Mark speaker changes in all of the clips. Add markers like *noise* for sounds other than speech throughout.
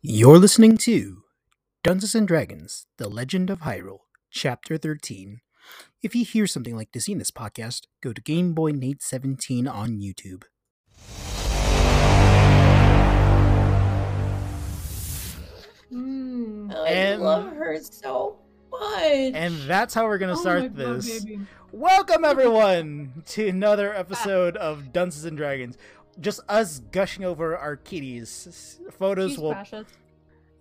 Speaker 1: You're listening to Dungeons and Dragons: The Legend of Hyrule, Chapter 13. If you hear something like this in this podcast, go to Game Boy Nate 17 on YouTube.
Speaker 2: Mm.
Speaker 3: Oh,
Speaker 1: And-
Speaker 3: I love her so much.
Speaker 1: And that's how we're going to
Speaker 2: Oh my
Speaker 1: start
Speaker 2: God,
Speaker 1: this.
Speaker 2: baby.
Speaker 1: Welcome everyone to another episode of Dungeons and Dragons. Just us gushing over our kitties. Photos
Speaker 2: She's
Speaker 1: will
Speaker 2: precious.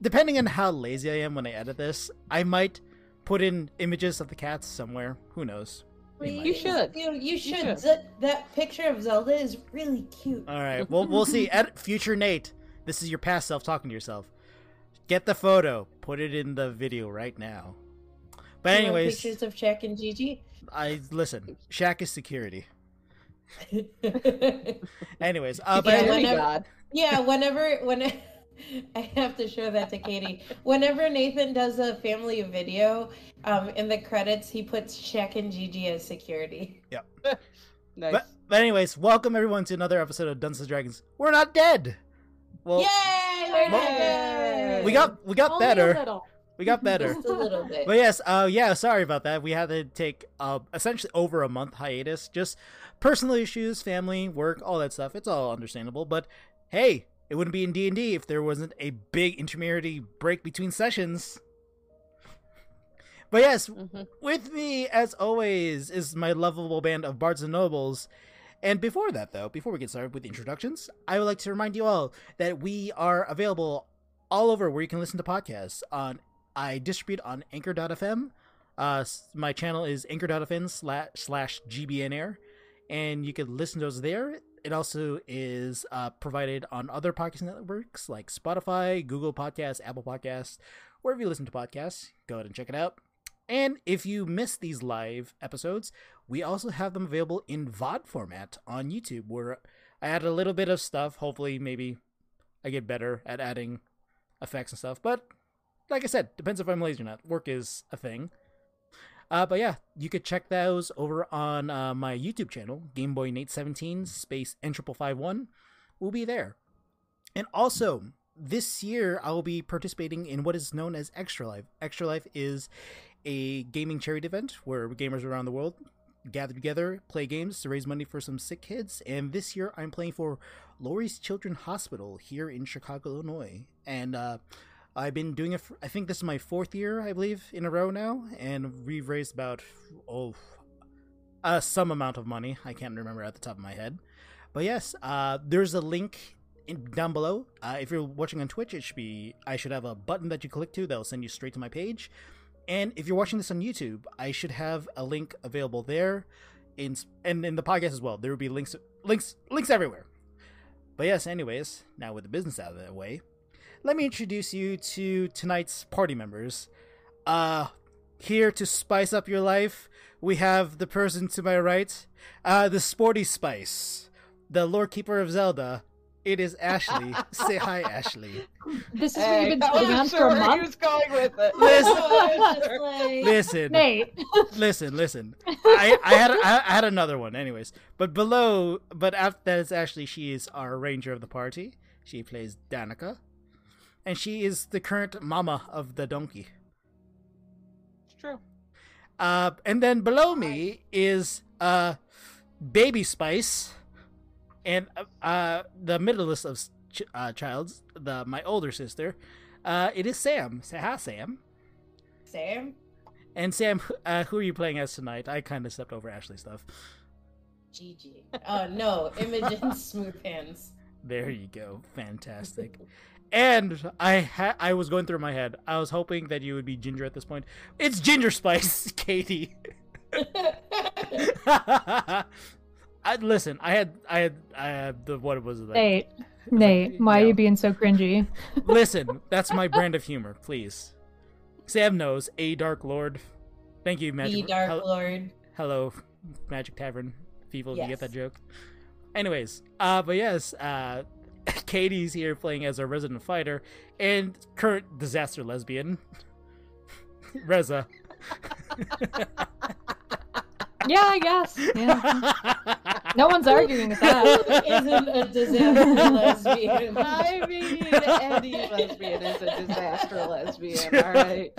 Speaker 1: depending on how lazy I am when I edit this, I might put in images of the cats somewhere. Who knows?
Speaker 3: Wait,
Speaker 2: You should.
Speaker 3: Dude, you should.
Speaker 2: should.
Speaker 3: Ze- that picture of Zelda is really cute.
Speaker 1: All right, we'll we'll see. Ed- future Nate, this is your past self talking to yourself. Get the photo, put it in the video right now. But
Speaker 3: You know,
Speaker 1: anyways,
Speaker 3: pictures of Shaq and
Speaker 2: *laughs*
Speaker 3: Gigi.
Speaker 1: I listen. Shaq is security. Anyways, uh, but
Speaker 3: Yeah,
Speaker 2: Security
Speaker 3: whenever-
Speaker 2: God.
Speaker 3: yeah, whenever when *laughs* I have to show that to Katie. Whenever Nathan does a family video, um, in the credits he puts Shaq and Gigi as security.
Speaker 2: Nice.
Speaker 1: But, but anyways, welcome everyone to another episode of Dungeons and Dragons. We're not dead. Well,
Speaker 3: Yay! We're
Speaker 1: Well,
Speaker 3: dead!
Speaker 1: we got we got
Speaker 4: Oh,
Speaker 2: Only a
Speaker 1: better.
Speaker 2: little.
Speaker 1: We got
Speaker 2: *laughs*
Speaker 1: better.
Speaker 3: just a little bit.
Speaker 1: But yes, uh, yeah, sorry about that. We had to take uh, essentially over a month hiatus, just personal issues, family, work, all that stuff. It's all understandable. But hey, it wouldn't be in D and D if there wasn't a big intermediary break between sessions. But yes,
Speaker 2: Mhm.
Speaker 1: with me as always is my lovable band of bards and nobles. And before that, though, before we get started with introductions, I would like to remind you all that we are available all over where you can listen to podcasts. On I distribute on Anchor.fm. Uh, s- my channel is Anchor.fm slash slash GBNR, and you can listen to those there. It also is uh, provided on other podcast networks like Spotify, Google Podcasts, Apple Podcasts, wherever you listen to podcasts. Go ahead and check it out. And if you miss these live episodes, we also have them available in VOD format on YouTube, where I add a little bit of stuff. Hopefully, maybe I get better at adding effects and stuff. But like I said, depends if I'm lazy or not. Work is a thing. Uh, but yeah, you could check those over on uh, my YouTube channel, Game Boy Nate Seventeen Space N Triple Five One. We'll be there. And also, this year I will be participating in what is known as Extra Life. Extra Life is a gaming charity event where gamers around the world gather together, play games to raise money for some sick kids. And this year I'm playing for Lori's Children Hospital here in Chicago, Illinois. And uh, I've been doing it. For, I think this is my fourth year, I believe, in a row now, and we've raised about oh, uh, some amount of money. I can't remember at the top of my head, but yes, uh, there's a link in, down below. Uh, if you're watching on Twitch, it should be I should have a button that you click to that'll send you straight to my page. And if you're watching this on YouTube, I should have a link available there, in s- and in the podcast as well. There will be links, links, links everywhere. But yes, anyways, now with the business out of the way let me introduce you to tonight's party members. Uh, here to spice up your life, we have the person to my right, uh, the sporty spice, the lore keeper of Zelda. It is Ashley. Say hi, Ashley.
Speaker 4: This is what
Speaker 2: Hey,
Speaker 4: you've been
Speaker 2: I
Speaker 4: sitting
Speaker 2: wasn't
Speaker 4: on
Speaker 2: sure
Speaker 4: for a
Speaker 2: where he
Speaker 4: month,
Speaker 2: was going with *laughs* it.
Speaker 1: Listen.
Speaker 3: Oh, it's just like-
Speaker 1: Listen,
Speaker 4: Nate.
Speaker 1: listen, listen. I, I had I, I had another one, anyways. But below, but after that is Ashley. She is our ranger of the party. She plays Danica, and she is the current mama of the donkey.
Speaker 2: It's true.
Speaker 1: Uh, and then below me is uh, Baby Spice, and uh, uh, the middlest of s- ch- uh, childs, the my older sister. Uh, it is Sam. Say hi, Sam.
Speaker 3: Sam?
Speaker 1: And Sam, *laughs* uh, who are you playing as tonight? I kind of stepped over Ashley's stuff.
Speaker 3: Gigi. Oh no,
Speaker 4: *laughs*
Speaker 3: Imogen Smooth Hands.
Speaker 1: There you go. Fantastic. And I ha- I was going through my head. I was hoping that you would be Ginger at this point. It's Ginger Spice, *laughs* Katie. I, listen, I had I had I had the what was it?
Speaker 4: Nate, Nate, why are
Speaker 1: Yeah.
Speaker 4: you being so cringy?
Speaker 1: Listen, that's my brand of humor, please. Sam knows a Dark Lord. Thank you, Magic.
Speaker 3: the Dark
Speaker 1: hel-
Speaker 4: *laughs*
Speaker 3: Lord.
Speaker 1: hello, Magic Tavern people. You get
Speaker 3: Yes.
Speaker 1: that joke? Anyways, uh, but yes, uh, *laughs* Katie's here playing as our resident fighter and current disaster *laughs*
Speaker 3: *laughs*
Speaker 1: lesbian, Reza.
Speaker 4: Yeah, I guess. *laughs* Yeah. No one's arguing with
Speaker 3: *laughs*
Speaker 4: that.
Speaker 3: Isn't a disaster lesbian.
Speaker 2: I mean, any lesbian is a disaster lesbian, all right?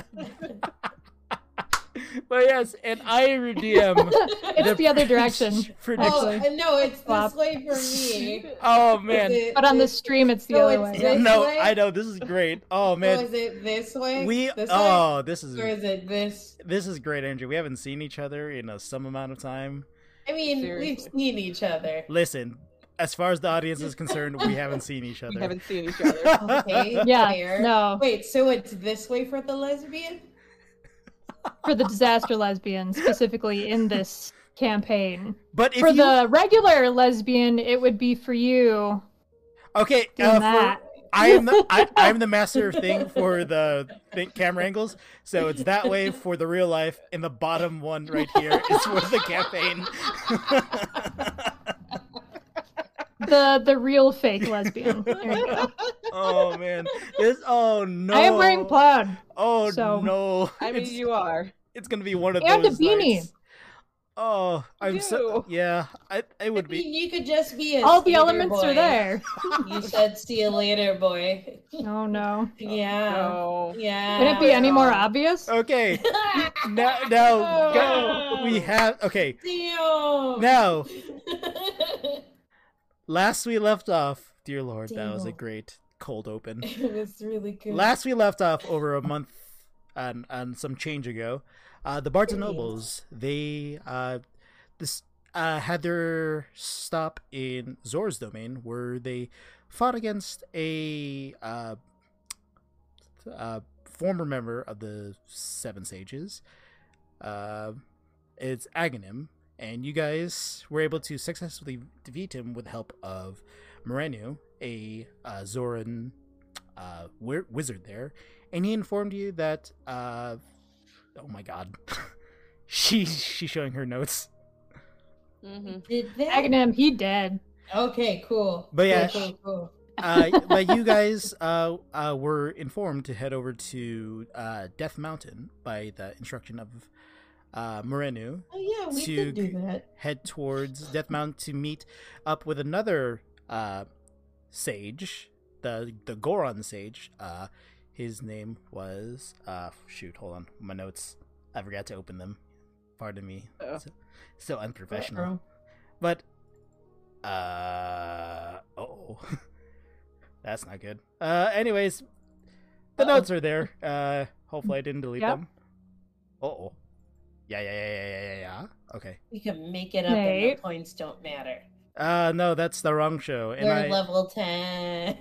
Speaker 1: but yes, and I
Speaker 3: *laughs*
Speaker 1: redeem.
Speaker 4: It's the other
Speaker 1: *laughs*
Speaker 4: direction.
Speaker 3: Oh,
Speaker 1: Prediction.
Speaker 4: Actually.
Speaker 3: and no, it's
Speaker 4: Flop.
Speaker 3: this way for
Speaker 1: *laughs*
Speaker 3: me.
Speaker 1: Oh man.
Speaker 3: Is it
Speaker 4: But on the
Speaker 3: this-
Speaker 4: stream, it's the
Speaker 3: No,
Speaker 4: other
Speaker 3: it's
Speaker 4: way.
Speaker 3: this
Speaker 1: No,
Speaker 3: way?
Speaker 1: I know this is great. Oh
Speaker 3: oh,
Speaker 1: man.
Speaker 3: is it this way?
Speaker 1: We
Speaker 3: this way?
Speaker 1: oh this
Speaker 3: Or
Speaker 1: is
Speaker 3: is it this?
Speaker 1: this is great, Andrew. We haven't seen each other in uh, some amount of time.
Speaker 3: I mean,
Speaker 2: Seriously.
Speaker 3: we've seen each other.
Speaker 1: Listen, as far as the audience is concerned, we haven't seen each
Speaker 2: We
Speaker 1: other.
Speaker 2: haven't seen each other.
Speaker 3: *laughs*
Speaker 1: *laughs*
Speaker 3: Okay.
Speaker 4: Yeah.
Speaker 3: fair.
Speaker 4: No.
Speaker 3: Wait, so it's this way for the lesbian?
Speaker 4: For the disaster lesbian, specifically in this campaign.
Speaker 1: But if
Speaker 4: for
Speaker 1: you
Speaker 4: the regular lesbian, it would be for you
Speaker 1: okay,
Speaker 4: doing
Speaker 1: uh,
Speaker 4: that.
Speaker 1: for, I am the
Speaker 4: *laughs*
Speaker 1: I, I'm the master of thing for the thing, camera angles. So it's that way for the real life, and the bottom one right here is for the campaign.
Speaker 4: The the real fake lesbian. There you go.
Speaker 1: oh man, this oh *laughs* no!
Speaker 4: I am wearing plaid.
Speaker 1: Oh
Speaker 4: so-
Speaker 1: no!
Speaker 2: I mean,
Speaker 1: It's-
Speaker 2: you are.
Speaker 1: It's gonna be one of
Speaker 4: And a
Speaker 1: those.
Speaker 4: beanie.
Speaker 1: nights. Oh, I'm so yeah. I it would
Speaker 3: I
Speaker 1: be.
Speaker 3: mean, you could just be a
Speaker 4: All
Speaker 3: see
Speaker 4: the
Speaker 3: you
Speaker 4: elements
Speaker 3: boy.
Speaker 4: are there.
Speaker 3: You said see you later,
Speaker 1: *laughs*
Speaker 3: boy.
Speaker 4: *laughs* Oh no.
Speaker 1: Oh,
Speaker 3: Yeah.
Speaker 2: No.
Speaker 3: Yeah.
Speaker 4: Would it
Speaker 3: *laughs*
Speaker 4: be any more
Speaker 2: Yeah.
Speaker 4: obvious?
Speaker 1: Okay, now now go-
Speaker 3: No.
Speaker 1: we have okay.
Speaker 3: Damn.
Speaker 1: Now, last we left off, dear Lord, that was a
Speaker 3: Damn.
Speaker 1: great cold
Speaker 3: *laughs*
Speaker 1: open.
Speaker 3: *laughs* it was really good.
Speaker 1: Last we left off over a month and and some change ago, uh, the Barnes and Nobles they uh, this uh, had their stop in Zor's domain where they fought against a uh, uh, former member of the Seven Sages. Uh, it's Aghanim, and you guys were able to successfully defeat him with the help of Morenu, a uh, Zoran uh, wi- wizard there, and he informed you that uh, oh my god, *laughs* she's she's showing her notes.
Speaker 2: Mm-hmm.
Speaker 3: Did that?
Speaker 4: Aghanim, he dead.
Speaker 3: Okay, cool.
Speaker 1: But
Speaker 3: Cool,
Speaker 1: yeah,
Speaker 3: cool, cool.
Speaker 1: Uh, but you *laughs* guys uh, uh, were informed to head over to uh, Death Mountain by the instruction of uh, Morenu.
Speaker 3: Oh yeah, we
Speaker 1: to-
Speaker 3: did do that.
Speaker 1: Head towards Death Mountain to meet up with another uh, sage, the the Goron sage. Uh, his name was uh, shoot. Hold on, my notes. I forgot to open them. Pardon me.
Speaker 2: Oh.
Speaker 1: So, so unprofessional. But uh oh. *laughs* That's not good. Uh anyways, the
Speaker 2: Uh-oh.
Speaker 1: notes are there. Uh hopefully I didn't delete
Speaker 4: Yep.
Speaker 1: them. Oh. Yeah, yeah, yeah, yeah, yeah, yeah, yeah. Okay.
Speaker 3: We can make it up, and
Speaker 4: Nate.
Speaker 3: the points don't matter.
Speaker 1: Uh no, that's the wrong show. And
Speaker 3: We're
Speaker 1: I
Speaker 3: level ten.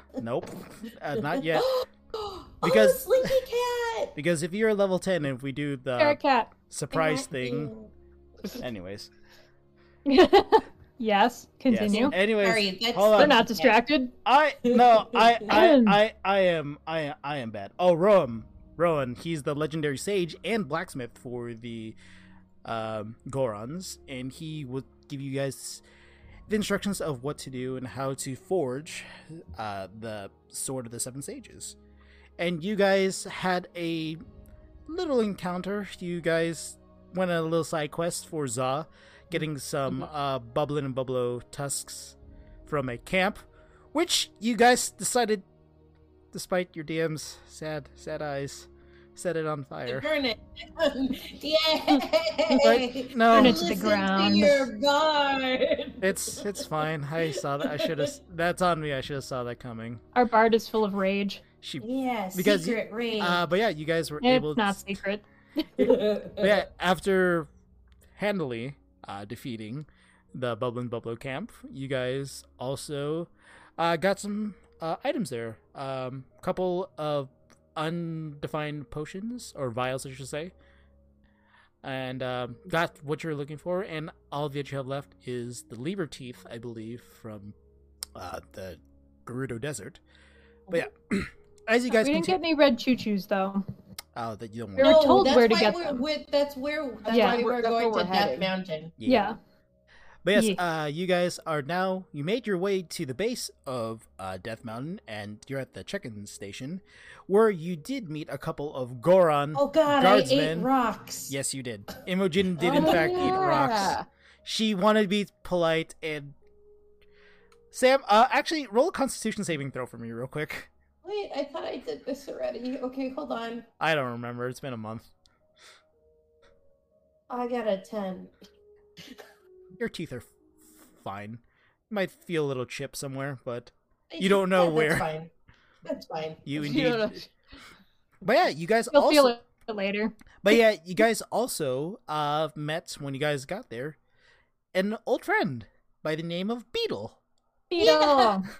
Speaker 1: *laughs* nope. *laughs* Uh,
Speaker 3: *laughs*
Speaker 1: not yet.
Speaker 3: because *gasps* oh,
Speaker 1: Because-
Speaker 3: sleepy cat.
Speaker 1: Because if you're level 10 and if we do the
Speaker 4: Carrot cat. *laughs*
Speaker 1: surprise
Speaker 3: Cat *laughs*
Speaker 1: thing,
Speaker 3: thing.
Speaker 1: anyways.
Speaker 4: yes.
Speaker 1: Yes.
Speaker 4: Continue.
Speaker 1: Anyways,
Speaker 3: Sorry, that's
Speaker 1: hold
Speaker 4: We're
Speaker 1: on.
Speaker 4: not distracted.
Speaker 1: I no, I I,
Speaker 4: Adam.
Speaker 1: I I am I I am bad. Oh, Roam, Rowan, he's the legendary sage and blacksmith for the um, Gorons, and he will give you guys the instructions of what to do and how to forge uh, the sword of the seven sages. And you guys had a little encounter. You guys went on a little side quest for Za, getting some
Speaker 4: Mm-hmm.
Speaker 1: uh, bubbling and bubblo tusks from a camp, which you guys decided, despite your DM's sad, sad eyes, set it on fire.
Speaker 3: Burn it. *laughs* Yay!
Speaker 1: Right?
Speaker 4: Burn
Speaker 1: No,
Speaker 4: it to the
Speaker 3: Listen
Speaker 4: ground.
Speaker 3: your guard.
Speaker 1: *laughs* it's it's fine. I saw that. I should have. That's on me. I should have saw that coming.
Speaker 4: Our bard is full of rage.
Speaker 1: She.
Speaker 3: Yeah,
Speaker 1: Because you-
Speaker 3: secret ring. *laughs*
Speaker 1: Uh, but yeah, you guys were able.
Speaker 4: It's not secret.
Speaker 1: But yeah, after handily uh, defeating the Bubbling Bubblo camp, you guys also uh, got some uh, items there. Um, couple of undefined potions or vials, I should say, and um, got what you're looking for. And all that you have left is the lever teeth, I believe, from uh, the Gerudo Desert. But yeah, *clears throat* as you guys
Speaker 4: we didn't
Speaker 1: continue,
Speaker 4: get any red choo choos though.
Speaker 1: oh, that you don't
Speaker 4: we
Speaker 1: want.
Speaker 4: were told
Speaker 3: that's
Speaker 4: where to
Speaker 3: why
Speaker 4: get
Speaker 3: we're,
Speaker 4: them.
Speaker 3: with- that's where. That's
Speaker 4: Yeah.
Speaker 3: why we're
Speaker 2: That's where
Speaker 3: going
Speaker 2: we're
Speaker 3: to Death
Speaker 2: headed.
Speaker 3: Mountain.
Speaker 4: Yeah.
Speaker 1: But yes,
Speaker 4: Yeah.
Speaker 1: uh, you guys are now. You made your way to the base of uh, Death Mountain, and you're at the check-in station, where you did meet a couple of Goron.
Speaker 3: Oh god, I ate
Speaker 1: Guardsmen.
Speaker 3: rocks.
Speaker 1: Yes, you did. Imogen did in
Speaker 2: Oh,
Speaker 1: fact eat
Speaker 2: yeah.
Speaker 1: rocks. She wanted to be polite and. Sam, uh, actually, roll a Constitution saving throw for me real quick.
Speaker 3: Wait, I thought I did this already. Okay, hold on.
Speaker 1: I don't remember. It's been a month.
Speaker 3: I got a ten.
Speaker 1: Your teeth are f- fine. Might feel a little chip somewhere, but
Speaker 3: I
Speaker 1: You don't know
Speaker 3: yeah,
Speaker 1: where.
Speaker 3: That's fine. That's fine.
Speaker 1: *laughs*
Speaker 2: *laughs*
Speaker 1: you
Speaker 4: You don't
Speaker 1: indeed.
Speaker 4: know.
Speaker 1: But yeah, you guys
Speaker 4: You'll
Speaker 1: also.
Speaker 4: feel it
Speaker 1: *laughs*
Speaker 4: later.
Speaker 1: But yeah, you guys also uh met when you guys got there an old friend by the name of Beetle.
Speaker 4: Beetle.
Speaker 3: It's all good,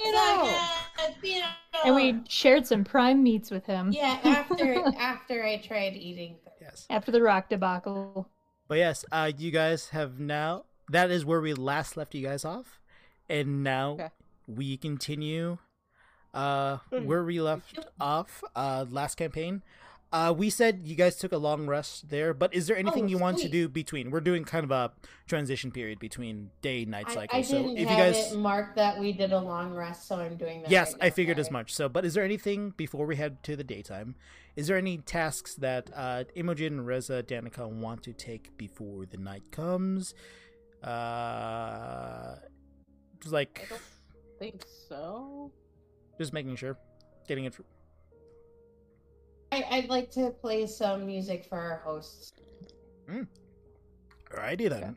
Speaker 3: you know.
Speaker 4: And we shared some prime meats with him
Speaker 3: Yeah, after after I tried eating.
Speaker 1: Yes.
Speaker 4: after the rock debacle.
Speaker 1: But yes, uh you guys have now that is where we last left you guys off. And now
Speaker 2: Okay.
Speaker 1: we continue uh
Speaker 2: Hmm.
Speaker 1: where we left off uh last campaign. Uh we said you guys took a long rest there, but is there anything you want to
Speaker 3: Oh, sweet.
Speaker 1: do between? We're doing kind of a transition period between day night
Speaker 3: I,
Speaker 1: cycle.
Speaker 3: I
Speaker 1: so
Speaker 3: didn't
Speaker 1: if you
Speaker 3: have
Speaker 1: guys
Speaker 3: it marked that we did a long rest, so I'm doing that.
Speaker 1: Yes,
Speaker 3: right
Speaker 1: I
Speaker 3: now,
Speaker 1: figured as
Speaker 3: sorry.
Speaker 1: much. So, but is there anything before we head to the daytime? Is there any tasks that uh, Imogen, Reza, Danica want to take before the night comes? Uh, just
Speaker 2: I
Speaker 1: like,
Speaker 2: don't think so.
Speaker 1: just making sure, getting it. For-
Speaker 3: I, I'd like to play some music for our hosts.
Speaker 1: Alrighty then.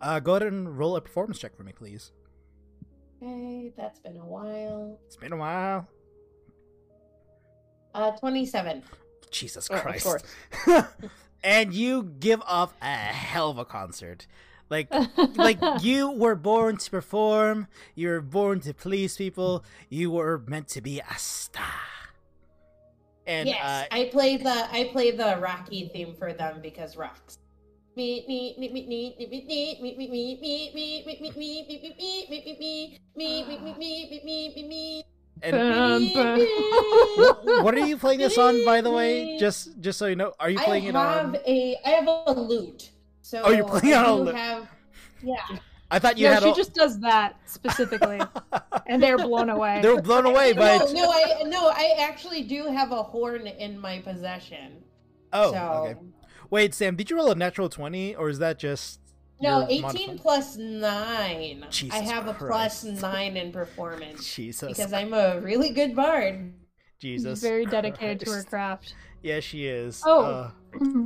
Speaker 1: Uh, go ahead and roll a performance check for me, please.
Speaker 3: Okay, that's been a while.
Speaker 1: It's been a while.
Speaker 3: Uh, 27.
Speaker 1: Jesus
Speaker 2: Oh, of
Speaker 1: Christ.
Speaker 2: course.
Speaker 1: *laughs* and you give off a hell of a concert. Like, *laughs*
Speaker 3: *laughs*
Speaker 1: like you were born to perform you were born to please people you were meant to be a star and
Speaker 3: yes,
Speaker 1: uh
Speaker 3: I play the I play the Rocky theme for them because rocks. Me me me me me me me me me me me me me me me me me me me me me me me me me me
Speaker 1: and
Speaker 4: Bum, bum.
Speaker 1: what are you playing this on by the
Speaker 3: *laughs*
Speaker 1: way just just so you know are you
Speaker 3: I
Speaker 1: playing it
Speaker 3: have
Speaker 1: on
Speaker 3: a I have a lute. So
Speaker 1: Oh, you're playing on a
Speaker 3: you
Speaker 1: lute.
Speaker 3: have
Speaker 1: i thought you
Speaker 4: no,
Speaker 1: had
Speaker 4: she
Speaker 1: all
Speaker 4: just does that
Speaker 1: *laughs*
Speaker 4: specifically, and they're blown away.
Speaker 1: they were blown away by
Speaker 3: no,
Speaker 1: it.
Speaker 3: no, I no, I actually do have a horn in my possession.
Speaker 1: oh
Speaker 3: so.
Speaker 1: okay wait sam did you roll a natural 20 or is that just
Speaker 3: No,
Speaker 1: your
Speaker 3: 18
Speaker 1: modifier?
Speaker 3: plus 9. I
Speaker 1: Jesus
Speaker 3: have a
Speaker 1: Christ.
Speaker 3: plus 9 in
Speaker 1: *laughs*
Speaker 3: performance
Speaker 1: jesus
Speaker 3: because I'm a really good bard.
Speaker 1: jesus
Speaker 4: She's very dedicated to her
Speaker 1: Christ.
Speaker 4: craft.
Speaker 1: yeah she is
Speaker 4: Oh.
Speaker 1: Uh,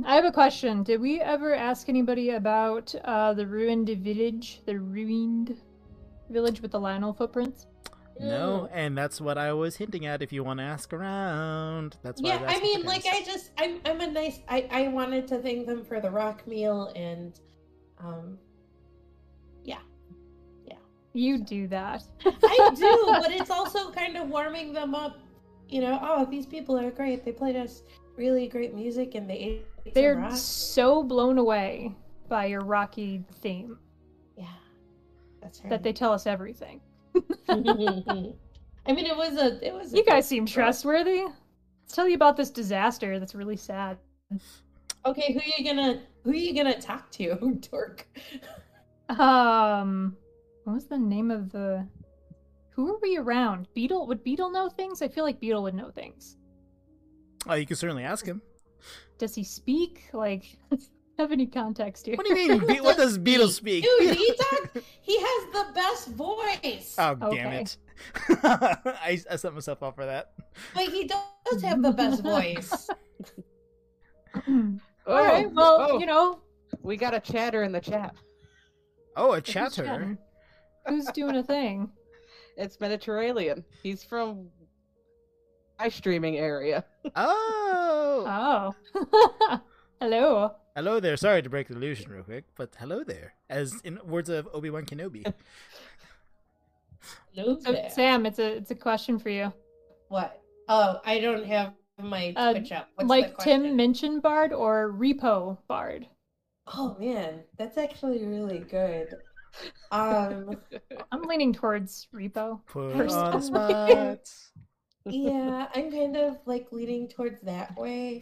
Speaker 4: I have a question. Did we ever ask anybody about uh, the ruined village? The ruined village with the Lionel footprints?
Speaker 1: No, and that's what I was hinting at. If you want to ask around, that's why.
Speaker 3: yeah,
Speaker 1: was
Speaker 3: I
Speaker 1: asking for
Speaker 3: mean, like
Speaker 1: things.
Speaker 3: I just I'm I'm a nice I I wanted to thank them for the rock meal and um
Speaker 4: You do that.
Speaker 3: I do, but it's also kind of warming them up. You know, oh, these people are great. They played us really great music and they ate some
Speaker 4: They're
Speaker 3: rock.
Speaker 4: so blown away by your rocky theme
Speaker 3: Yeah. That's right.
Speaker 4: that they tell us everything.
Speaker 3: *laughs* I mean, it was a it was a
Speaker 4: You guys
Speaker 3: good-
Speaker 4: seem trustworthy. Let's tell you about this disaster that's really sad.
Speaker 3: Okay, who you gonna who you gonna talk to, *laughs* dork?
Speaker 4: Um, what was the name of the? Who were we around? Beetle? Would Beetle know things? I feel like Beetle would know things.
Speaker 1: Oh, you can certainly ask him.
Speaker 4: Does he speak? Like, *laughs* have any context here?
Speaker 1: What do you
Speaker 4: *laughs*
Speaker 1: mean? Be- what does Beatles speak? *laughs*
Speaker 3: Dude, he talks. He has the best voice,
Speaker 1: oh, damn
Speaker 4: Okay.
Speaker 1: it! *laughs* I, I set myself up for that.
Speaker 3: but he does have the best voice.
Speaker 4: *laughs*
Speaker 1: Oh,
Speaker 4: All right. Hmm. Well, you know,
Speaker 2: Oh, we got a chatter in the chat.
Speaker 1: Oh, a
Speaker 4: who's
Speaker 1: chatter.
Speaker 4: chatting? Who's doing a
Speaker 1: *laughs*
Speaker 4: thing?
Speaker 2: It's Mediterranean. He's from my
Speaker 1: *laughs*
Speaker 2: streaming area.
Speaker 1: Oh,
Speaker 4: Oh, *laughs* hello.
Speaker 1: hello there. Sorry to break the illusion real quick, but hello there. As in words of Obi Wan Kenobi.
Speaker 3: Hello
Speaker 4: So,
Speaker 3: there.
Speaker 4: Sam, it's a it's a question for you.
Speaker 3: What? Oh, I don't have my
Speaker 4: Uh,
Speaker 3: Twitch up. What's the
Speaker 4: like Tim
Speaker 3: question?
Speaker 4: Minchin Bard or Repo Bard?
Speaker 3: Oh man, that's actually really good. Um,
Speaker 4: I'm leaning towards
Speaker 1: *laughs*
Speaker 4: Repo.
Speaker 1: Put
Speaker 4: First
Speaker 1: on the
Speaker 4: time.
Speaker 1: spot.
Speaker 3: yeah, I'm kind of like leaning towards that way.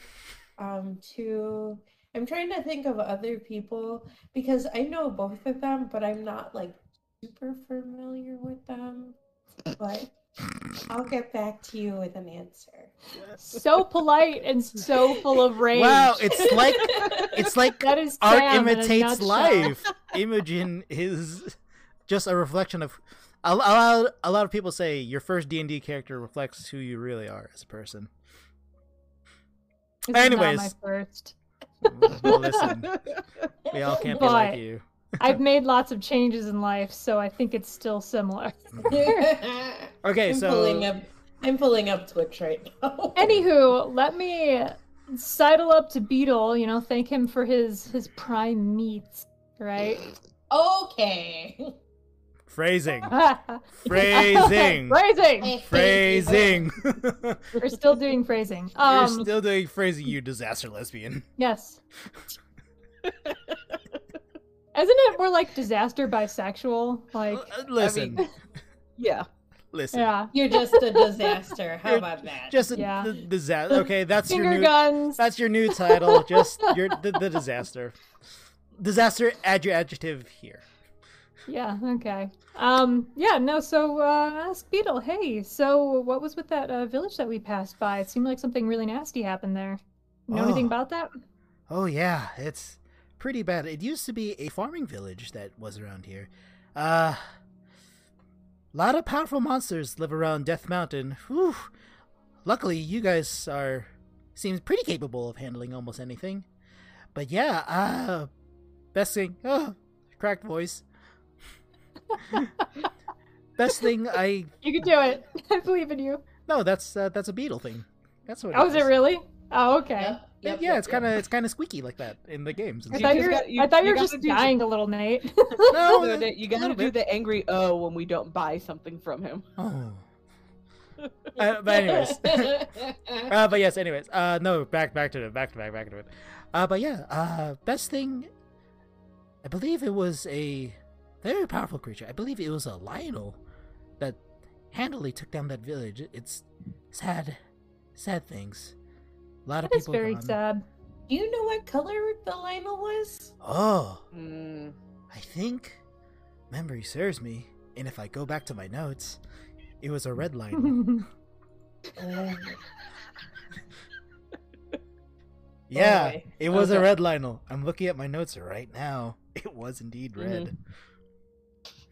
Speaker 3: Um, to I'm trying to think of other people because I know both of them, but I'm not like super familiar with them. But I'll get back to you with an answer.
Speaker 4: So polite and so full of rage.
Speaker 1: Wow, it's
Speaker 3: *laughs*
Speaker 1: like it's like
Speaker 4: that is
Speaker 1: art
Speaker 4: Sam in a
Speaker 1: imitates
Speaker 4: nutshell. *laughs*
Speaker 1: life. Imogen is just a reflection of a, a lot. A lot of people say your first D and D character reflects who you really are as a person.
Speaker 4: This is not
Speaker 1: Anyways.
Speaker 4: my first.
Speaker 1: Well, listen, we all can't be like
Speaker 4: But-
Speaker 1: you.
Speaker 4: I've made lots of changes in life, so I think it's still similar.
Speaker 3: *laughs*
Speaker 1: Okay,
Speaker 3: I'm
Speaker 1: so
Speaker 3: pulling up. I'm pulling up Twitch right now.
Speaker 4: Anywho, let me sidle up to Beetle. You know, thank him for his his prime meats, right?
Speaker 3: *laughs*
Speaker 4: *laughs*
Speaker 3: okay.
Speaker 4: *laughs*
Speaker 1: phrasing, phrasing,
Speaker 4: Raising. Phrasing.
Speaker 3: I hate you.
Speaker 1: phrasing. *laughs*
Speaker 4: We're still doing phrasing.
Speaker 1: You're
Speaker 4: Um,
Speaker 1: still doing phrasing, you disaster lesbian. *laughs*
Speaker 4: yes. Isn't it more like disaster bisexual? *laughs* Like,
Speaker 1: Uh, listen,
Speaker 4: *laughs*
Speaker 2: Yeah.
Speaker 1: listen.
Speaker 4: yeah,
Speaker 3: You're just
Speaker 1: *laughs*
Speaker 3: a disaster. How
Speaker 1: You're
Speaker 3: about that?
Speaker 1: Just a
Speaker 4: Yeah.
Speaker 1: disaster. Okay, that's your
Speaker 4: finger
Speaker 1: new.
Speaker 4: guns.
Speaker 1: That's your new title. Just your the, the
Speaker 4: *laughs*
Speaker 1: disaster. Disaster. Add your adjective here.
Speaker 4: Yeah. Okay. Um. Yeah. No. So, uh, ask Beetle. Hey. So, what was with that uh, village that we passed by? It seemed like something really nasty happened there. You know anything
Speaker 1: Oh.
Speaker 4: about that?
Speaker 1: Oh yeah, it's pretty bad. It used to be a farming village that was around here. Uh lot of powerful monsters live around Death Mountain. Whew. Luckily you guys are seems pretty capable of handling almost anything. But yeah, uh best thing oh cracked voice. *laughs* best thing I
Speaker 4: You could do it. *laughs* I believe in you.
Speaker 1: no, that's uh, that's a beetle thing. That's what it
Speaker 4: Oh, is it really? Oh, okay.
Speaker 3: Yep, yep,
Speaker 1: yeah,
Speaker 3: yep,
Speaker 1: it's
Speaker 3: yep.
Speaker 1: kind of it's kind of squeaky like that in the games. and
Speaker 4: I
Speaker 2: You
Speaker 4: thought
Speaker 2: just
Speaker 4: you were.
Speaker 2: got- you-
Speaker 4: I thought you
Speaker 2: you
Speaker 4: were
Speaker 2: gotta
Speaker 4: just
Speaker 2: do the-
Speaker 4: dying a little, Nate.
Speaker 1: No,
Speaker 2: *laughs* So that you
Speaker 1: a little
Speaker 2: gotta do
Speaker 1: bit.
Speaker 2: the angry oh when we don't buy something from him. *laughs*
Speaker 1: Oh. Uh, but anyways, uh, but yes, anyways, uh, no, back back to it, back to back, back to it. Uh, but yeah, uh, best thing, I believe it was a very powerful creature. I believe it was a lionel that handily took down that village. It's sad, sad things. A
Speaker 4: *laughs*
Speaker 1: lot of
Speaker 4: It's
Speaker 1: people.
Speaker 4: very
Speaker 1: gone.
Speaker 4: sad.
Speaker 3: *laughs* Do you know what color the Lionel was?
Speaker 1: Oh,
Speaker 2: *laughs* Mm.
Speaker 1: I think memory serves me, and if I go back to my notes, it was a red
Speaker 4: *laughs*
Speaker 2: *laughs*
Speaker 1: lionel.
Speaker 2: Oh,
Speaker 1: Yeah,
Speaker 3: Boy.
Speaker 1: it was a
Speaker 2: Okay.
Speaker 1: red Lionel. I'm looking at my notes right now. *laughs* It was indeed red.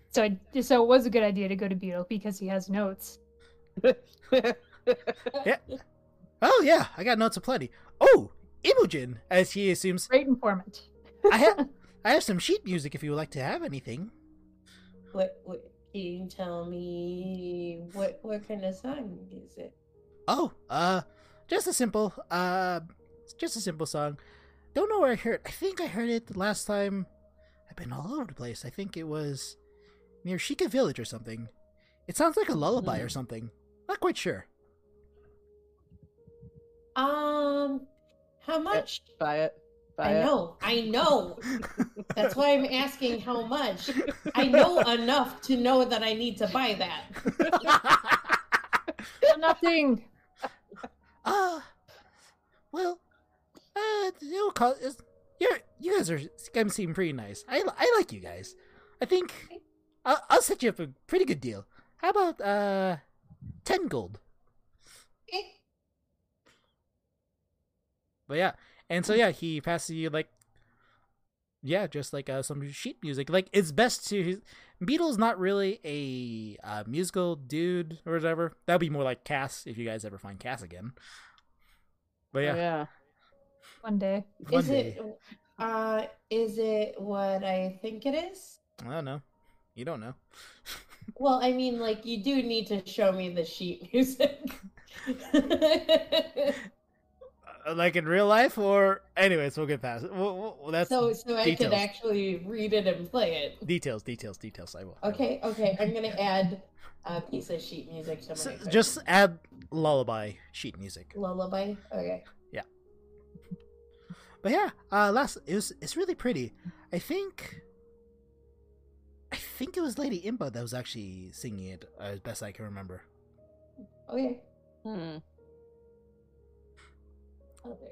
Speaker 4: so, I, so it was a good idea to go to Beetle because he has notes.
Speaker 1: Oh yeah, I got notes aplenty. Oh, Imogen, as he assumes,
Speaker 4: Great informant.
Speaker 1: I have, I have some sheet music if you would like to have anything.
Speaker 3: What, what can you tell me? What what kind of song is it?
Speaker 1: Oh, uh, just a simple, uh, it's just a simple song. Don't know where I heard. I think I heard it the last time. I've been all over the place. I think it was near Shika Village or something. It sounds like a lullaby or something. Not quite sure. *laughs*
Speaker 3: Um, how much?
Speaker 2: buy it. Buy
Speaker 3: I
Speaker 2: it.
Speaker 3: know, I know. That's why I'm asking how much. I
Speaker 1: *laughs*
Speaker 3: know enough to know that I need to buy that.
Speaker 4: Nothing. *laughs*
Speaker 1: Uh, well, uh, it'll cost. It's, you're, you guys are gonna seem pretty nice. I, li- I like you guys. I think I'll, I'll set you up a pretty good deal. How about uh, ten gold?
Speaker 3: Eh,
Speaker 1: But yeah, and so yeah, he passes you like, yeah, just like uh, some sheet music. Like it's best to. Beatles not really a uh, musical dude or whatever. That would be more like Cass if you guys ever find Cass again. But Oh, yeah,
Speaker 2: yeah.
Speaker 4: One day.
Speaker 1: one
Speaker 3: Uh, is
Speaker 1: day.
Speaker 3: it? Uh, is it what I think it is?
Speaker 1: I don't know. You don't know.
Speaker 3: Well, I mean, like you do need to show me the sheet music. *laughs*
Speaker 1: Uh, like in real life, or anyways, we'll get past it. Well, well, that's
Speaker 3: so, so I
Speaker 1: details.
Speaker 3: could actually read it and play it.
Speaker 1: details, details, details. I will. I will.
Speaker 3: Okay, okay, I'm
Speaker 1: *laughs*
Speaker 3: gonna add a piece of sheet music to my
Speaker 1: So,
Speaker 3: equipment.
Speaker 1: just add lullaby sheet music.
Speaker 3: lullaby. Okay.
Speaker 1: But yeah, uh, last it was it's really pretty. I think, I think it was Lady Impa that was actually singing it, uh, as best I
Speaker 2: Oh,
Speaker 1: can remember.
Speaker 3: Okay.
Speaker 2: Hmm.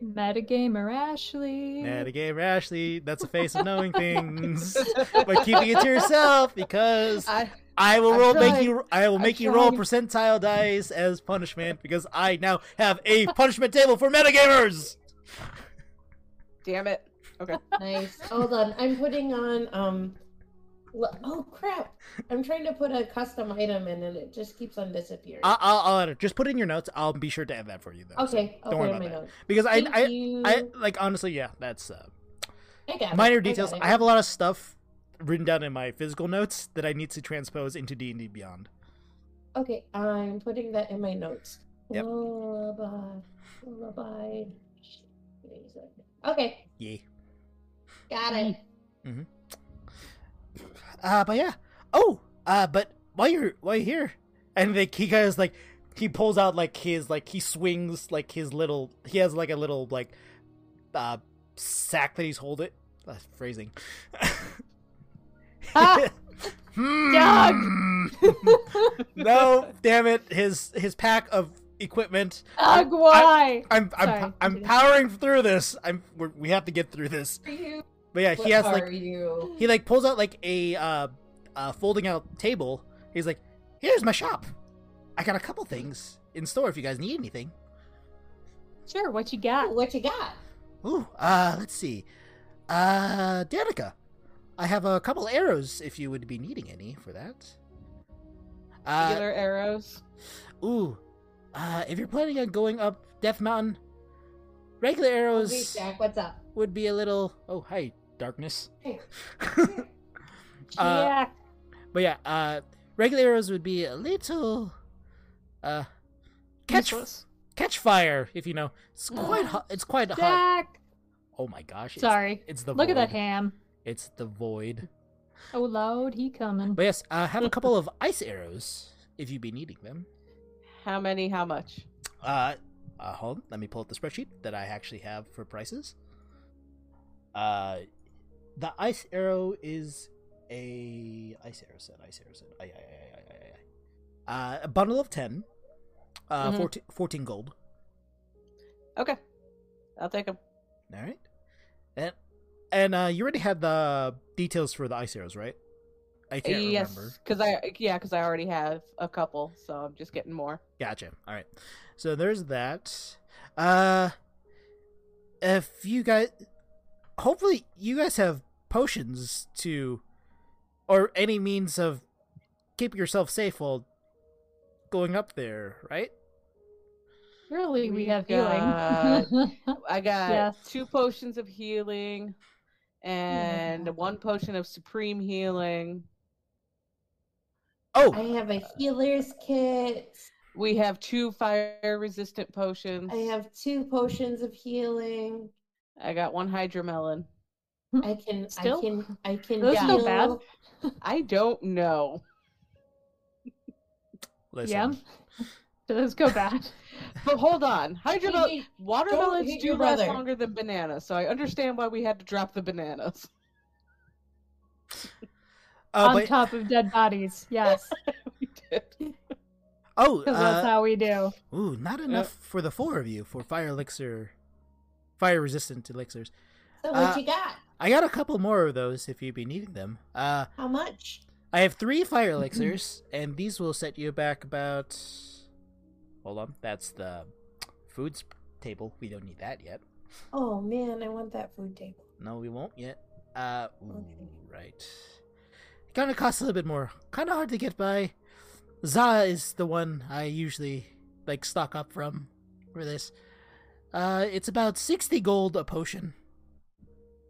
Speaker 4: Metagamer Ashley.
Speaker 1: Metagame Ashley, that's a face of knowing
Speaker 3: *laughs*
Speaker 1: things, but keeping it to
Speaker 2: *laughs*
Speaker 1: yourself because
Speaker 2: Hmm. I,
Speaker 1: I will
Speaker 2: I'm
Speaker 1: roll make
Speaker 2: trying.
Speaker 1: you I will
Speaker 2: I'm
Speaker 1: make you roll
Speaker 2: trying.
Speaker 1: percentile dice as punishment because I now have a *laughs* punishment table for metagamers.
Speaker 2: damn it. Okay.
Speaker 3: Nice. Hold on. I'm putting on um l- oh crap. I'm trying to put a custom item in and it just keeps on disappearing.
Speaker 1: I, I'll, I'll add it. Uh, Just put it in your notes. I'll be sure to add that for you though. so-
Speaker 3: okay, I'll
Speaker 1: don't
Speaker 3: put
Speaker 1: worry
Speaker 3: it in my
Speaker 1: about
Speaker 3: notes.
Speaker 1: because I,
Speaker 3: Thank
Speaker 1: I
Speaker 3: you.
Speaker 1: I like honestly yeah that's uh,
Speaker 3: I got it.
Speaker 1: minor
Speaker 3: I got
Speaker 1: details.
Speaker 3: it.
Speaker 1: I have a lot of stuff written down in my physical notes that I need to transpose into D and D Beyond.
Speaker 3: Okay, I'm putting that in my notes.
Speaker 1: Yep.
Speaker 3: Lullaby. Lullaby. music. Okay,
Speaker 1: Yay.
Speaker 3: got it.
Speaker 1: Uh, but yeah. Oh, uh, but while you're while you're here, and the he guy is like, he pulls out like his like he swings like his little he has like a little like, uh, sack that he's holding. That's phrasing.
Speaker 4: Ah!
Speaker 1: *laughs* Hmm. no, damn it! His his pack of equipment.
Speaker 4: Ugh, why?
Speaker 1: I'm I'm
Speaker 4: Sorry,
Speaker 1: I'm
Speaker 4: continue.
Speaker 1: powering through this. I'm we're, we have to get through this.
Speaker 3: Are you?
Speaker 1: But yeah,
Speaker 3: What
Speaker 1: he has
Speaker 3: are
Speaker 1: like
Speaker 3: you?
Speaker 1: he like pulls out like a uh, uh folding out table. He's like, "Here's my shop. I got a couple things in store if you guys need anything."
Speaker 4: Sure, what you got?
Speaker 3: Ah, What you got?
Speaker 1: Ooh, uh, let's see. Uh, Danica, I have a couple arrows if you would be needing any for that. Uh,
Speaker 2: *laughs* Regular arrows.
Speaker 1: ooh, uh, if you're planning on going up Death Mountain, regular arrows.
Speaker 3: Hey, Jack,
Speaker 1: *laughs*
Speaker 3: what's up?
Speaker 1: would be a little oh hi darkness
Speaker 3: Hey.
Speaker 1: uh,
Speaker 4: yeah.
Speaker 1: but yeah uh regular arrows would be a little uh catch
Speaker 4: Useless.
Speaker 1: catch fire if you know it's quite hot it's quite hot
Speaker 4: Jack.
Speaker 1: oh my gosh it's,
Speaker 4: Sorry.
Speaker 1: it's the
Speaker 4: Look at that
Speaker 1: void.
Speaker 4: ham.
Speaker 1: it's the void
Speaker 4: Oh, Lord, he coming.
Speaker 1: but yes uh have a couple
Speaker 4: *laughs*
Speaker 1: of ice arrows if you be needing them
Speaker 2: How many? How much?
Speaker 1: uh, uh hold on, let me pull up the spreadsheet that i actually have for prices uh the ice arrow is a ice arrow set ice arrow set I, I, I, I, I, I. Uh, a bundle of 10 uh
Speaker 4: Mm-hmm.
Speaker 2: Mhm.
Speaker 1: 14, 14 gold
Speaker 2: Okay. I'll take them.
Speaker 1: all right and and uh you already had the details for the ice arrows right i can't remember
Speaker 2: Yes, because I yeah, because I already have a couple, so I'm just getting more.
Speaker 1: Gotcha. All right. So there's that. Uh, if you guys, hopefully you guys have potions to, or any means of keeping yourself safe while going up there, right?
Speaker 4: Surely we
Speaker 2: We
Speaker 4: have
Speaker 2: got-
Speaker 4: healing. *laughs*
Speaker 2: I got
Speaker 4: Yes.
Speaker 2: two potions of healing, and
Speaker 3: Mm-hmm.
Speaker 2: one potion of supreme healing.
Speaker 3: I
Speaker 1: Oh,
Speaker 3: have a healer's kit.
Speaker 2: We have two fire resistant potions.
Speaker 3: I have two potions of healing.
Speaker 2: I got one hydromelon.
Speaker 3: I can
Speaker 4: Still?
Speaker 3: I can I can
Speaker 4: Those
Speaker 2: not
Speaker 3: heal.
Speaker 4: bad.
Speaker 2: I don't know.
Speaker 1: listen.
Speaker 4: yeah. Do those go bad?
Speaker 2: But hold on,
Speaker 3: Hey,
Speaker 2: hydromelon.
Speaker 3: hey,
Speaker 2: Watermelons
Speaker 3: hit
Speaker 2: do
Speaker 3: your
Speaker 2: last
Speaker 3: brother.
Speaker 2: longer than bananas, so I understand why we had to drop the bananas. *laughs*
Speaker 1: Oh,
Speaker 4: On
Speaker 1: but,
Speaker 4: top of dead bodies. Yes.
Speaker 2: we did.
Speaker 1: oh,
Speaker 4: Because that's
Speaker 1: uh,
Speaker 4: how we do.
Speaker 1: ooh, not enough for the four of you for fire elixir, fire resistant elixirs.
Speaker 3: So what
Speaker 1: Uh,
Speaker 3: you got?
Speaker 1: I got a couple more of those if you'd be needing them. Uh,
Speaker 3: How much?
Speaker 1: I have three fire
Speaker 2: *clears throat*
Speaker 1: elixirs, and these will set you back about. Hold on, that's the foods table. We don't need that yet.
Speaker 3: Oh man, I want that food table.
Speaker 1: No, we won't yet. Uh, ooh, right. Kind of costs a little bit more. Kind of hard to get by. Za is the one I usually like stock up from for this. Uh, it's about sixty gold a potion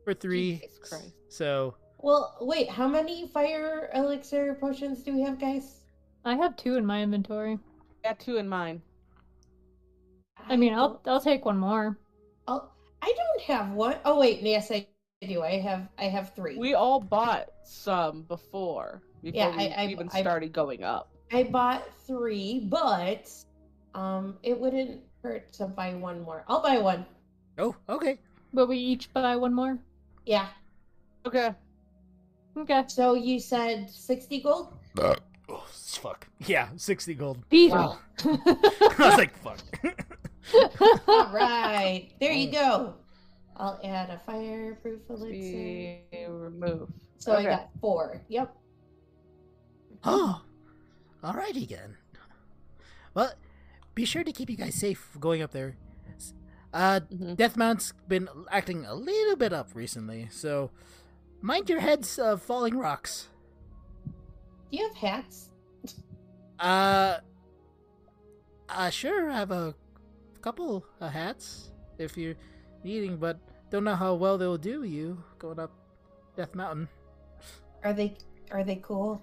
Speaker 1: for three.
Speaker 2: Jesus Christ.
Speaker 1: So
Speaker 3: Well, wait, how many fire elixir potions do we have, guys?
Speaker 4: I have two in my inventory.
Speaker 2: I got two in mine.
Speaker 4: I mean, I'll
Speaker 3: don't-
Speaker 4: I'll take one more.
Speaker 3: I'll Oh, I don't have one. Oh wait, yes, I do. I have I have three.
Speaker 2: We all bought some before before
Speaker 3: Yeah,
Speaker 2: we
Speaker 3: I- I-
Speaker 2: even
Speaker 3: I-
Speaker 2: started going up.
Speaker 3: I bought three, but um, it wouldn't hurt to buy one more. I'll buy one.
Speaker 1: oh, okay.
Speaker 4: But we each buy one more.
Speaker 3: Yeah.
Speaker 2: Okay.
Speaker 4: Okay.
Speaker 3: So you said sixty gold.
Speaker 2: *laughs*
Speaker 1: *laughs* Oh, fuck. Yeah, sixty gold. *laughs*
Speaker 4: *laughs* Beetle.
Speaker 1: I was like, fuck. *laughs*
Speaker 3: All right, there you go. I'll add a fireproof elixir.
Speaker 2: Be remove.
Speaker 3: So
Speaker 2: okay.
Speaker 3: I got four. Yep.
Speaker 1: *gasps* Oh, alrighty then. Well, be sure to keep you guys safe going up there. S- Uh,
Speaker 2: Mhm.
Speaker 1: Deathmount's been acting a little bit up recently, so mind your heads of falling rocks.
Speaker 3: Do you have hats?
Speaker 1: Uh, I sure have a couple of hats if you're needing, but don't know how well they'll do you going up Death Mountain.
Speaker 3: Are they are they cool?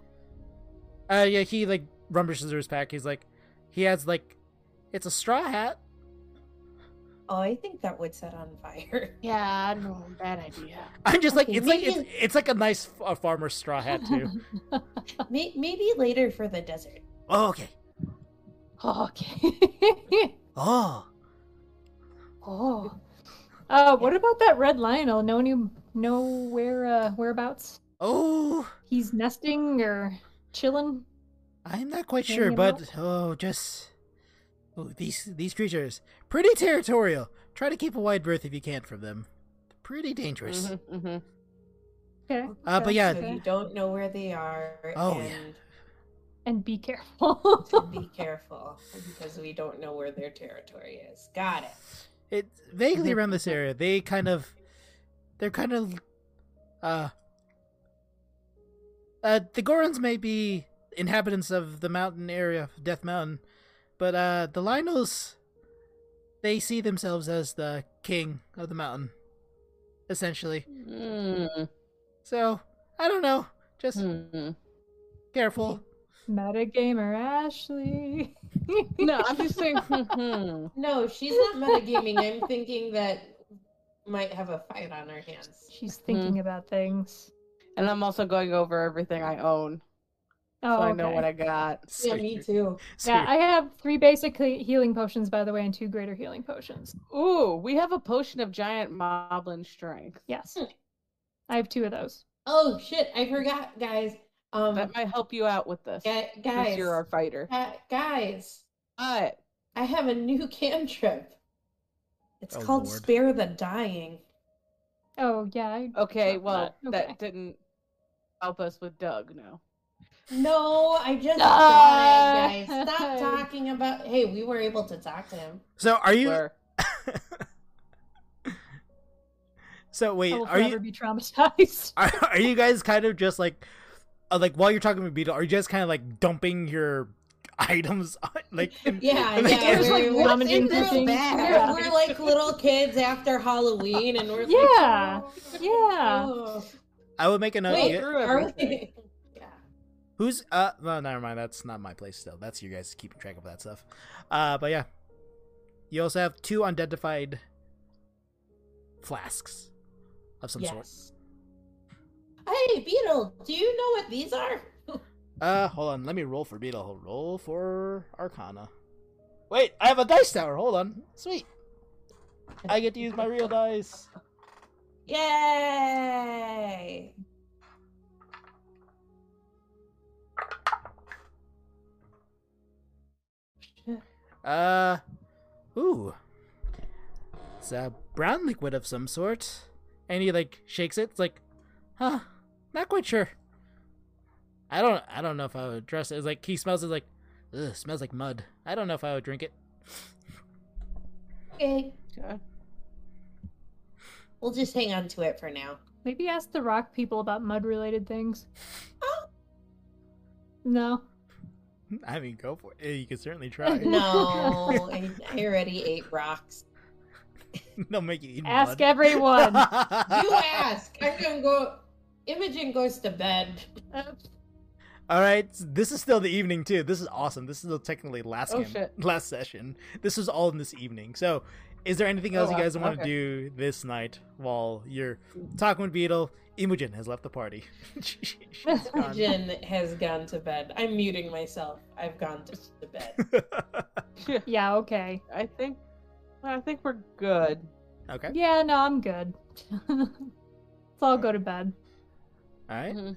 Speaker 1: Uh, yeah, he like rummages through his pack. He's like, he has like, it's a straw hat. *laughs*
Speaker 3: Oh, I think that would set on
Speaker 2: *laughs*
Speaker 3: fire.
Speaker 2: Yeah, I know. Bad idea.
Speaker 1: I'm just like,
Speaker 3: Okay,
Speaker 1: it's like it's,
Speaker 3: maybe-
Speaker 1: it's like a nice f- uh, farmer's straw hat too. *laughs*
Speaker 3: May- Maybe later for the desert.
Speaker 1: oh, okay.
Speaker 4: *laughs*
Speaker 2: Oh,
Speaker 4: okay.
Speaker 1: Oh,
Speaker 4: oh. Uh, what about that red Lionel? No any know where uh, whereabouts
Speaker 1: oh,
Speaker 4: he's nesting or chilling?
Speaker 1: I'm not quite
Speaker 4: Hanging
Speaker 1: sure,
Speaker 4: out?
Speaker 1: but oh, just oh, these these creatures pretty territorial. Try to keep a wide berth if you can from them. Pretty dangerous.
Speaker 2: Mhm, mhm.
Speaker 4: Okay.
Speaker 1: Uh, but yeah,
Speaker 3: So you don't know where they are.
Speaker 1: Oh, yeah.
Speaker 3: and
Speaker 4: And be careful. *laughs*
Speaker 3: to be careful because we don't know where their territory is. Got it.
Speaker 1: it vaguely
Speaker 2: Mhm.
Speaker 1: around this area. They kind of, they're kind of, uh, uh, the Gorons may be inhabitants of the mountain area, Death Mountain, but uh, the Lionels, they see themselves as the king of the mountain, essentially.
Speaker 2: Mm,
Speaker 1: So I don't know, just
Speaker 4: Hmm.
Speaker 2: mhm.
Speaker 1: careful.
Speaker 4: Metagamer Ashley.
Speaker 2: No, I'm just saying. *laughs* mhm.
Speaker 3: No, she's not metagaming. I'm thinking that might have a fight on her
Speaker 2: *laughs*
Speaker 3: hands.
Speaker 4: *laughs* She's thinking
Speaker 2: Mm-hmm.
Speaker 4: about things.
Speaker 2: and I'm also going over everything I own, so
Speaker 4: Oh,
Speaker 2: I know
Speaker 4: okay.
Speaker 2: what I got.
Speaker 1: So you're-
Speaker 3: too.
Speaker 1: so
Speaker 4: Yeah,
Speaker 1: you're-
Speaker 4: I have three basic he- healing potions, by the way, and two greater healing potions.
Speaker 2: Ooh, we have a potion of giant moblin strength.
Speaker 4: Yes.
Speaker 3: Hmm.
Speaker 4: I have two of those.
Speaker 3: Oh shit, I forgot, guys. Um,
Speaker 2: That might help you out with this.
Speaker 3: gu-
Speaker 2: since
Speaker 3: guys,
Speaker 2: you're our fighter.
Speaker 3: uh, guys,
Speaker 2: But
Speaker 3: I have a new cantrip. It's
Speaker 1: Oh,
Speaker 3: called
Speaker 1: Lord.
Speaker 3: Spare the Dying.
Speaker 4: Oh, yeah. I...
Speaker 2: okay,
Speaker 4: Not
Speaker 2: well
Speaker 4: that. Okay.
Speaker 2: that didn't help us with Doug. No.
Speaker 3: No, I just
Speaker 2: *laughs*
Speaker 4: Die.
Speaker 3: died, guys. Stop talking about. Hey, we were able to talk to him.
Speaker 1: so are you?
Speaker 2: Where-
Speaker 1: So wait,
Speaker 4: I will
Speaker 1: are
Speaker 4: forever
Speaker 1: you?
Speaker 4: be traumatized. *laughs*
Speaker 1: are, *laughs* are you guys kind of just like uh, like while you're talking with Beetle, are you just kind of like dumping your *laughs* items on- like in-
Speaker 3: *laughs* Yeah,
Speaker 1: Like,
Speaker 3: yeah.
Speaker 1: it was
Speaker 3: we're-
Speaker 4: like
Speaker 3: we're-
Speaker 4: ramen and
Speaker 3: we're-
Speaker 4: cooking.
Speaker 3: We're,
Speaker 4: Yeah.
Speaker 3: we're like little kids after Halloween, and we're
Speaker 4: Yeah,
Speaker 3: like, oh,
Speaker 4: yeah.
Speaker 3: oh.
Speaker 1: I would make a note.
Speaker 3: Wait,
Speaker 1: yeah.
Speaker 2: through
Speaker 3: are we?
Speaker 2: everything.
Speaker 3: *laughs* Yeah.
Speaker 1: Who's uh no never mind, that's not my place still. That's you guys keeping track of that stuff. Uh but yeah. You also have two unidentified flasks of some sort.
Speaker 3: yes. Hey, Beetle, do you know what these are? *laughs*
Speaker 1: Uh hold on, let me roll for Beetle. Roll for Arcana. Wait, I have a dice tower, hold on. Sweet. I get to use my real dice.
Speaker 3: Yay!
Speaker 1: Uh, ooh. It's a brown liquid of some sort. And he like shakes it. It's like, huh? Not quite sure. I don't. I don't know if I would dress it. It's like he smells it like, ugh, smells like mud. I don't know if I would drink it.
Speaker 3: Okay,
Speaker 2: Okay.
Speaker 3: we'll just hang on to it
Speaker 1: *laughs*
Speaker 3: for now.
Speaker 4: Maybe ask the rock people about mud
Speaker 1: *gasps*
Speaker 4: related things.
Speaker 3: Oh.
Speaker 4: No.
Speaker 1: *laughs* I mean, go for it. You could certainly try.
Speaker 3: No, I, I already ate rocks.
Speaker 1: *laughs* They'll make you eat
Speaker 4: Ask
Speaker 1: mud. *laughs*
Speaker 4: everyone. *laughs* Uh,
Speaker 3: You ask. I'm gonna go. Imogen goes to bed.
Speaker 1: All right, s- this is still the evening too. This is awesome. This is still technically last
Speaker 2: Oh,
Speaker 1: game,
Speaker 2: shit.
Speaker 1: *laughs* last session. This was all in this evening. So, is there anything else
Speaker 2: Oh,
Speaker 1: you
Speaker 2: wow.
Speaker 1: guys want to
Speaker 2: Okay.
Speaker 1: do this night while you're talking with Beetle? Imogen has left the party. *laughs* She-
Speaker 2: *laughs*
Speaker 1: She's gone. *laughs*
Speaker 3: Imogen has gone to bed. I'm muting myself. I've gone to, to
Speaker 1: *laughs*
Speaker 3: bed.
Speaker 4: yeah, okay.
Speaker 2: *laughs* I think I think we're good.
Speaker 1: okay.
Speaker 4: Yeah, no, I'm good. *laughs* Let's all go to bed.
Speaker 1: All right.
Speaker 2: Mhm.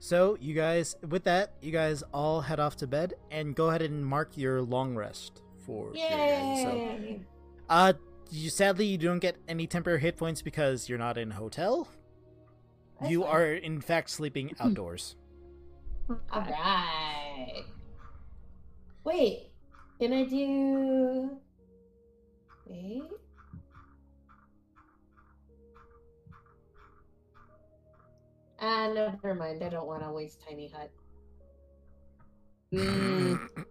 Speaker 1: So, you guys, with that, you guys all head off to bed and go ahead and mark your long rest for your guys. So,
Speaker 3: Yay!
Speaker 1: Uh, you sadly you don't get any temporary hit points because you're not in a hotel.
Speaker 3: That's
Speaker 1: you
Speaker 3: fine.
Speaker 1: are in fact
Speaker 3: *laughs*
Speaker 1: sleeping outdoors.
Speaker 3: All right. Wait, can I do? Wait. Ah, no, never mind. I don't want to waste tiny hut.
Speaker 4: Mm-hmm.
Speaker 2: Mm,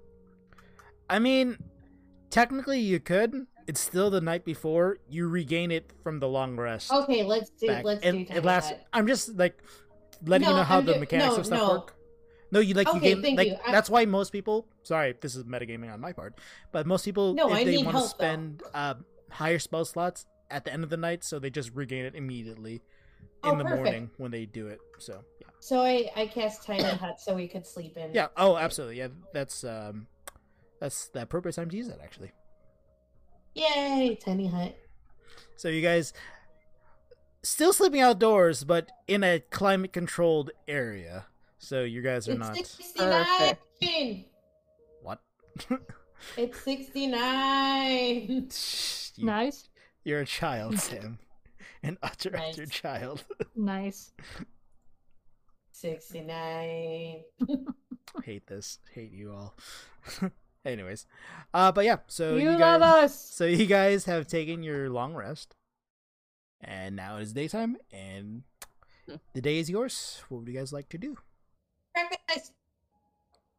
Speaker 1: *clears throat* I mean, technically you could. It's still the night before. You regain it from the long rest.
Speaker 3: Okay, let's do.
Speaker 1: back.
Speaker 3: Let's do
Speaker 1: And
Speaker 3: tiny
Speaker 1: it lasts.
Speaker 3: hut.
Speaker 1: I'm just like letting you
Speaker 3: No,
Speaker 1: know how
Speaker 3: I'm
Speaker 1: the
Speaker 3: ju-
Speaker 1: mechanics
Speaker 3: no,
Speaker 1: of stuff
Speaker 3: no.
Speaker 1: work. No, you like
Speaker 3: Okay,
Speaker 1: you game
Speaker 3: thank
Speaker 1: like
Speaker 3: you. I'm-
Speaker 1: that's why most people. Sorry, this is metagaming on my part, but most people
Speaker 3: No,
Speaker 1: if
Speaker 3: I
Speaker 1: they
Speaker 3: need
Speaker 1: want to
Speaker 3: help, though.
Speaker 1: spend uh, higher spell slots at the end of the night, so they just regain it immediately in
Speaker 3: Oh,
Speaker 1: the
Speaker 3: perfect.
Speaker 1: morning when they do it. So yeah,
Speaker 3: So I I
Speaker 1: *coughs*
Speaker 3: cast tiny hut so we could sleep in.
Speaker 1: yeah. Oh, absolutely. Yeah, that's um, that's the appropriate time to use that actually.
Speaker 3: Yay, tiny hut.
Speaker 1: So you guys still sleeping outdoors, but in a climate controlled area. So you guys are
Speaker 3: It's
Speaker 1: not
Speaker 3: sixty-nine.
Speaker 1: what.
Speaker 3: It's sixty-nine.
Speaker 1: You-
Speaker 3: *laughs*
Speaker 4: Nice.
Speaker 1: You're a child, Sam. An utter, utter
Speaker 3: Nice.
Speaker 1: child.
Speaker 4: Nice.
Speaker 3: Sixty-nine.
Speaker 1: Hate this. Hate you all. *laughs* Anyways, uh, but yeah. So
Speaker 4: you,
Speaker 1: you, guys,
Speaker 4: love us.
Speaker 1: so you guys have taken your long rest, and now it is daytime, and the day is yours. What would you guys like to do?
Speaker 3: Breakfast.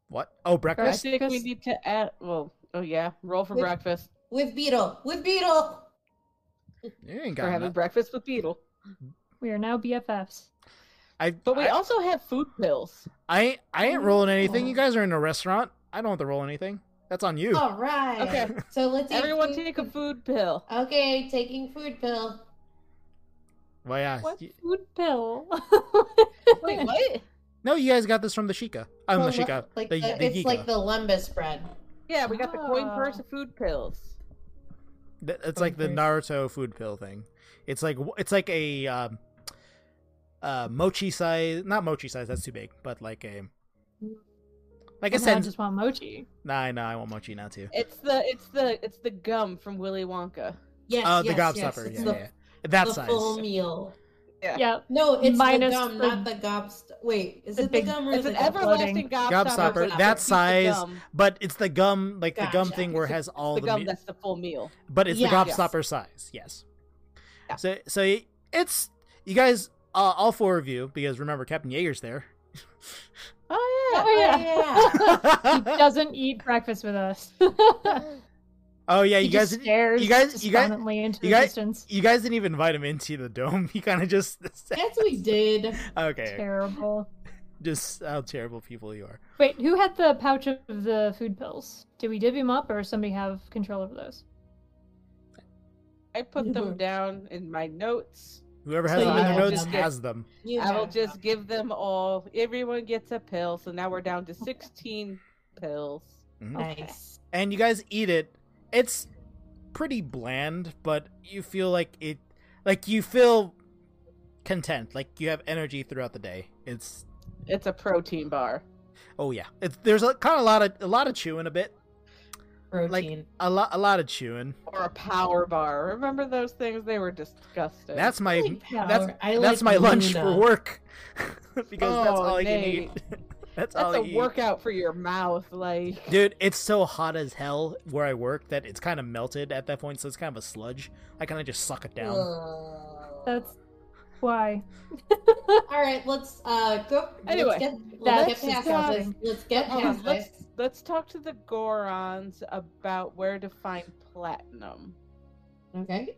Speaker 1: What? Oh,
Speaker 2: I
Speaker 1: breakfast.
Speaker 2: think we
Speaker 4: Breakfast.
Speaker 2: need to add. Well, oh yeah, roll for
Speaker 3: Which-
Speaker 2: breakfast.
Speaker 3: With Beetle. With Beetle.
Speaker 1: You ain't
Speaker 2: We're
Speaker 1: got
Speaker 2: having
Speaker 1: nothing.
Speaker 2: breakfast with Beetle,
Speaker 4: We are now BFFs.
Speaker 1: I,
Speaker 2: but we
Speaker 1: I,
Speaker 2: also have food pills.
Speaker 1: I, I ain't rolling anything. You guys are in a restaurant. I don't have to roll anything. That's on you.
Speaker 3: All right.
Speaker 2: Okay.
Speaker 3: So let's eat
Speaker 2: Everyone
Speaker 3: food.
Speaker 2: take a food pill.
Speaker 3: Okay, taking food pill.
Speaker 1: Well, yeah.
Speaker 4: What
Speaker 1: you-
Speaker 4: food pill? *laughs*
Speaker 2: Wait, what?
Speaker 1: no, you guys got this from the Sheikah. I'm
Speaker 3: Well,
Speaker 1: the Sheikah.
Speaker 3: Like
Speaker 1: the,
Speaker 3: the,
Speaker 1: the
Speaker 3: it's
Speaker 1: Geekah.
Speaker 3: like the lumbus bread.
Speaker 2: Yeah, we got the coin purse
Speaker 4: Ah.
Speaker 2: of food pills.
Speaker 1: Th- It's like the
Speaker 3: Okay.
Speaker 1: Naruto food pill thing. It's like it's like a um, uh, mochi size, not mochi size. That's too big, but like a like a
Speaker 4: Now I
Speaker 1: sense.
Speaker 4: just want mochi.
Speaker 1: Nah, I know. I want mochi now too.
Speaker 2: It's the it's the it's the gum from Willy Wonka.
Speaker 3: Yes,
Speaker 1: Uh, the
Speaker 3: yes,
Speaker 1: gobstopper.
Speaker 3: Yes.
Speaker 1: yeah,
Speaker 3: It's the,
Speaker 1: yeah, yeah. that
Speaker 3: the
Speaker 1: size.
Speaker 3: full meal.
Speaker 2: Yeah.
Speaker 4: Yep.
Speaker 3: No, it's
Speaker 4: Minus
Speaker 3: the gum,
Speaker 4: the-
Speaker 3: not the gobst. Wait, is
Speaker 4: the
Speaker 3: it
Speaker 4: big-
Speaker 3: the gum or
Speaker 2: It's
Speaker 3: the
Speaker 2: an
Speaker 3: gobstopper?
Speaker 2: everlasting
Speaker 1: Gobstopper,
Speaker 2: gobstopper.
Speaker 3: that
Speaker 2: It's the
Speaker 1: size,
Speaker 2: gum.
Speaker 1: But it's the gum, like the gum
Speaker 3: Gotcha.
Speaker 1: thing where it
Speaker 2: It's the-
Speaker 1: has all
Speaker 2: the,
Speaker 1: the.
Speaker 2: gum
Speaker 1: meat-
Speaker 2: that's the full meal.
Speaker 1: but it's
Speaker 3: Yeah.
Speaker 1: the
Speaker 3: Yes.
Speaker 1: gobstopper size. Yes.
Speaker 2: Yeah.
Speaker 1: So so y- it's you guys, uh, all four of you, because remember Captain Yeager's
Speaker 3: *laughs*
Speaker 1: there. *laughs*
Speaker 2: Oh yeah.
Speaker 4: Oh yeah. he
Speaker 1: oh
Speaker 4: doesn't eat breakfast with us. *laughs*
Speaker 1: Oh, yeah,
Speaker 4: He
Speaker 1: you guys.
Speaker 4: just stares
Speaker 1: you guys- you guys-
Speaker 4: despondently into
Speaker 1: you
Speaker 4: the
Speaker 1: guys-
Speaker 4: distance.
Speaker 1: You guys didn't even invite him into the dome. *laughs* He kind of just
Speaker 3: Yes, we did.
Speaker 1: okay.
Speaker 4: Terrible.
Speaker 1: Just how terrible people you are.
Speaker 4: Wait, who had the pouch of the food pills? Did we divvy them up, or somebody have control over those?
Speaker 2: I put them down in my notes.
Speaker 1: Whoever has
Speaker 3: So
Speaker 1: them
Speaker 3: you
Speaker 1: in their
Speaker 3: have
Speaker 1: notes
Speaker 3: to
Speaker 2: get-
Speaker 1: has them.
Speaker 3: You
Speaker 2: I will
Speaker 3: have
Speaker 2: just
Speaker 3: them.
Speaker 2: give them all. Everyone gets a pill, so now we're down to sixteen pills.
Speaker 4: Okay.
Speaker 3: nice.
Speaker 1: And you guys eat it. It's pretty bland, but you feel like it like you feel content. Like you have energy throughout the day. It's
Speaker 2: It's a protein bar.
Speaker 1: oh yeah. It's there's a kind of a lot of a lot of chewing a bit.
Speaker 3: Protein.
Speaker 1: A lot a lot of chewing.
Speaker 2: Or a power bar. Remember those things? They were disgusting.
Speaker 1: That's my
Speaker 3: I like
Speaker 4: that's-
Speaker 3: power. I
Speaker 1: that's
Speaker 3: like
Speaker 1: my lunch
Speaker 3: Luna.
Speaker 1: for work. *laughs* because that's
Speaker 2: Oh,
Speaker 1: all I can eat.
Speaker 2: Nate.
Speaker 1: *laughs* that's all
Speaker 2: that's
Speaker 1: I
Speaker 2: a
Speaker 1: eat.
Speaker 2: workout for your mouth. Like
Speaker 1: Dude, it's so hot as hell where I work that it's kind of melted at that point, so it's kind of a sludge. I kind of just suck it down.
Speaker 3: Whoa.
Speaker 4: That's why.
Speaker 3: *laughs* All right, let's uh go.
Speaker 2: Anyway,
Speaker 3: let's get,
Speaker 4: that's
Speaker 3: let's get past
Speaker 4: disgusting.
Speaker 3: this. Let's get
Speaker 4: Oh,
Speaker 2: Hold on,
Speaker 3: past
Speaker 2: let's-
Speaker 3: this.
Speaker 2: Let's talk to the Gorons about where to find platinum.
Speaker 3: Okay.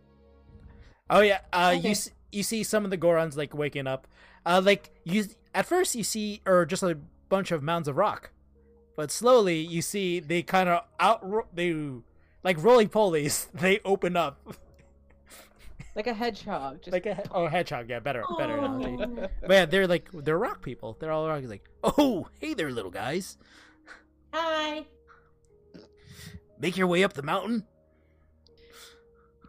Speaker 1: Oh yeah, uh, you
Speaker 3: Okay.
Speaker 1: s- you see some of the Gorons like waking up. Uh, like you at first you see or just a bunch of mounds of rock, but slowly you see they kind of out they like roly polies. *laughs* They open up
Speaker 2: Like a hedgehog. Just
Speaker 1: like a he- oh hedgehog. Yeah, better better analogy.
Speaker 4: Oh.
Speaker 1: But yeah, they're like they're rock people. They're all rock. Like oh hey there little guys,
Speaker 3: Hi.
Speaker 1: make your way up the mountain.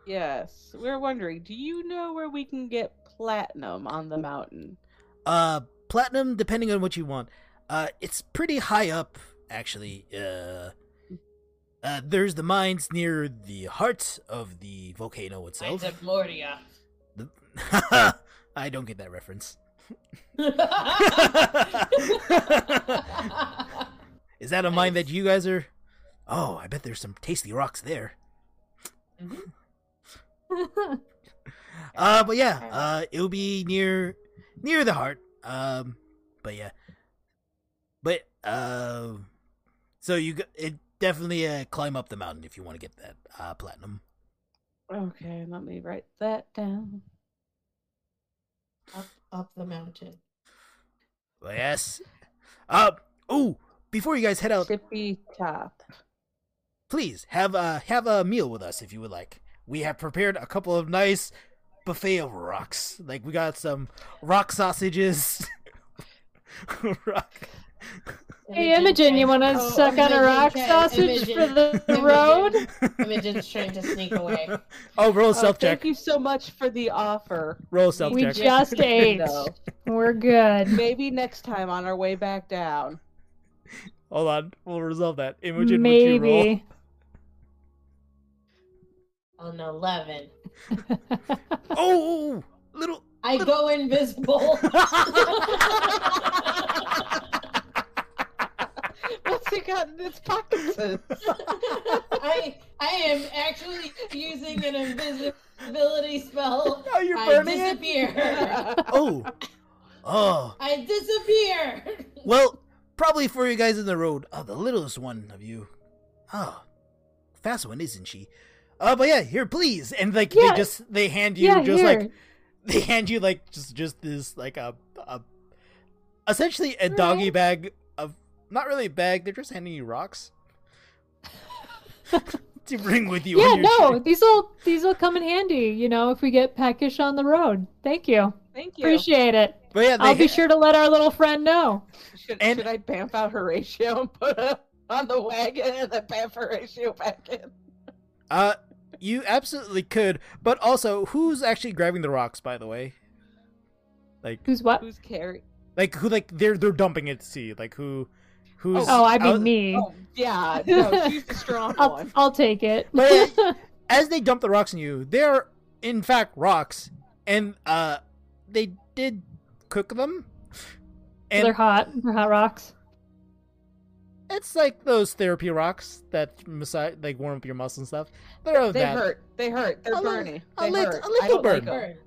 Speaker 2: yes. We're wondering, do you know where we can get platinum on the mountain?
Speaker 1: Uh, platinum, depending on what you want. Uh, it's pretty high up, actually. Uh, Uh, there's the mines near the heart of the volcano itself.
Speaker 3: It's Gloria.
Speaker 1: *laughs* The- I don't get that reference.
Speaker 3: I
Speaker 1: Is that a mine that you guys are? Oh, I bet there's some tasty rocks there. Uh, but yeah, uh, it'll be near near the heart. Um, but yeah, but uh, so you g- it definitely uh, climb up the mountain if you want to get that uh, platinum.
Speaker 2: Okay, let me write that down.
Speaker 3: *laughs* up, up the mountain.
Speaker 1: But yes. Uh, oh, before you guys head out,
Speaker 2: Tippy top.
Speaker 1: Oh, please have a have a meal with us if you would like. We have prepared a couple of nice buffet of rocks. Like we got some rock sausages. *laughs* rock.
Speaker 4: Hey, Imogen, you want to
Speaker 3: Oh,
Speaker 4: suck on a
Speaker 3: Imogen
Speaker 4: rock
Speaker 3: can-
Speaker 4: sausage
Speaker 3: Imogen-
Speaker 4: for the
Speaker 3: *laughs* Imogen.
Speaker 4: road?
Speaker 3: Imogen's trying to
Speaker 1: *laughs*
Speaker 3: sneak away.
Speaker 1: Oh, roll
Speaker 2: Oh,
Speaker 1: a self check.
Speaker 2: Thank you so much for the offer.
Speaker 1: Roll self
Speaker 4: We
Speaker 1: check.
Speaker 4: ju- just ate.
Speaker 2: No.
Speaker 4: We're good.
Speaker 2: Maybe next time on our way back down. *laughs*
Speaker 1: Hold on, we'll resolve that. Imogen, would you roll? *laughs*
Speaker 4: Maybe. *laughs*
Speaker 3: On eleven,
Speaker 1: Oh, little.
Speaker 3: I go invisible.
Speaker 4: *laughs*
Speaker 2: What's he got in his *laughs* pockets?
Speaker 3: *laughs* I I am actually using an invisibility spell.
Speaker 1: Oh, you're
Speaker 3: I
Speaker 1: burning it.
Speaker 3: disappear.
Speaker 1: Oh, oh.
Speaker 3: I disappear.
Speaker 1: Well, probably for you guys in the road. Oh, the littlest one of you. Oh, fast one, isn't she? Uh, but yeah, here, please. And like
Speaker 4: Yeah.
Speaker 1: they just they hand you
Speaker 4: yeah,
Speaker 1: just
Speaker 4: here.
Speaker 1: like *laughs* they hand you like just just this like a a essentially a doggy
Speaker 4: Alright.
Speaker 1: bag of not really a bag. They're just handing you
Speaker 4: *laughs*
Speaker 1: rocks to bring with you.
Speaker 4: yeah,
Speaker 1: on your
Speaker 4: no,
Speaker 1: trip.
Speaker 4: these'll these'll come in handy. You know, if we get peckish on the road. Thank you.
Speaker 2: Thank you.
Speaker 4: Appreciate it.
Speaker 1: But yeah, they
Speaker 4: I'll be
Speaker 1: ha-
Speaker 4: sure to let our little friend know.
Speaker 2: Should,
Speaker 1: And-
Speaker 2: should I bamf out Horatio and put him on the wagon and then bamf Horatio back in?
Speaker 1: Uh, you absolutely could, but also, who's actually grabbing the rocks? By the way, like,
Speaker 4: Who's what?
Speaker 2: Who's carrying?
Speaker 1: like who, like they're they're dumping it to sea. Like who, who's?
Speaker 4: Oh, I mean
Speaker 1: out-
Speaker 4: me.
Speaker 2: Oh, yeah, no, she's the strong
Speaker 4: I'll,
Speaker 2: one.
Speaker 4: I'll take it. *laughs*
Speaker 1: But as they dump the rocks on you, they're in fact rocks, and uh, they did cook them, and
Speaker 4: They're hot. They're hot rocks.
Speaker 1: it's like those therapy rocks that massage, like warm up your muscles and stuff. They're of
Speaker 2: They
Speaker 1: that.
Speaker 2: hurt. They hurt. They're
Speaker 1: A little-
Speaker 2: burning.
Speaker 1: a
Speaker 2: They
Speaker 1: little-
Speaker 2: hurt.
Speaker 1: a little
Speaker 2: I don't
Speaker 1: burn.
Speaker 2: Like 'em.
Speaker 3: Little burn.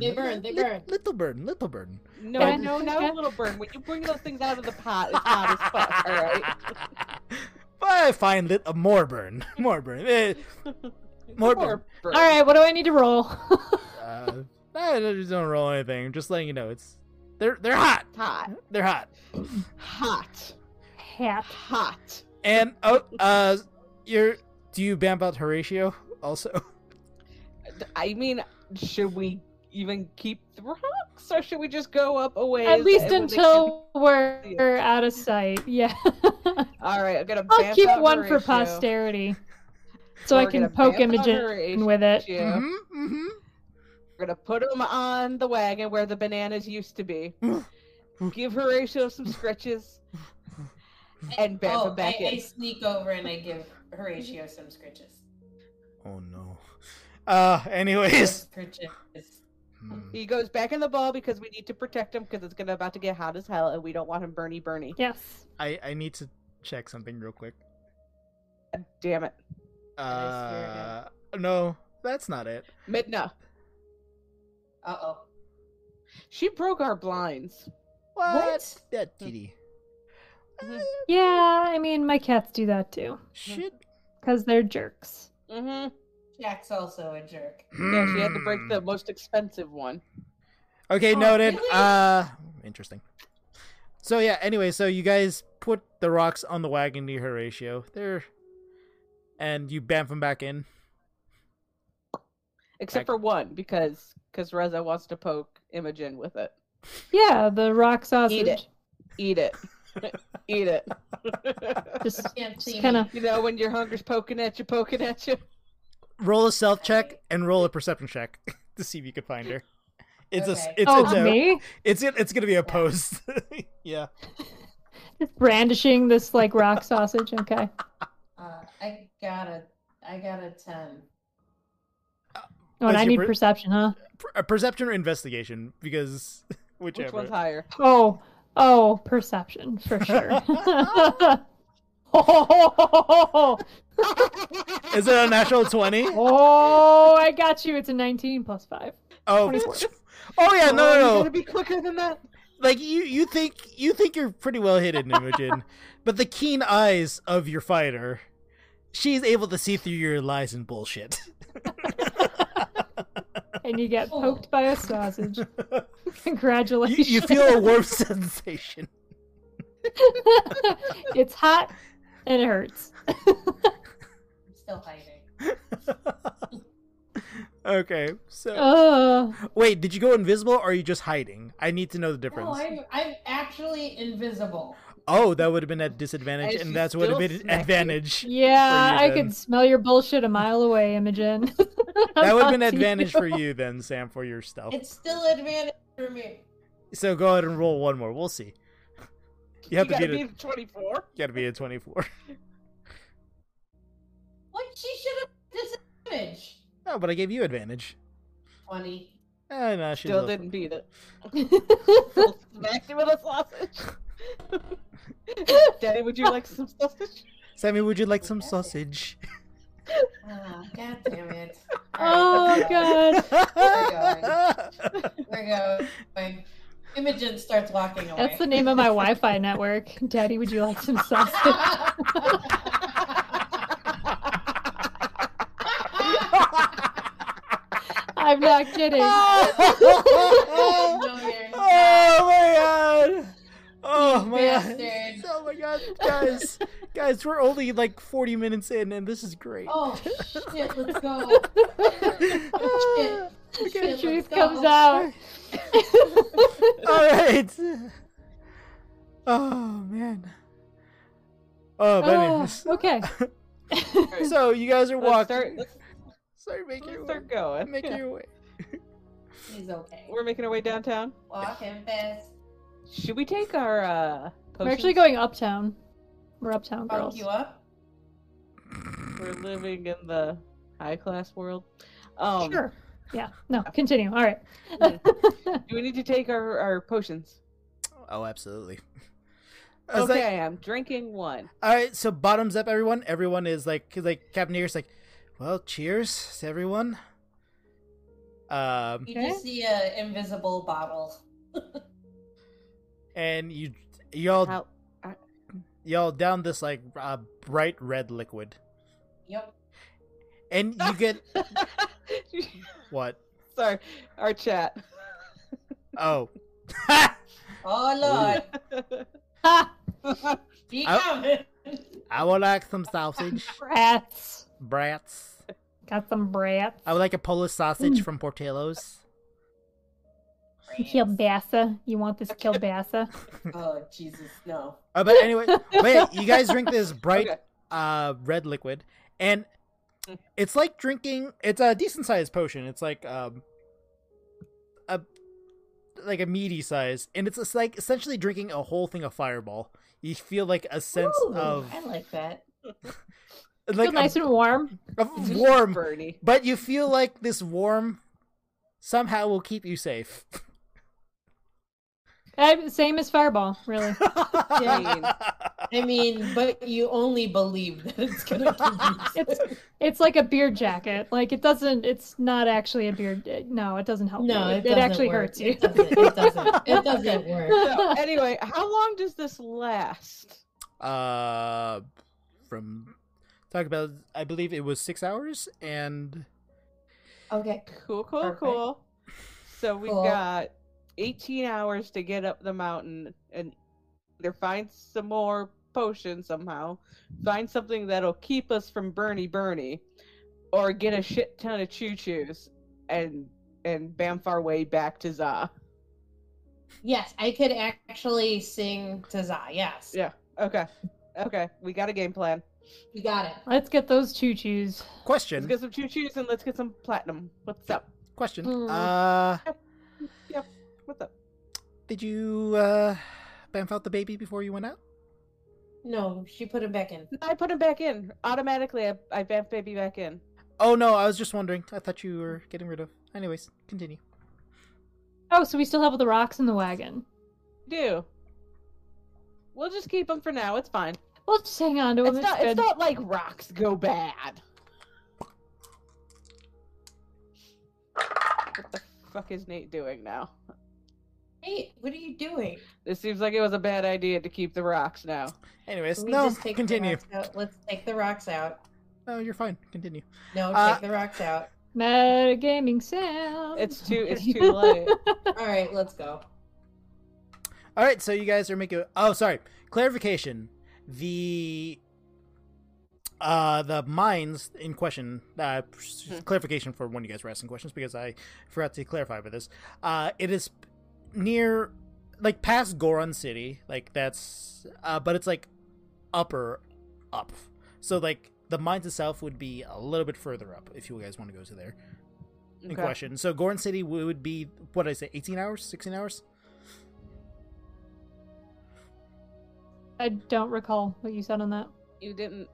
Speaker 3: They burn. They
Speaker 1: Lit-
Speaker 3: burn.
Speaker 1: Little burn. Little burn.
Speaker 2: no,
Speaker 4: Okay.
Speaker 2: no, no, little burn. When you bring those things out of the pot, it's hot as
Speaker 1: *laughs*
Speaker 2: *laughs* fuck. All right.
Speaker 1: But I find lit- uh, more burn. *laughs* More burn. Eh, more burn.
Speaker 2: Or burn.
Speaker 4: All right, what do I need to roll?
Speaker 1: Uh, I just don't roll anything. Just letting you know, it's they're they're hot.
Speaker 2: It's hot,
Speaker 1: They're hot.
Speaker 2: hot,
Speaker 4: Hat.
Speaker 2: hot.
Speaker 1: And oh, uh, you're do you bamp out Horatio also?
Speaker 2: I mean, should we even keep the rocks, or should we just go up a ways?
Speaker 4: At least
Speaker 2: and when they
Speaker 4: until we're we're out of sight. Yeah.
Speaker 2: get- All right, I'm gonna.
Speaker 4: I'll
Speaker 2: bamf
Speaker 4: keep
Speaker 2: out
Speaker 4: one for
Speaker 2: Horatio.
Speaker 4: posterity. So I
Speaker 2: We're
Speaker 4: can
Speaker 2: gonna
Speaker 4: poke
Speaker 2: bamf out
Speaker 4: Imogen with it.
Speaker 2: Horatio.
Speaker 1: Mm-hmm, mm-hmm.
Speaker 2: We're gonna put him on the wagon where the bananas used to be. Give Horatio some stretches, and bamf
Speaker 3: oh,
Speaker 2: him back
Speaker 3: I, I
Speaker 2: in.
Speaker 3: sneak over and I give Horatio some scritches.
Speaker 1: Oh no. Uh, anyways.
Speaker 3: Scritches.
Speaker 1: Hmm.
Speaker 2: He goes back in the ball because we need to protect him because it's gonna about to get hot as hell, and we don't want him Bernie Bernie.
Speaker 4: Yes.
Speaker 1: I I need to check something real quick.
Speaker 2: Damn it,
Speaker 1: Uh,
Speaker 3: I
Speaker 1: no, that's not it.
Speaker 2: Midna.
Speaker 3: Uh oh.
Speaker 2: She broke our blinds.
Speaker 1: What? That kitty.
Speaker 2: Mhm.
Speaker 1: Uh,
Speaker 4: Yeah, I mean my cats do that too.
Speaker 1: Shit.
Speaker 4: Because they're jerks.
Speaker 2: Mm-hmm.
Speaker 3: Jack's also a jerk.
Speaker 2: Yeah, she had to break the most expensive one.
Speaker 1: Okay,
Speaker 3: Oh,
Speaker 1: noted.
Speaker 3: really?
Speaker 1: Uh, interesting. So yeah. Anyway, so you guys put the rocks on the wagon near Horatio. There, and you bamf them back in.
Speaker 2: Except
Speaker 1: Back-
Speaker 2: for one, because because Reza wants to poke Imogen with it.
Speaker 4: Yeah, the rock sausage.
Speaker 2: Eat it. Eat it. Eat it.
Speaker 4: Just,
Speaker 3: Can't see
Speaker 4: just kind of
Speaker 2: you know when your hunger's poking at you, poking at you.
Speaker 1: Roll a stealth check and roll a perception check *laughs* to see if you could find her. It's a. s-
Speaker 3: Okay.
Speaker 1: It's
Speaker 4: Oh,
Speaker 1: it's a.
Speaker 4: me?
Speaker 1: It's it- it's gonna be a post. *laughs* yeah.
Speaker 4: Just brandishing this like rock sausage. Okay.
Speaker 3: Uh, Uh, I got a, I got a ten.
Speaker 4: Oh, and
Speaker 1: Was
Speaker 4: I
Speaker 1: your
Speaker 4: need
Speaker 1: per-
Speaker 4: perception, huh?
Speaker 1: Per- uh, perception or investigation, because *laughs* whichever.
Speaker 2: Which one's higher?
Speaker 4: Oh, oh, perception
Speaker 1: *laughs*
Speaker 4: for sure. *laughs* oh,
Speaker 1: Is it a natural
Speaker 2: *laughs*
Speaker 1: twenty?
Speaker 4: Oh, I got you. It's a 19 plus 5.
Speaker 1: Oh,
Speaker 4: 24.
Speaker 1: oh yeah, no,
Speaker 2: Oh, you
Speaker 1: no,
Speaker 2: gotta
Speaker 1: no.
Speaker 2: be quicker than that.
Speaker 1: Like you, you think you think you're pretty well hidden, Imogen, but the keen eyes of your fighter, she's able to see through your lies and bullshit.
Speaker 4: And you get
Speaker 3: Oh.
Speaker 4: poked by
Speaker 1: *laughs*
Speaker 4: a sausage.
Speaker 1: You,
Speaker 4: Congratulations.
Speaker 1: you feel a warm *laughs* sensation.
Speaker 4: *laughs* it's hot and it hurts.
Speaker 3: I'm still hiding.
Speaker 1: okay, so
Speaker 4: Oh,
Speaker 1: wait, did you go invisible or are you just hiding? I need to know the difference.
Speaker 3: No, I'm, I'm actually invisible.
Speaker 1: Oh, that would have been at disadvantage,
Speaker 2: And
Speaker 1: and
Speaker 2: she
Speaker 1: that's what would have
Speaker 2: still
Speaker 1: been an
Speaker 2: smacked you.
Speaker 1: advantage.
Speaker 4: yeah,
Speaker 1: For you
Speaker 4: I
Speaker 1: then.
Speaker 4: could smell your bullshit a mile away, Imogen. *laughs*
Speaker 1: That would have been an
Speaker 4: Not to
Speaker 1: advantage
Speaker 4: you.
Speaker 1: for you then, Sam, for your
Speaker 2: Oh.
Speaker 1: stealth.
Speaker 3: It's still advantage for me.
Speaker 1: So go ahead and roll one more. We'll see. You have
Speaker 2: you
Speaker 1: to
Speaker 2: gotta
Speaker 1: beat
Speaker 2: be
Speaker 1: it.
Speaker 2: at 24.
Speaker 1: You got to be a twenty-four. *laughs*
Speaker 3: What? She should have disadvantage.
Speaker 1: No, but I gave you advantage.
Speaker 3: Twenty.
Speaker 1: Eh, no, she's a
Speaker 2: Still
Speaker 1: little-
Speaker 2: didn't
Speaker 1: *laughs*
Speaker 2: beat it. Still Smacked it with a sausage. Daddy, would you like some sausage?
Speaker 1: Sammy, would you like some sausage?
Speaker 3: Ah, God
Speaker 4: *laughs*
Speaker 3: damn it.
Speaker 4: Oh,
Speaker 3: Alright, *laughs*
Speaker 4: God.
Speaker 3: We're going. Imogen starts walking away. *laughs*
Speaker 4: That's the name
Speaker 1: *laughs*
Speaker 4: of my Wi Fi network. Daddy, would you like some sausage? *laughs* I'm not
Speaker 1: *laughs*
Speaker 4: kidding.
Speaker 1: oh
Speaker 4: *laughs*
Speaker 1: my god! Oh my
Speaker 3: Bastard.
Speaker 1: god! Oh my god, guys, guys, we're only like forty minutes in, and this is great.
Speaker 3: oh shit,
Speaker 4: *laughs*
Speaker 3: let's go.
Speaker 1: Ah,
Speaker 3: Shit,
Speaker 4: the
Speaker 3: let's
Speaker 4: truth
Speaker 3: go.
Speaker 4: comes out.
Speaker 1: All right. Oh man. Oh, but
Speaker 4: Oh,
Speaker 1: *laughs* anyways.
Speaker 4: okay.
Speaker 1: so you guys are
Speaker 2: Let's
Speaker 1: walking.
Speaker 2: start, let's,
Speaker 1: Sorry, make
Speaker 2: let's
Speaker 1: your way.
Speaker 2: start going.
Speaker 1: Make
Speaker 2: Yeah.
Speaker 1: your way.
Speaker 3: He's okay.
Speaker 2: *laughs* We're making our way downtown.
Speaker 3: Walking fast.
Speaker 2: Should we take our uh
Speaker 3: Oh,
Speaker 4: We're actually going
Speaker 2: potions?
Speaker 4: uptown. We're uptown
Speaker 3: Pump
Speaker 4: girls.
Speaker 3: you up.
Speaker 2: We're living in the high class world. Um
Speaker 4: sure. Yeah. No. Continue. All right.
Speaker 2: do we need to take our, our potions?
Speaker 1: Oh, absolutely. *laughs* I was
Speaker 2: Okay,
Speaker 1: like,
Speaker 2: I'm drinking one.
Speaker 1: all right, so bottoms up, everyone. Everyone is like, 'cause, like Captain Ear's like, well, cheers to everyone. Um,
Speaker 3: You
Speaker 4: Okay.
Speaker 3: just see a invisible bottle.
Speaker 1: and you, y'all,
Speaker 2: How-
Speaker 1: y'all down this like uh, bright red liquid,
Speaker 3: Yep.
Speaker 1: and *laughs* you get *laughs*
Speaker 2: *laughs*
Speaker 1: what?
Speaker 2: Sorry, our chat.
Speaker 1: Oh, *laughs*
Speaker 3: Oh lord.
Speaker 4: Ha!
Speaker 3: She
Speaker 1: Oh.
Speaker 3: coming.
Speaker 1: I would like some sausage,
Speaker 4: Brats.
Speaker 1: brats.
Speaker 4: Got some brats.
Speaker 1: I would like a Polish sausage
Speaker 2: Mm.
Speaker 1: from Portillo's.
Speaker 4: Kielbasa. You want this kielbasa?
Speaker 3: Oh Jesus, no.
Speaker 1: Oh, but
Speaker 2: *laughs*
Speaker 1: anyway, wait, you guys drink this bright
Speaker 2: Okay.
Speaker 1: uh red liquid and it's like drinking it's a decent sized potion. It's like um a like a meaty size and it's it's like essentially drinking a whole thing of fireball. You feel like a sense
Speaker 3: Ooh,
Speaker 1: of
Speaker 3: I like that.
Speaker 4: Feel
Speaker 1: *laughs* like
Speaker 4: nice
Speaker 1: a,
Speaker 4: and warm.
Speaker 1: of warm,
Speaker 2: Bernie.
Speaker 1: but you feel like this warm somehow will keep you safe.
Speaker 4: Eh, Same as Fireball, really.
Speaker 3: I mean, but you only believe that it's gonna
Speaker 1: *laughs*
Speaker 3: keep you
Speaker 4: It's it's like a beer jacket. Like it doesn't. It's not actually a beer. No, it doesn't help.
Speaker 3: No,
Speaker 4: you.
Speaker 3: it,
Speaker 4: it,
Speaker 3: doesn't
Speaker 4: actually
Speaker 3: work.
Speaker 4: hurts you.
Speaker 3: It doesn't, it doesn't. It doesn't work.
Speaker 2: So, anyway, how long does this last?
Speaker 1: *laughs* uh from talk about I believe it was 6 hours and
Speaker 3: Okay.
Speaker 2: Cool, cool,
Speaker 3: Perfect.
Speaker 2: cool. So we've
Speaker 3: Cool.
Speaker 2: got 18 hours to get up the mountain and either find some more potions somehow, find something that'll keep us from Bernie Bernie, or get a shit ton of choo choos and and bamf our way back to Za.
Speaker 3: Yes, I could actually sing to Za. Yes,
Speaker 2: Yeah. Okay. Okay. We got a game plan.
Speaker 3: you got it.
Speaker 4: *laughs* Let's get those choo choos.
Speaker 1: question
Speaker 2: Let's get some choo choos and let's get some platinum. What's up?
Speaker 1: question
Speaker 4: Hmm.
Speaker 1: uh
Speaker 2: What's up?
Speaker 1: Did you uh bamf out the baby before you went out?
Speaker 3: No, she put him back in.
Speaker 2: I put him back in automatically. I, I bamf baby back in.
Speaker 1: Oh no, I was just wondering. I thought you were getting rid of. Anyways, continue.
Speaker 4: Oh, so we still have the rocks in the wagon.
Speaker 2: Do. We'll just keep him for now. It's fine.
Speaker 4: We'll just hang on to them.
Speaker 2: It's not. It's not like rocks go bad. What the fuck is Nate doing now?
Speaker 3: Hey, what are you doing?
Speaker 2: This seems like it was a bad idea to keep the rocks now.
Speaker 1: Anyways,
Speaker 3: We
Speaker 1: no,
Speaker 3: just take the
Speaker 1: continue.
Speaker 3: rocks out. Let's take the rocks out.
Speaker 1: No, you're fine. Continue.
Speaker 3: No, take
Speaker 1: Uh,
Speaker 3: the rocks out.
Speaker 4: Metagaming sound.
Speaker 2: It's
Speaker 4: *laughs*
Speaker 2: too. It's too late.
Speaker 3: All right, let's go.
Speaker 1: All right, so you guys are making. Oh, sorry. Clarification: the uh the mines in question. Uh,
Speaker 2: Hmm.
Speaker 1: Clarification for when you guys were asking questions because I forgot to clarify for this. Uh, it is near, like past Goron City. Like that's, uh, but it's like upper up. So like the mines itself would be a little bit further up if you guys want to go to there in
Speaker 2: Okay.
Speaker 1: question. So Goron City would be what did I say, eighteen hours, sixteen hours.
Speaker 4: I don't recall what you said on that.
Speaker 2: You didn't.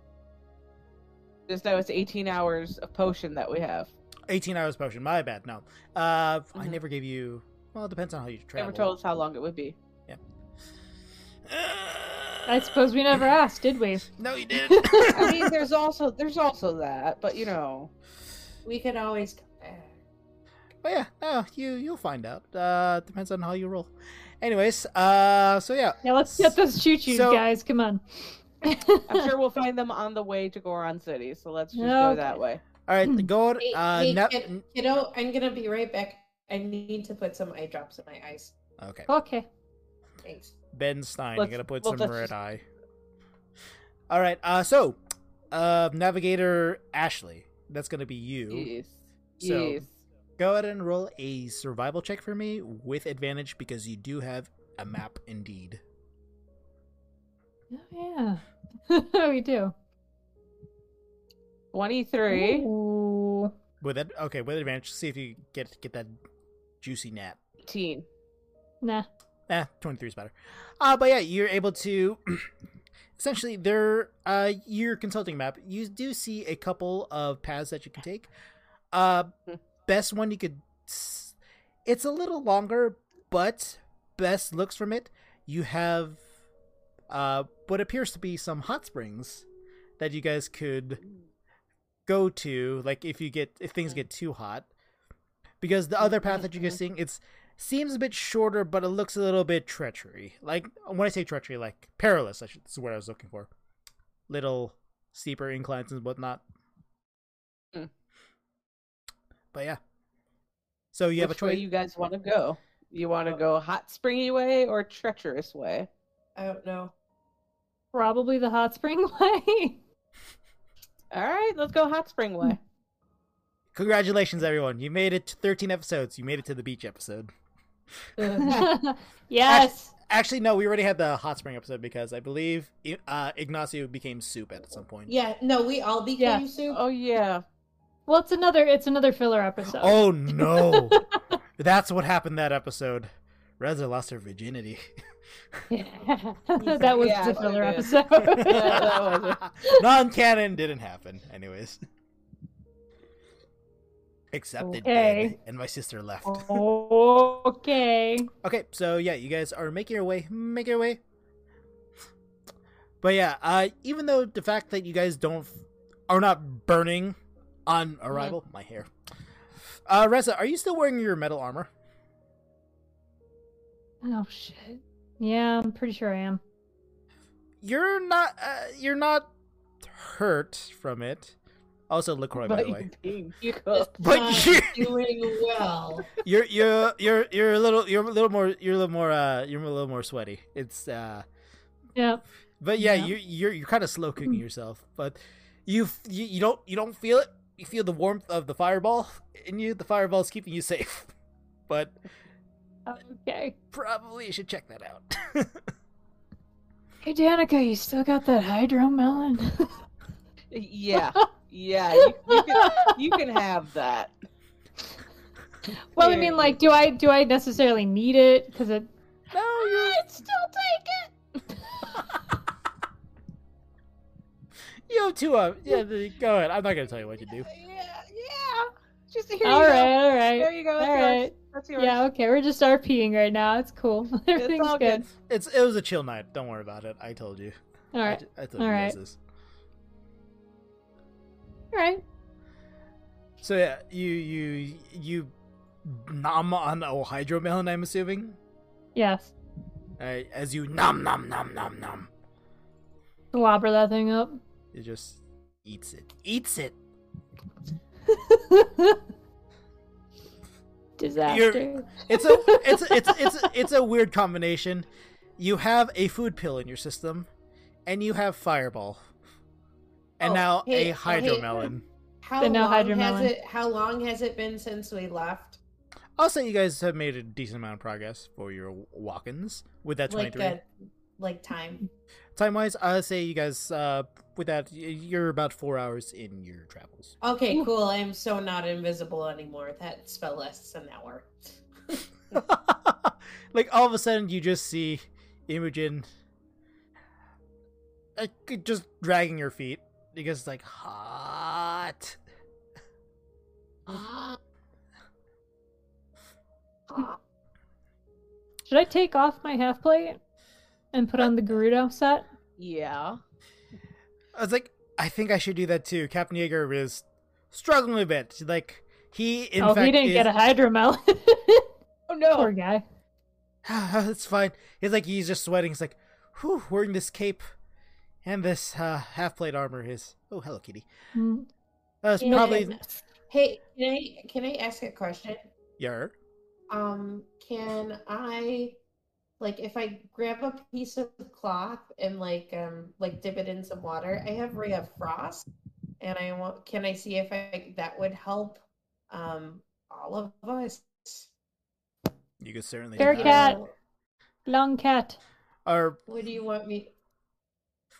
Speaker 2: Just know it's 18 hours of potion that we have.
Speaker 1: 18 hours potion. My bad. No. Uh, I
Speaker 2: Mhm.
Speaker 1: never gave you. Well, it depends on how you travel. Uh,
Speaker 2: Never told us how long it would be.
Speaker 4: I suppose we never asked, did we?
Speaker 1: No, you didn't.
Speaker 2: I mean, there's also there's also that, but you know,
Speaker 3: We could always come back.
Speaker 1: but Oh, yeah, no, you you'll find out. Uh, depends on how you roll. Anyways, uh, so yeah,
Speaker 4: Now let's get those choo choos,
Speaker 1: So-
Speaker 4: guys. Come on.
Speaker 2: I'm *laughs* sure we'll find them on the way to Goron City. So let's just go
Speaker 4: Okay.
Speaker 2: that way.
Speaker 1: all right, the gold.
Speaker 3: Hey,
Speaker 1: Uh,
Speaker 3: hey,
Speaker 1: ne-
Speaker 3: kid- kiddo, I'm gonna be right back. I need to put some eye drops in my eyes.
Speaker 1: okay,
Speaker 4: okay.
Speaker 3: Thanks.
Speaker 1: Ben Stein, you
Speaker 2: Let's-
Speaker 1: gotta put
Speaker 2: well,
Speaker 1: some
Speaker 2: let's
Speaker 1: red
Speaker 2: just-
Speaker 1: eye. All right, uh, so, uh, navigator Ashley, that's gonna be you.
Speaker 2: Yes.
Speaker 1: So-
Speaker 2: Yes.
Speaker 1: Go ahead and roll a survival check for me with advantage because you do have a map indeed.
Speaker 4: Oh, yeah. *laughs* we do.
Speaker 2: 23.
Speaker 4: Ooh.
Speaker 1: With it, okay, with advantage. See if you get get that juicy nat.
Speaker 2: 18.
Speaker 4: Nah.
Speaker 1: Eh, twenty three is better. Uh but yeah, you're able to. *clears throat* essentially, there, uh, your consulting map. You do see a couple of paths that you can take. Uh,
Speaker 2: Hmm.
Speaker 1: best one you could. s- It's a little longer, but best looks from it, you have, uh, what appears to be some hot springs that you guys could go to like if you get if things get too hot because the other path that you're just seeing it's seems a bit shorter but it looks a little bit treachery like when i say treachery like perilous I should, is what i was looking for little steeper inclines and whatnot
Speaker 2: Hmm.
Speaker 1: but yeah so you have a
Speaker 2: Which way
Speaker 1: choice
Speaker 2: you guys want to go? You want to go hot springy way or treacherous way?
Speaker 3: I don't know.
Speaker 4: Probably the hot spring *laughs* way.
Speaker 2: All right, let's go hot spring *laughs* way.
Speaker 1: congratulations everyone you made it to 13 episodes you made it to the beach episode
Speaker 4: *laughs* yes.
Speaker 1: actually no we already had the hot spring episode because i believe uh, ignacio became soup at some point
Speaker 3: Yeah, no, we all became soup.
Speaker 2: Oh *laughs* yeah.
Speaker 4: Well, it's another. It's another filler episode.
Speaker 1: Oh no. *laughs* That's what happened that episode. Reza lost her
Speaker 2: *laughs*
Speaker 1: virginity.
Speaker 4: Yeah. *laughs* that was
Speaker 2: Yeah,
Speaker 4: the
Speaker 2: she
Speaker 4: filler
Speaker 2: did.
Speaker 4: episode.
Speaker 2: *laughs*
Speaker 4: *laughs*
Speaker 2: that was
Speaker 1: Non canon didn't happen, anyways. Except it did,
Speaker 4: Okay.
Speaker 1: and my sister left.
Speaker 4: okay.
Speaker 1: Okay, so yeah, you guys are making your way, making your way. But yeah, uh, even though the fact that you guys don't are not burning on arrival, my hair. Uh, Reza, are you still wearing your metal armor?
Speaker 4: Oh shit. Yeah, I'm pretty sure I am.
Speaker 1: you're not uh, you're not hurt from it. Also, Lacroix, by
Speaker 2: But *laughs*
Speaker 1: the way,
Speaker 2: you being
Speaker 4: *laughs*
Speaker 3: You
Speaker 2: cooked.
Speaker 1: *laughs* But
Speaker 3: not doing well.
Speaker 1: you're you're you're you're a little you're a little more you're a little more uh you're a little more sweaty. It's uh,
Speaker 4: Yeah.
Speaker 1: but yeah,
Speaker 4: Yeah.
Speaker 1: you you're you're kind of slow cooking yourself, but you, f- you you don't you don't feel it. You feel the warmth of the fireball in you. The fireball's keeping you safe, *laughs* but
Speaker 4: Okay.
Speaker 1: probably you should check that out. *laughs*
Speaker 4: Hey, Danica, you still got that hydro melon?
Speaker 2: *laughs* Yeah. Yeah. You, you, can, you can have that.
Speaker 4: well, I
Speaker 2: Here.
Speaker 4: mean, like, do I do I necessarily need it? Because it.
Speaker 1: no, you're
Speaker 4: I'd still take it.
Speaker 1: You have two of yeah. The, go ahead. I'm not gonna tell you what you do.
Speaker 2: *laughs* Yeah, yeah. Just here
Speaker 4: all
Speaker 2: you
Speaker 4: right,
Speaker 2: go.
Speaker 4: all right.
Speaker 2: There you go. That's
Speaker 4: All
Speaker 2: yours.
Speaker 4: right.
Speaker 2: That's yours.
Speaker 4: Yeah, okay. We're just RPing right now. It's cool. *laughs* Everything's
Speaker 2: all
Speaker 4: good.
Speaker 2: good.
Speaker 1: It's it was a chill night. Don't worry about it. I told you.
Speaker 4: All right.
Speaker 1: I, I told you
Speaker 4: All
Speaker 1: guys
Speaker 4: right.
Speaker 1: this.
Speaker 4: All right.
Speaker 1: So yeah, you you you nom on a hydromelon. I'm assuming.
Speaker 4: Yes.
Speaker 1: All right, as you nom nom nom nom nom,
Speaker 4: Blobber that thing up. *laughs*
Speaker 1: it just eats it. Eats it.
Speaker 4: Disaster.
Speaker 1: It's a it's a, it's a- it's a, it's a weird combination. You have a food pill in your system, and you have fireball, and
Speaker 3: Oh,
Speaker 1: now
Speaker 3: hey,
Speaker 1: a
Speaker 3: oh, hey.
Speaker 1: hydromelon.
Speaker 3: How
Speaker 4: The
Speaker 3: long
Speaker 4: no
Speaker 3: has
Speaker 4: hydromelon.
Speaker 3: it? How long has it been since we left?
Speaker 1: I'll say you guys have made a decent amount of progress for your walk-ins with that
Speaker 3: Like
Speaker 1: twenty-three.
Speaker 3: a, like time.
Speaker 1: Time-wise, I'll say you guys uh, with that y- you're about four hours in your
Speaker 3: *laughs*
Speaker 1: travels.
Speaker 3: Okay,
Speaker 4: Ooh.
Speaker 3: cool. I am so not invisible anymore. That spell lasts an hour.
Speaker 1: like all of a sudden, you just see Imogen uh, c- just dragging her feet because it's like hot.
Speaker 4: Should I take off my half plate and put on the Gerudo set?
Speaker 2: Yeah.
Speaker 1: I was like, I think I should do that too. Captain Yeager is struggling a bit. Like he, in
Speaker 4: oh,
Speaker 1: fact,
Speaker 4: he didn't
Speaker 1: is-
Speaker 4: get a hydromel.
Speaker 2: Oh
Speaker 4: *laughs*
Speaker 2: no.
Speaker 4: Poor guy.
Speaker 1: *sighs* it's fine. He's like he's just sweating. He's like, whew, wearing this cape and this uh, half plate armor is oh hello kitty.
Speaker 4: Mm.
Speaker 1: That's
Speaker 3: Yeah.
Speaker 1: probably
Speaker 3: Hey, can I can I ask a question?
Speaker 1: Yer.
Speaker 3: Um, can I like if I grab a piece of cloth and like um like dip it in some water, I have ray of frost and I want can I see if I that would help um all of us?
Speaker 1: You could certainly do
Speaker 4: Fair
Speaker 1: that.
Speaker 4: cat.
Speaker 3: Uh,
Speaker 4: Long cat.
Speaker 1: Or
Speaker 3: What do you want me?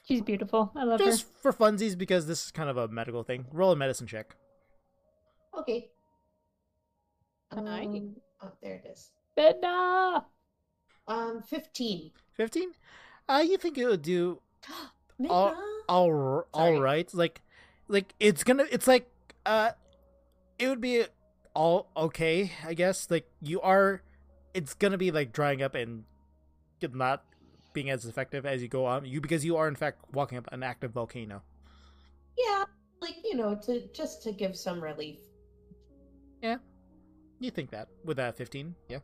Speaker 4: She's beautiful. I love
Speaker 1: just for
Speaker 4: her.
Speaker 1: funsies, because this is kind of a medical thing. Roll a medicine check.
Speaker 3: Okay.
Speaker 2: Alright.
Speaker 3: Um, oh, there it is.
Speaker 4: Bedna! *gasps*
Speaker 3: Um, 15.
Speaker 1: Fifteen. Uh, you think it would do
Speaker 3: Midna?
Speaker 1: all r-
Speaker 3: Sorry.
Speaker 1: all right like like it's gonna it's like uh it would be all okay i guess like you are it's gonna be like drying up and not being as effective as you go on you because you are in fact walking up an active volcano
Speaker 3: Yeah, like, you know, to just to give some relief.
Speaker 1: you think that with that 15 yeah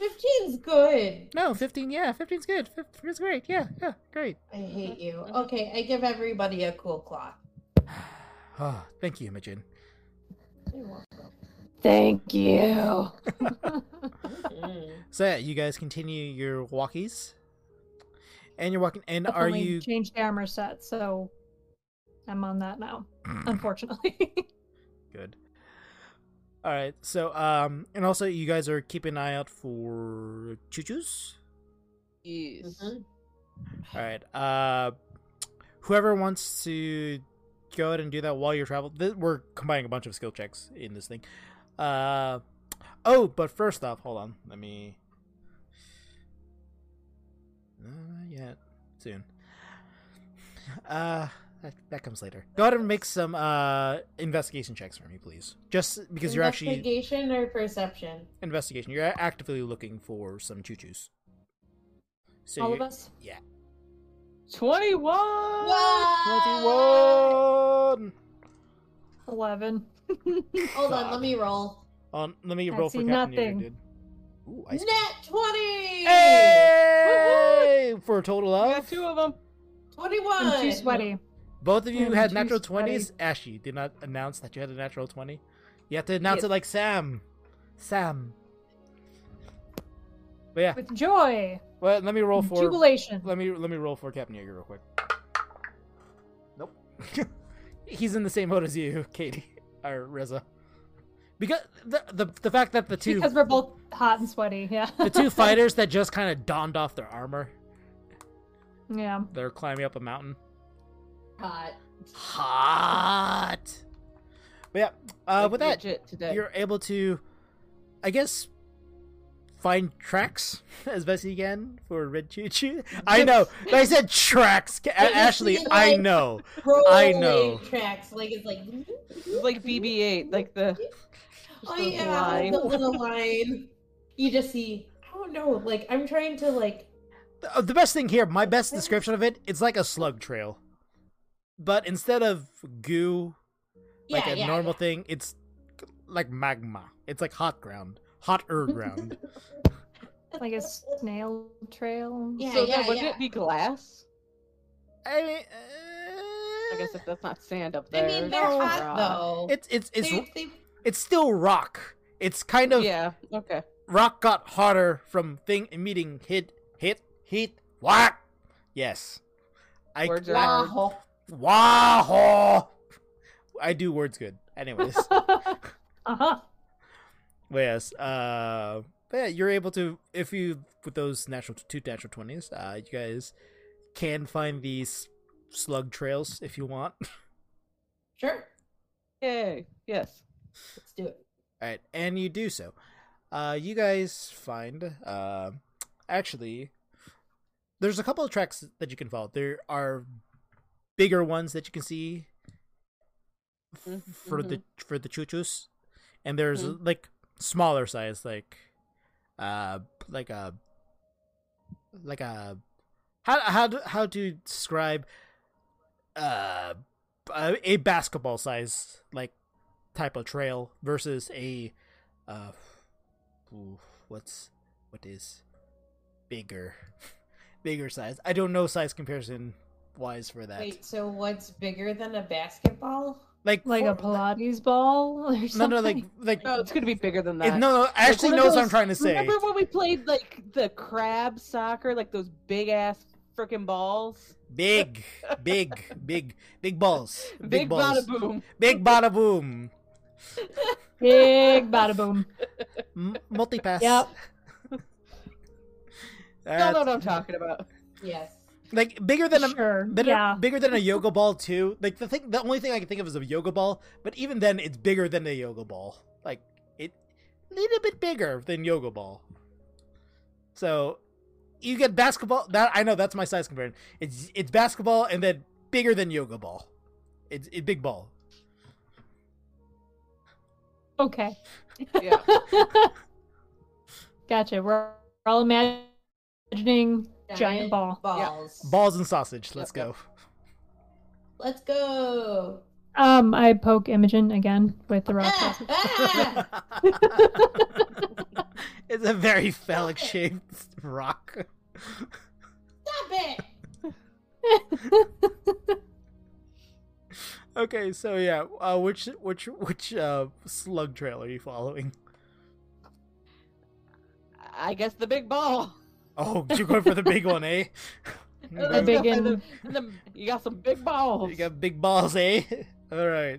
Speaker 3: 15's good.
Speaker 1: no 15 yeah 15's good 15's great yeah yeah great *sighs*
Speaker 3: I hate you.
Speaker 4: Mm-hmm.
Speaker 2: Mhm.
Speaker 3: Okay, I give everybody a cool cloth.
Speaker 1: oh thank you imogen
Speaker 3: You're welcome.
Speaker 2: Thank you.
Speaker 4: Mm-hmm.
Speaker 3: Mm.
Speaker 1: so yeah you guys continue your walkies and you're walking and
Speaker 4: I've
Speaker 1: are
Speaker 4: only
Speaker 1: you
Speaker 4: changed the armor set, so I'm on that now, unfortunately. *laughs*
Speaker 1: good all right so um and also you guys are keeping an eye out for choo-choos
Speaker 2: Yes.
Speaker 3: Mhm.
Speaker 1: all right uh whoever wants to go ahead and do that while you're traveling th- we're combining a bunch of skill checks in this thing uh oh but first off hold on let me no not yet soon uh that, that comes later go ahead and make some uh investigation checks for me please just because you're actually
Speaker 3: Investigation or perception?
Speaker 1: investigation. You're actively looking for some choo choos. So
Speaker 4: All
Speaker 1: you-
Speaker 4: of us?
Speaker 1: Yeah.
Speaker 2: Twenty-one.
Speaker 1: Twenty-one.
Speaker 4: 11.
Speaker 3: Hold on, let me roll.
Speaker 1: On. Let me
Speaker 4: I
Speaker 1: roll for
Speaker 4: see
Speaker 1: Captain
Speaker 4: nothing.
Speaker 1: Yeager, dude. Ooh, ice cream.
Speaker 3: Net 20!
Speaker 1: Hey! For a total
Speaker 2: We got
Speaker 1: of
Speaker 2: two of them.
Speaker 3: 21!
Speaker 4: I'm too sweaty.
Speaker 1: both of you
Speaker 4: I'm
Speaker 1: had
Speaker 4: too
Speaker 1: natural
Speaker 4: sweaty.
Speaker 1: twenties. Ash, you did not announce that you had a natural twenty. You have to announce
Speaker 2: Yes.
Speaker 1: it like Sam. Sam. But yeah,
Speaker 4: With joy.
Speaker 1: well, let me roll
Speaker 4: and
Speaker 1: for.
Speaker 4: Jubilation.
Speaker 1: Let me let me roll for Captain Yeager real quick. Nope. *laughs* He's in the same mode as you, *laughs* Katie or Reza. Because the the, the fact that the two *laughs*
Speaker 4: Because we're both hot and sweaty, yeah.
Speaker 1: the *laughs* two fighters that just kind of donned off their armor,
Speaker 4: *laughs* yeah.
Speaker 1: they're climbing up a mountain.
Speaker 3: Hot.
Speaker 1: Hot. But yeah, uh,
Speaker 2: Like,
Speaker 1: with that
Speaker 2: legit today.
Speaker 1: you're able to, I guess, find tracks *laughs* as best you can for Red Choo Choo. I know. I said *laughs* tracks. A- Ashley, I know. I know.
Speaker 3: Rolling Tracks like it's like.
Speaker 2: It's like BB-8, like the
Speaker 3: Oh
Speaker 2: the
Speaker 3: yeah,
Speaker 2: line.
Speaker 3: the little
Speaker 4: *laughs*
Speaker 3: line. You just see. I don't know. Like I'm trying to like.
Speaker 1: Uh, the best thing here, my best description of it, it's like a slug trail. But instead of goo,
Speaker 3: Yeah,
Speaker 1: like a
Speaker 3: yeah,
Speaker 1: normal thing, it's like magma. It's like hot ground, hotter
Speaker 2: *laughs*
Speaker 1: ground.
Speaker 4: like a snail trail.
Speaker 3: Yeah,
Speaker 2: so
Speaker 3: yeah,
Speaker 2: then wouldn't
Speaker 3: yeah.
Speaker 2: it be glass?
Speaker 1: I mean, uh,
Speaker 2: I guess if that's not sand up
Speaker 3: I
Speaker 2: there.
Speaker 3: mean,
Speaker 2: it's
Speaker 3: they're hot
Speaker 2: rock.
Speaker 3: though.
Speaker 1: it's it's it's
Speaker 3: They- they-
Speaker 1: it's still rock. It's kind of
Speaker 2: Yeah. Okay.
Speaker 1: rock got hotter from thing meeting hit hit hit whack. Yes, I
Speaker 2: Words are-
Speaker 3: wow.
Speaker 1: wow. I do words good.
Speaker 2: *laughs*
Speaker 1: Anyways.
Speaker 4: *laughs* Uh-huh.
Speaker 1: Well, yes. Uh, but yeah, you're able to if you with those natural two natural twenties. Uh, you guys can find these slug trails if you want.
Speaker 3: Sure.
Speaker 2: Yay. Yes.
Speaker 3: Let's do it.
Speaker 1: All right, and you do so. Uh, you guys find uh, actually there's a couple of tracks that you can follow. There are bigger ones that you can see f-
Speaker 2: Mhm,
Speaker 1: for the for the chuchus, and there's like smaller size, like uh, like a like a how how do, how to describe uh a a basketball size like type of trail versus a uh ooh, what's what is bigger *laughs* bigger size i don't know size comparison wise for that
Speaker 3: Wait. So what's bigger than a basketball?
Speaker 1: like
Speaker 4: Like a
Speaker 1: for-
Speaker 4: Pilates ball or something.
Speaker 1: no no like like
Speaker 3: Oh.
Speaker 2: No, it's gonna be bigger than
Speaker 1: it,
Speaker 2: that.
Speaker 1: no no ashley
Speaker 2: one of
Speaker 1: knows what i'm
Speaker 2: those-
Speaker 1: trying to say
Speaker 2: Remember when we played like the crab soccer, like those big ass freaking balls?
Speaker 1: *laughs* big big big big
Speaker 2: *laughs*
Speaker 1: balls big,
Speaker 2: Big,
Speaker 1: balls
Speaker 2: bada boom.
Speaker 1: big bada boom
Speaker 4: *laughs* Big
Speaker 1: *laughs*
Speaker 4: bada boom.
Speaker 1: M- multi-pass *laughs* Uh,
Speaker 4: Yep.
Speaker 2: Y'all
Speaker 1: That's-
Speaker 2: know what I'm talking about.
Speaker 1: *laughs*
Speaker 3: Yes.
Speaker 1: like bigger than a
Speaker 4: sure.
Speaker 1: Better,
Speaker 4: yeah.
Speaker 1: bigger than a yoga ball too. Like the thing, the only thing I can think of is a yoga ball. But even then, it's bigger than a yoga ball. Like it, a little bit bigger than yoga ball. So, you get basketball. That I know that's my size comparison. It's it's basketball and then bigger than yoga ball. It's a big ball.
Speaker 4: Okay.
Speaker 2: Yeah.
Speaker 4: Gotcha. We're, we're all imagining giant, ball.
Speaker 3: Balls.
Speaker 1: Balls and sausage. Let's
Speaker 2: Yep,
Speaker 1: go. *laughs*
Speaker 3: Let's go.
Speaker 4: Um, I poke Imogen again with the rock.
Speaker 3: Ah, ah!
Speaker 1: *laughs* it's a very phallic shaped rock.
Speaker 3: Stop it.
Speaker 1: Okay, so yeah, uh, which which which uh, slug trail are you following?
Speaker 2: I guess the big ball.
Speaker 1: Oh, you're going for the big one, eh? You
Speaker 4: The
Speaker 1: got-
Speaker 4: big
Speaker 2: and
Speaker 4: and-
Speaker 2: then you got some big Oh, balls.
Speaker 1: you got big balls, eh? *laughs* All right.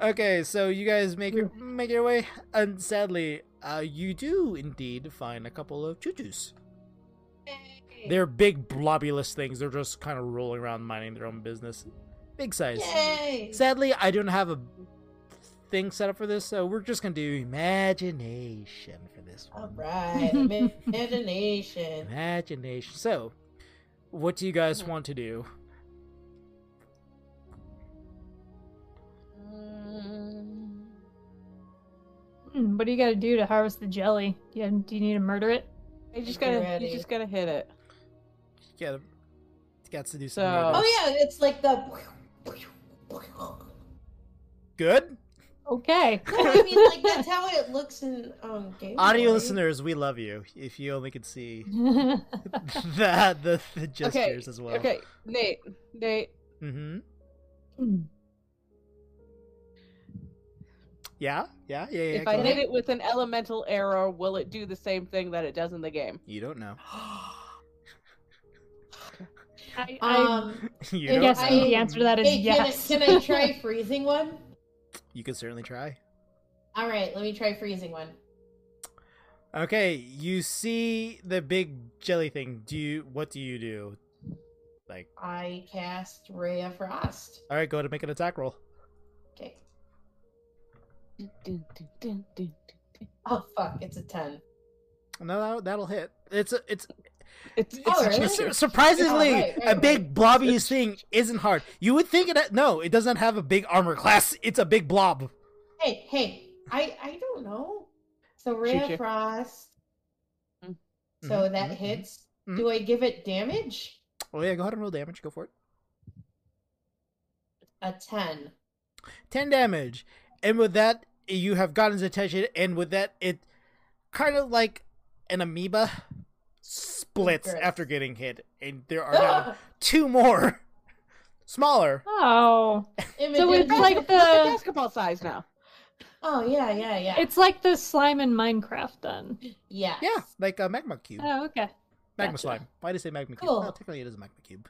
Speaker 1: Okay, so you guys make your make your way, and sadly, uh, you do indeed find a couple of choo-choos.
Speaker 3: Yay.
Speaker 1: They're big blobulous things. They're just kind of rolling around, minding their own business. Big size.
Speaker 3: Yay.
Speaker 1: Sadly, I don't have a thing set up for this, so we're just gonna do imagination for this
Speaker 3: All
Speaker 1: one.
Speaker 3: right.
Speaker 2: *laughs*
Speaker 3: Imagination.
Speaker 1: Imagination. So, what do you
Speaker 2: Hmm.
Speaker 1: guys want to do?
Speaker 2: Mm,
Speaker 4: Hmm, what do you got to do to harvest the jelly? Yeah, do you need to murder it?
Speaker 2: You just
Speaker 3: Get
Speaker 2: gotta,
Speaker 3: ready.
Speaker 2: you just gotta hit it.
Speaker 1: You gotta, you got to do
Speaker 2: So-
Speaker 1: some. murder.
Speaker 3: Oh yeah, it's like the. *laughs*
Speaker 1: Good
Speaker 4: Okay. *laughs*
Speaker 3: I mean, like that's how it looks in um game.
Speaker 1: audio
Speaker 3: Boy.
Speaker 1: listeners, we love you. If you only could see *laughs* the the, the gestures as well.
Speaker 2: Okay, Nate, Nate,
Speaker 1: Mm-hmm.
Speaker 4: Hmm,
Speaker 1: Yeah. Yeah. Yeah. Yeah.
Speaker 2: if
Speaker 1: go
Speaker 2: I
Speaker 1: ahead.
Speaker 2: hit it with an elemental arrow, will it do the same thing that it does in the game?
Speaker 1: you don't know. *laughs*
Speaker 4: I, I
Speaker 3: Um,
Speaker 1: You
Speaker 3: If
Speaker 1: don't
Speaker 4: guess
Speaker 1: know.
Speaker 3: I-
Speaker 4: the answer to that is
Speaker 3: hey, can, I,
Speaker 4: yes.
Speaker 3: can I
Speaker 2: *laughs*
Speaker 3: try freezing one?
Speaker 1: You could certainly try.
Speaker 3: All right, let me try freezing one.
Speaker 1: Okay, you see the big jelly thing. Do you? What do you do? Like,
Speaker 3: I cast Ray of Frost.
Speaker 1: all right, go ahead and make an attack roll.
Speaker 3: Okay. Oh fuck, it's a ten.
Speaker 1: No, that'll, that'll hit. It's a, it's
Speaker 2: It's, it's
Speaker 3: Oh, really?
Speaker 1: it's surprisingly
Speaker 3: Oh, right, right,
Speaker 1: a big blobby thing isn't hard. You would think it. No, it doesn't have a big armor class. It's a big blob.
Speaker 3: Hey, hey, I I don't know. So ray
Speaker 2: Shoot you.
Speaker 3: of frost.
Speaker 2: Mm.
Speaker 3: So
Speaker 1: Mhm,
Speaker 3: that
Speaker 1: mhm,
Speaker 3: hits.
Speaker 1: mhm.
Speaker 3: Do I give it damage?
Speaker 1: Oh yeah, go ahead and roll damage. Go for it.
Speaker 3: A ten.
Speaker 1: 10 damage. And with that, you have gotten his attention, and with that, it kind of like an amoeba splits
Speaker 3: Gross.
Speaker 1: after getting hit. And there are now
Speaker 3: *gasps* *laughs*
Speaker 1: two more smaller.
Speaker 4: Oh,
Speaker 3: Imitation.
Speaker 4: it's like the-
Speaker 2: Look at basketball size now.
Speaker 3: Oh yeah, yeah, yeah.
Speaker 4: it's like the slime in Minecraft then.
Speaker 3: yeah.
Speaker 1: Yeah, like a magma cube.
Speaker 4: Oh, okay.
Speaker 1: magma
Speaker 4: gotcha.
Speaker 1: slime. Why did I say magma cube?
Speaker 3: Uh, Cool.
Speaker 1: Well, technically, it is a magma cube.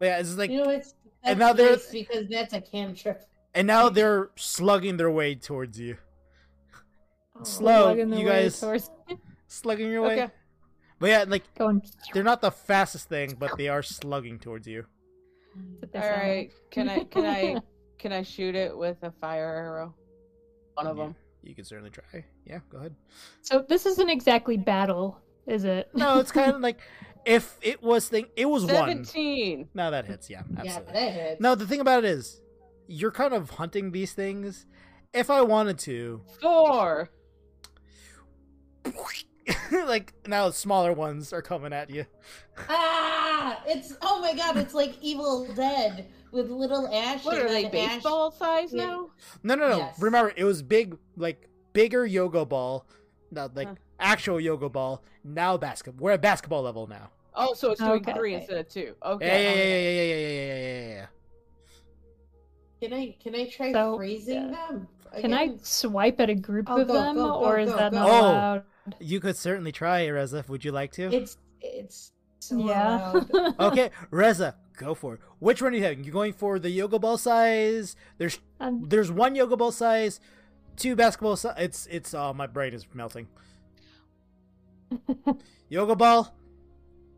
Speaker 1: But yeah, it's just like,
Speaker 3: you know it's that's
Speaker 1: and now they're-
Speaker 3: nice because that's a cantrip.
Speaker 1: and now they're slugging their way towards you.
Speaker 3: Oh,
Speaker 1: Slow.
Speaker 4: Plug in the
Speaker 1: you
Speaker 4: way
Speaker 1: guys-
Speaker 4: towards-
Speaker 1: Slugging your way.
Speaker 2: Okay.
Speaker 1: But yeah, like,
Speaker 4: going.
Speaker 1: they're not the fastest thing, but they are slugging towards you.
Speaker 4: Put
Speaker 2: All
Speaker 4: this on.
Speaker 2: right. Can I can I can I shoot it with a fire arrow? One of
Speaker 1: You-
Speaker 2: them.
Speaker 1: You can certainly try. Yeah, go ahead.
Speaker 4: So this isn't exactly battle, is
Speaker 3: *laughs*
Speaker 4: it?
Speaker 1: No, it's kind of like if it was thing, it was one.
Speaker 2: Seventeen.
Speaker 1: Now that hits, yeah,
Speaker 3: Yeah,
Speaker 1: absolutely.
Speaker 3: that hits.
Speaker 1: No, the thing about it is, you're kind of hunting these things. If I wanted to, *laughs*
Speaker 2: Four.
Speaker 1: like now, smaller ones are coming at you.
Speaker 3: Ah, it's oh my god, it's like Evil Dead with little Ash.
Speaker 2: What
Speaker 3: and
Speaker 2: are they?
Speaker 3: then Ash-
Speaker 2: Baseball size
Speaker 3: Yeah.
Speaker 2: now?
Speaker 1: No, no, no.
Speaker 3: Yes.
Speaker 1: Remember, it was big, like bigger yoga ball, not like
Speaker 2: Huh.
Speaker 1: actual yoga ball. Now basketball. We're at basketball level now.
Speaker 2: Oh, so it's doing
Speaker 4: Okay.
Speaker 2: three instead of two. Okay. um,
Speaker 1: Yeah, yeah, yeah, yeah, yeah, yeah, yeah, yeah, yeah, yeah, yeah.
Speaker 3: Can I can I try
Speaker 4: So,
Speaker 3: freezing
Speaker 4: yeah.
Speaker 3: them?
Speaker 4: Can I
Speaker 3: again?
Speaker 4: swipe at a group
Speaker 3: Oh,
Speaker 4: of
Speaker 3: go,
Speaker 4: them,
Speaker 3: go, go,
Speaker 4: or is
Speaker 3: go,
Speaker 4: that
Speaker 3: go.
Speaker 4: not
Speaker 1: Oh.
Speaker 4: allowed?
Speaker 1: You could certainly try, Rezef. Would you like to?
Speaker 3: It's it's so
Speaker 4: yeah.
Speaker 3: loud.
Speaker 1: okay, Reza, go for it. Which one are you having? You going for the yoga ball size? There's
Speaker 4: Um,
Speaker 1: there's one yoga ball size, two basketball size. It's it's oh my brain is melting. yoga ball,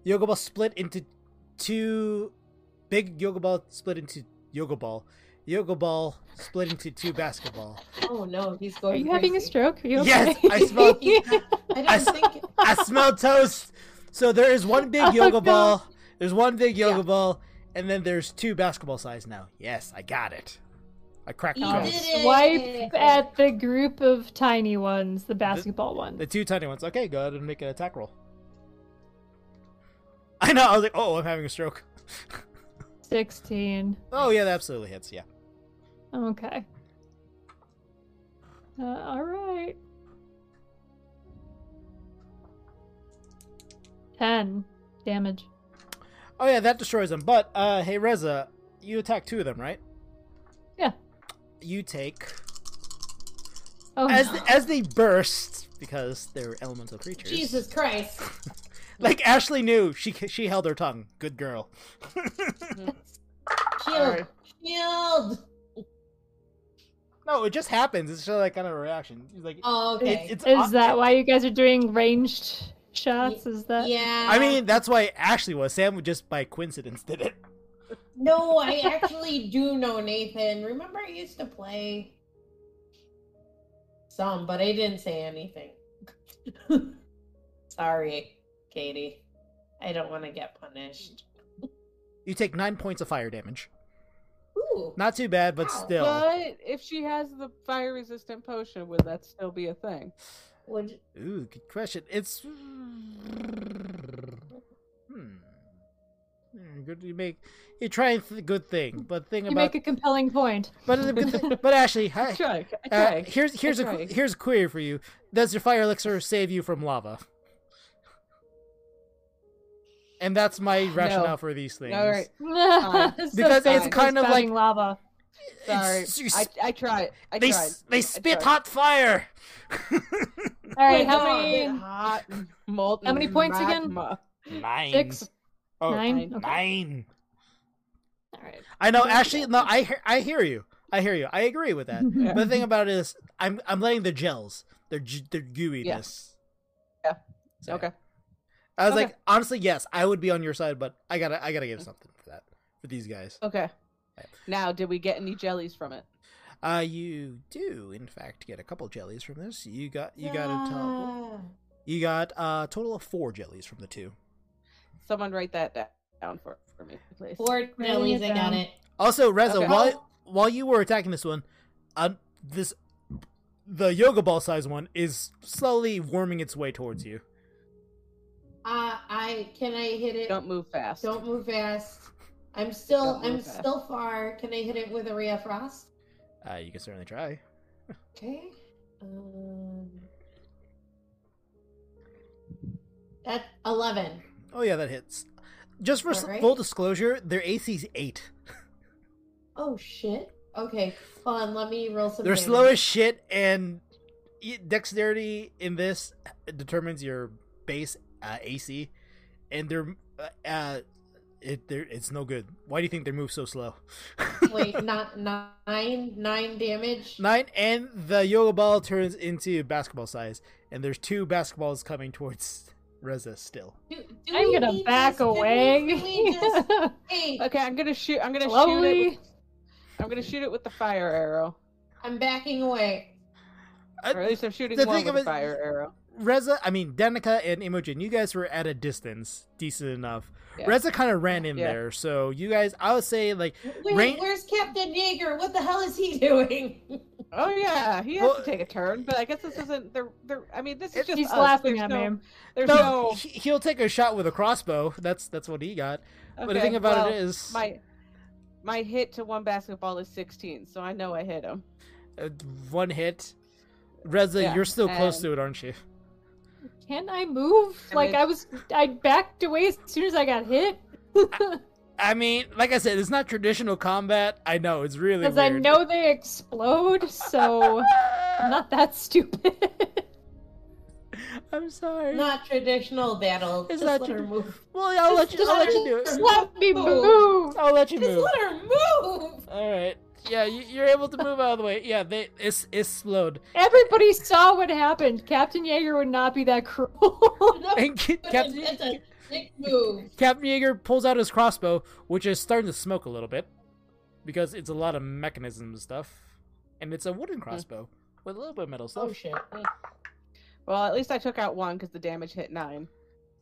Speaker 1: yoga ball split into two, big yoga ball split into yoga ball, yoga ball split into two basketball.
Speaker 3: Oh no, he's
Speaker 4: *laughs* are
Speaker 3: going.
Speaker 4: you having a
Speaker 3: crazy. *laughs*
Speaker 4: stroke? Are you
Speaker 1: Yes,
Speaker 4: okay?
Speaker 1: I
Speaker 4: *laughs*
Speaker 1: smelled-
Speaker 3: I
Speaker 1: *laughs* I
Speaker 3: don't
Speaker 1: s-
Speaker 3: think.
Speaker 1: I smell toast. So there is one big
Speaker 4: Oh,
Speaker 1: yoga
Speaker 4: God.
Speaker 1: ball. There's one big yoga
Speaker 2: Yeah.
Speaker 1: ball, and then there's two basketball size now. Yes, I got it. I cracked
Speaker 3: You
Speaker 1: codes.
Speaker 3: did it.
Speaker 4: Swipe at the group of tiny ones, the basketball
Speaker 1: The
Speaker 4: ones.
Speaker 1: two tiny ones. Okay, go ahead and make an attack roll. *laughs* I know. I was like, oh, I'm having a stroke.
Speaker 4: Sixteen.
Speaker 1: Oh yeah, that absolutely hits. Yeah.
Speaker 4: Okay. Uh, all right. Ten damage.
Speaker 1: Oh yeah, that destroys them. But uh, hey Reza, you attack two of them, right?
Speaker 4: Yeah.
Speaker 1: You take
Speaker 4: Oh,
Speaker 1: as
Speaker 4: no.
Speaker 1: as they burst because they're elemental creatures.
Speaker 3: Jesus Christ!
Speaker 1: Like Ashley knew she she held her tongue. Good girl. *laughs*
Speaker 3: Shield, shield.
Speaker 1: No, it just happens. It's just that kind of reaction. It's like
Speaker 3: Oh, okay.
Speaker 1: it's, it's
Speaker 4: is that why you guys are doing ranged shots? Is that?
Speaker 3: yeah.
Speaker 1: I mean, that's why Ashley was. Sam just by coincidence did it.
Speaker 3: no, I actually do know Nathan. Remember, I used to play some, but I didn't say anything. *laughs* Sorry, Katie. I don't want to get punished.
Speaker 1: You take nine points of fire damage.
Speaker 3: Ooh.
Speaker 1: Not too bad, but
Speaker 3: Wow.
Speaker 1: still.
Speaker 2: But if she has the fire resistant potion, would that still be
Speaker 1: *laughs*
Speaker 2: a thing?
Speaker 3: Would
Speaker 1: Ooh, good question. It's hmm. Hmm, Good, you make you try and th- good thing, but thing
Speaker 4: You
Speaker 1: about
Speaker 4: make a compelling point. *laughs*
Speaker 1: but the good thing, but Ashley, hi,
Speaker 2: Try. I
Speaker 1: uh,
Speaker 2: try.
Speaker 1: here's here's a
Speaker 2: try.
Speaker 1: qu- here's a query for you. Does your fire elixir save you from lava? And that's
Speaker 2: *sighs*
Speaker 1: my rationale for these *laughs* things.
Speaker 2: All right.
Speaker 4: So
Speaker 1: Because it's
Speaker 4: sorry.
Speaker 1: kind of
Speaker 4: Spouting
Speaker 1: like-
Speaker 4: lava.
Speaker 2: Sorry.
Speaker 1: It's- you
Speaker 2: I,
Speaker 1: s-
Speaker 2: I tried. I
Speaker 1: they
Speaker 2: tried.
Speaker 1: s- they
Speaker 2: I
Speaker 1: spit
Speaker 2: tried.
Speaker 1: hot *laughs* fire.
Speaker 4: All right,
Speaker 3: Wait,
Speaker 4: how
Speaker 3: no,
Speaker 4: many?
Speaker 3: I
Speaker 2: *laughs* Hot molten.
Speaker 4: How many points again?
Speaker 2: magma.
Speaker 1: Nine.
Speaker 4: Six,
Speaker 1: Oh,
Speaker 4: nine. Okay.
Speaker 1: nine.
Speaker 4: All *laughs* right.
Speaker 1: *laughs* I know,
Speaker 2: Don't
Speaker 1: Ashley.
Speaker 2: get
Speaker 1: No, I hear, I hear you. I hear you. I agree with
Speaker 2: *laughs*
Speaker 1: that.
Speaker 2: Yeah.
Speaker 1: But the thing about it is, I'm I'm letting the gels, their g- their gooiness.
Speaker 2: Yeah.
Speaker 1: So,
Speaker 2: Okay.
Speaker 1: I was
Speaker 2: Okay.
Speaker 1: like, honestly, yes, I would be on your side, but I gotta I gotta give something for that for these guys.
Speaker 2: Okay.
Speaker 1: Okay.
Speaker 2: Now, did we get any jellies from it?
Speaker 1: Uh, you do in fact get a couple jellies from this. You got you got a total
Speaker 3: Yeah.
Speaker 1: You got uh, a total of four jellies from the two.
Speaker 2: Someone write that da- down for, for me, please.
Speaker 3: Four jellies, I got it.
Speaker 1: Also, Reza,
Speaker 2: Okay.
Speaker 1: while while you were attacking this one, um, this the yoga ball size one is slowly worming its way towards you.
Speaker 3: Uh, I can I hit it?
Speaker 2: Don't move fast.
Speaker 3: Don't move fast. I'm still
Speaker 2: Don't move
Speaker 3: I'm
Speaker 2: fast.
Speaker 3: still far. Can I hit it with a ray of frost?
Speaker 1: Uh, you can certainly try.
Speaker 3: Okay. Um, that eleven.
Speaker 1: Oh yeah, that hits. Just for s
Speaker 3: Alright.
Speaker 1: full disclosure, their AC is eight.
Speaker 3: Oh shit. Okay. Hold on. Let me roll some.
Speaker 1: They're
Speaker 3: damage.
Speaker 1: slow as shit, and y- dexterity in this determines your base uh, AC, and their uh, uh, it they're, it's no good. Why do you think they move so slow? *laughs*
Speaker 3: *laughs* Wait, not nine, nine damage.
Speaker 1: Nine, and the yoga ball turns into basketball size, and there's two basketballs coming towards Reza still.
Speaker 3: Do- do
Speaker 4: I'm
Speaker 3: we
Speaker 4: gonna
Speaker 3: need
Speaker 4: back
Speaker 3: this? Can we-
Speaker 2: *laughs*
Speaker 4: away. *laughs*
Speaker 3: can we just- hey,
Speaker 2: Okay, I'm gonna shoot. I'm gonna shoot it.
Speaker 4: Slowly.
Speaker 2: With, I'm gonna shoot it with the fire arrow,
Speaker 3: I'm backing away.
Speaker 1: Uh,
Speaker 2: or at least I'm shooting
Speaker 1: the
Speaker 2: one
Speaker 1: thing
Speaker 2: with a
Speaker 1: of it-
Speaker 2: fire arrow.
Speaker 1: Reza, I mean Danica and Imogen, you guys were at a distance, decent enough.
Speaker 2: Yeah.
Speaker 1: Reza kind of ran in
Speaker 2: Yeah.
Speaker 1: there, so you guys, I would say like
Speaker 3: Wait,
Speaker 1: Rain-
Speaker 3: where's Captain Jaeger? What the hell is he doing?
Speaker 2: Oh yeah, he has
Speaker 1: Well-
Speaker 2: to take a turn, but I guess this isn't. They're, they're, I mean, this is just.
Speaker 4: He's
Speaker 2: us.
Speaker 4: laughing
Speaker 2: There's
Speaker 4: at
Speaker 2: no,
Speaker 4: me.
Speaker 2: There's
Speaker 1: no,
Speaker 2: no.
Speaker 1: he- he'll take a shot with a crossbow. That's that's what he got. but the
Speaker 2: okay,
Speaker 1: thing about
Speaker 2: well,
Speaker 1: it is,
Speaker 2: my my hit to one basketball is 16, so I know I hit him.
Speaker 1: uh, one hit. Reza,
Speaker 2: Yeah,
Speaker 1: you're still close
Speaker 2: and-
Speaker 1: to it, aren't you?
Speaker 4: Can I move?
Speaker 2: I
Speaker 4: Like
Speaker 2: mean-
Speaker 4: I was, I backed away as soon as I got hit
Speaker 1: I mean, like I said, it's not traditional combat. I know it's really
Speaker 4: because
Speaker 1: weird.
Speaker 4: I know they explode. So I'm not that *laughs* stupid.
Speaker 1: *laughs* I'm sorry.
Speaker 3: Not traditional battle.
Speaker 1: It's
Speaker 3: just
Speaker 1: not
Speaker 3: let her
Speaker 1: trad-
Speaker 3: move.
Speaker 1: Well, yeah, I'll let you. I'll let you do it.
Speaker 4: Just Let me
Speaker 2: Oh.
Speaker 4: move.
Speaker 1: I'll let you
Speaker 3: Just
Speaker 1: move.
Speaker 3: let her move. *laughs*
Speaker 1: All right. Yeah, you, you're able to move out of the way. Yeah, they it's it's slowed. *laughs*
Speaker 4: Everybody saw what happened. Captain Jaeger would not be that *laughs* cruel.
Speaker 3: No,
Speaker 1: And Ca-
Speaker 3: that's
Speaker 1: Captain
Speaker 3: a- that's a sick move.
Speaker 1: Captain Jaeger pulls out his crossbow, which is starting to smoke a little bit because it's a lot of mechanism and stuff, and it's a wooden crossbow with a little bit of metal
Speaker 3: Oh
Speaker 1: stuff.
Speaker 3: shit.
Speaker 2: Well, at least I took out one because the damage hit nine.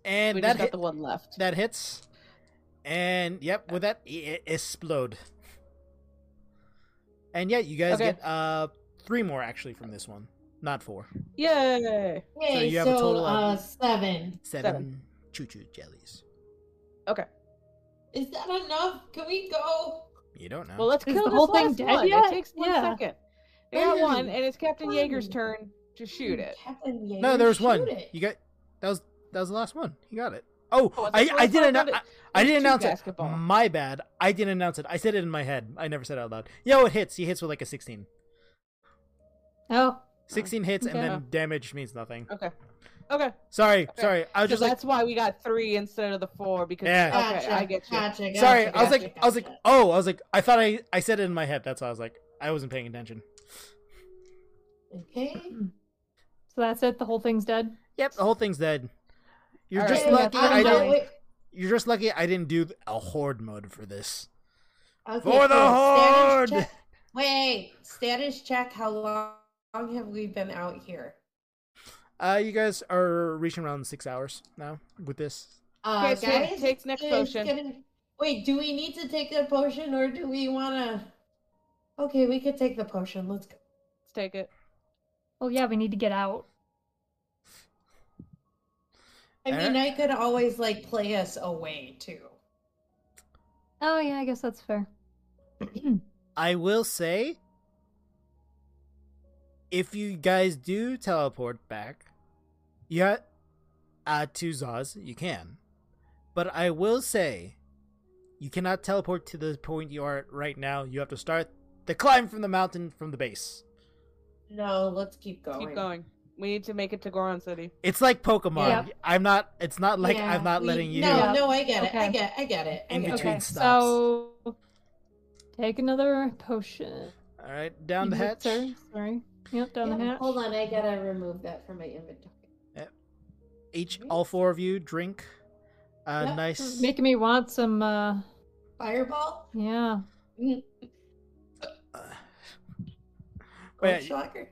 Speaker 1: and
Speaker 2: we
Speaker 1: that
Speaker 2: just
Speaker 1: hit,
Speaker 2: got the one left.
Speaker 1: that hits, and yep, with that it, it explode. And yeah, you guys
Speaker 2: Okay.
Speaker 1: get uh three more actually from this one, not four.
Speaker 2: Yay!
Speaker 3: Okay, so,
Speaker 1: you have a total
Speaker 3: uh,
Speaker 1: of-
Speaker 3: seven.
Speaker 1: Seven choo choo jellies.
Speaker 3: Is that enough? Can we go?
Speaker 1: You don't know.
Speaker 2: Well, let's
Speaker 4: Is
Speaker 2: kill
Speaker 4: the
Speaker 2: this
Speaker 4: whole thing
Speaker 2: last
Speaker 4: dead
Speaker 2: one.
Speaker 4: yet?
Speaker 2: It takes one
Speaker 4: Yeah.
Speaker 2: second. I got one,
Speaker 3: Fine.
Speaker 2: and it's Captain Jaeger's
Speaker 3: Fine.
Speaker 2: turn to shoot it.
Speaker 3: Captain Jaeger,
Speaker 1: No, there was
Speaker 3: shoot
Speaker 1: one.
Speaker 3: it.
Speaker 1: You got that was that was the last one. You got it. Oh,
Speaker 2: Oh,
Speaker 1: I,
Speaker 2: that's
Speaker 1: I
Speaker 2: the
Speaker 1: didn't
Speaker 2: last
Speaker 1: annou-
Speaker 2: one.
Speaker 1: I, I
Speaker 2: There's
Speaker 1: didn't
Speaker 2: two
Speaker 1: announce
Speaker 2: basketball.
Speaker 1: it. My bad. I didn't announce it. I said it in my head. I never said it out loud. Yo, it hits. He hits with like a 16.
Speaker 4: Oh,
Speaker 1: 16 hits and
Speaker 2: okay.
Speaker 1: then damage means nothing.
Speaker 2: Okay. Okay.
Speaker 1: Sorry,
Speaker 2: Okay.
Speaker 1: sorry. I was
Speaker 2: So
Speaker 1: just like
Speaker 2: that's why we got three instead of the four because
Speaker 1: Yeah.
Speaker 2: okay, I get you.
Speaker 3: Gotcha, gotcha,
Speaker 1: sorry. I was
Speaker 3: gotcha,
Speaker 1: like I was like
Speaker 3: gotcha.
Speaker 1: oh, I was like I thought I I said it in my head. That's why I was like I wasn't paying attention.
Speaker 3: okay.
Speaker 4: so that's it. The whole thing's dead.
Speaker 1: Yep, the whole thing's dead. You're
Speaker 2: All
Speaker 1: just
Speaker 2: right.
Speaker 1: lucky
Speaker 3: I'm
Speaker 1: I
Speaker 3: not-
Speaker 1: didn't
Speaker 4: did-
Speaker 3: wait,
Speaker 1: You're just lucky I didn't do a horde mode for this.
Speaker 3: okay,
Speaker 1: For the
Speaker 3: status
Speaker 1: horde!
Speaker 3: check- Wait, status check. How long, long have we been out here?
Speaker 1: Uh you guys are reaching around 6 hours now with this.
Speaker 3: Uh,
Speaker 2: Okay, so take next
Speaker 3: it's
Speaker 2: potion.
Speaker 3: gonna- Wait, do we need to take the potion or do we want to? Okay, we could take the potion. Let's go.
Speaker 2: Let's take it.
Speaker 4: Well, yeah, we need to get out.
Speaker 3: I mean, I could always like play us away too.
Speaker 4: Oh yeah, I guess that's fair.
Speaker 1: I will say, if you guys do teleport back, yeah, uh, to Zaz, you can. But I will say, you cannot teleport to the point you are at right now. You have to start the climb from the mountain from the base.
Speaker 3: No, let's keep going.
Speaker 2: Keep going. We need to make it to Goron City.
Speaker 1: It's like Pokemon.
Speaker 4: Yeah.
Speaker 1: I'm not. It's not like
Speaker 3: Yeah,
Speaker 1: I'm not
Speaker 3: we-
Speaker 1: letting you.
Speaker 3: No,
Speaker 4: Yeah.
Speaker 3: no, I get it. I
Speaker 4: Okay.
Speaker 3: get, I get it. I
Speaker 1: In
Speaker 3: get
Speaker 1: between
Speaker 3: it.
Speaker 1: stops.
Speaker 4: so take another potion.
Speaker 1: All right, down the
Speaker 4: You did,
Speaker 1: hatch.
Speaker 4: sir. Sorry. Yep, down the
Speaker 3: Yeah,
Speaker 4: hatch.
Speaker 3: Hold on, I gotta remove that from my inventory.
Speaker 1: Each, all four of you drink. Uh,
Speaker 3: Yeah.
Speaker 1: nice.
Speaker 4: Making me want some. uh
Speaker 3: Fireball.
Speaker 4: Yeah.
Speaker 3: Mm,
Speaker 1: Uh,
Speaker 3: Gold
Speaker 1: Wait, Oh,
Speaker 3: shocker.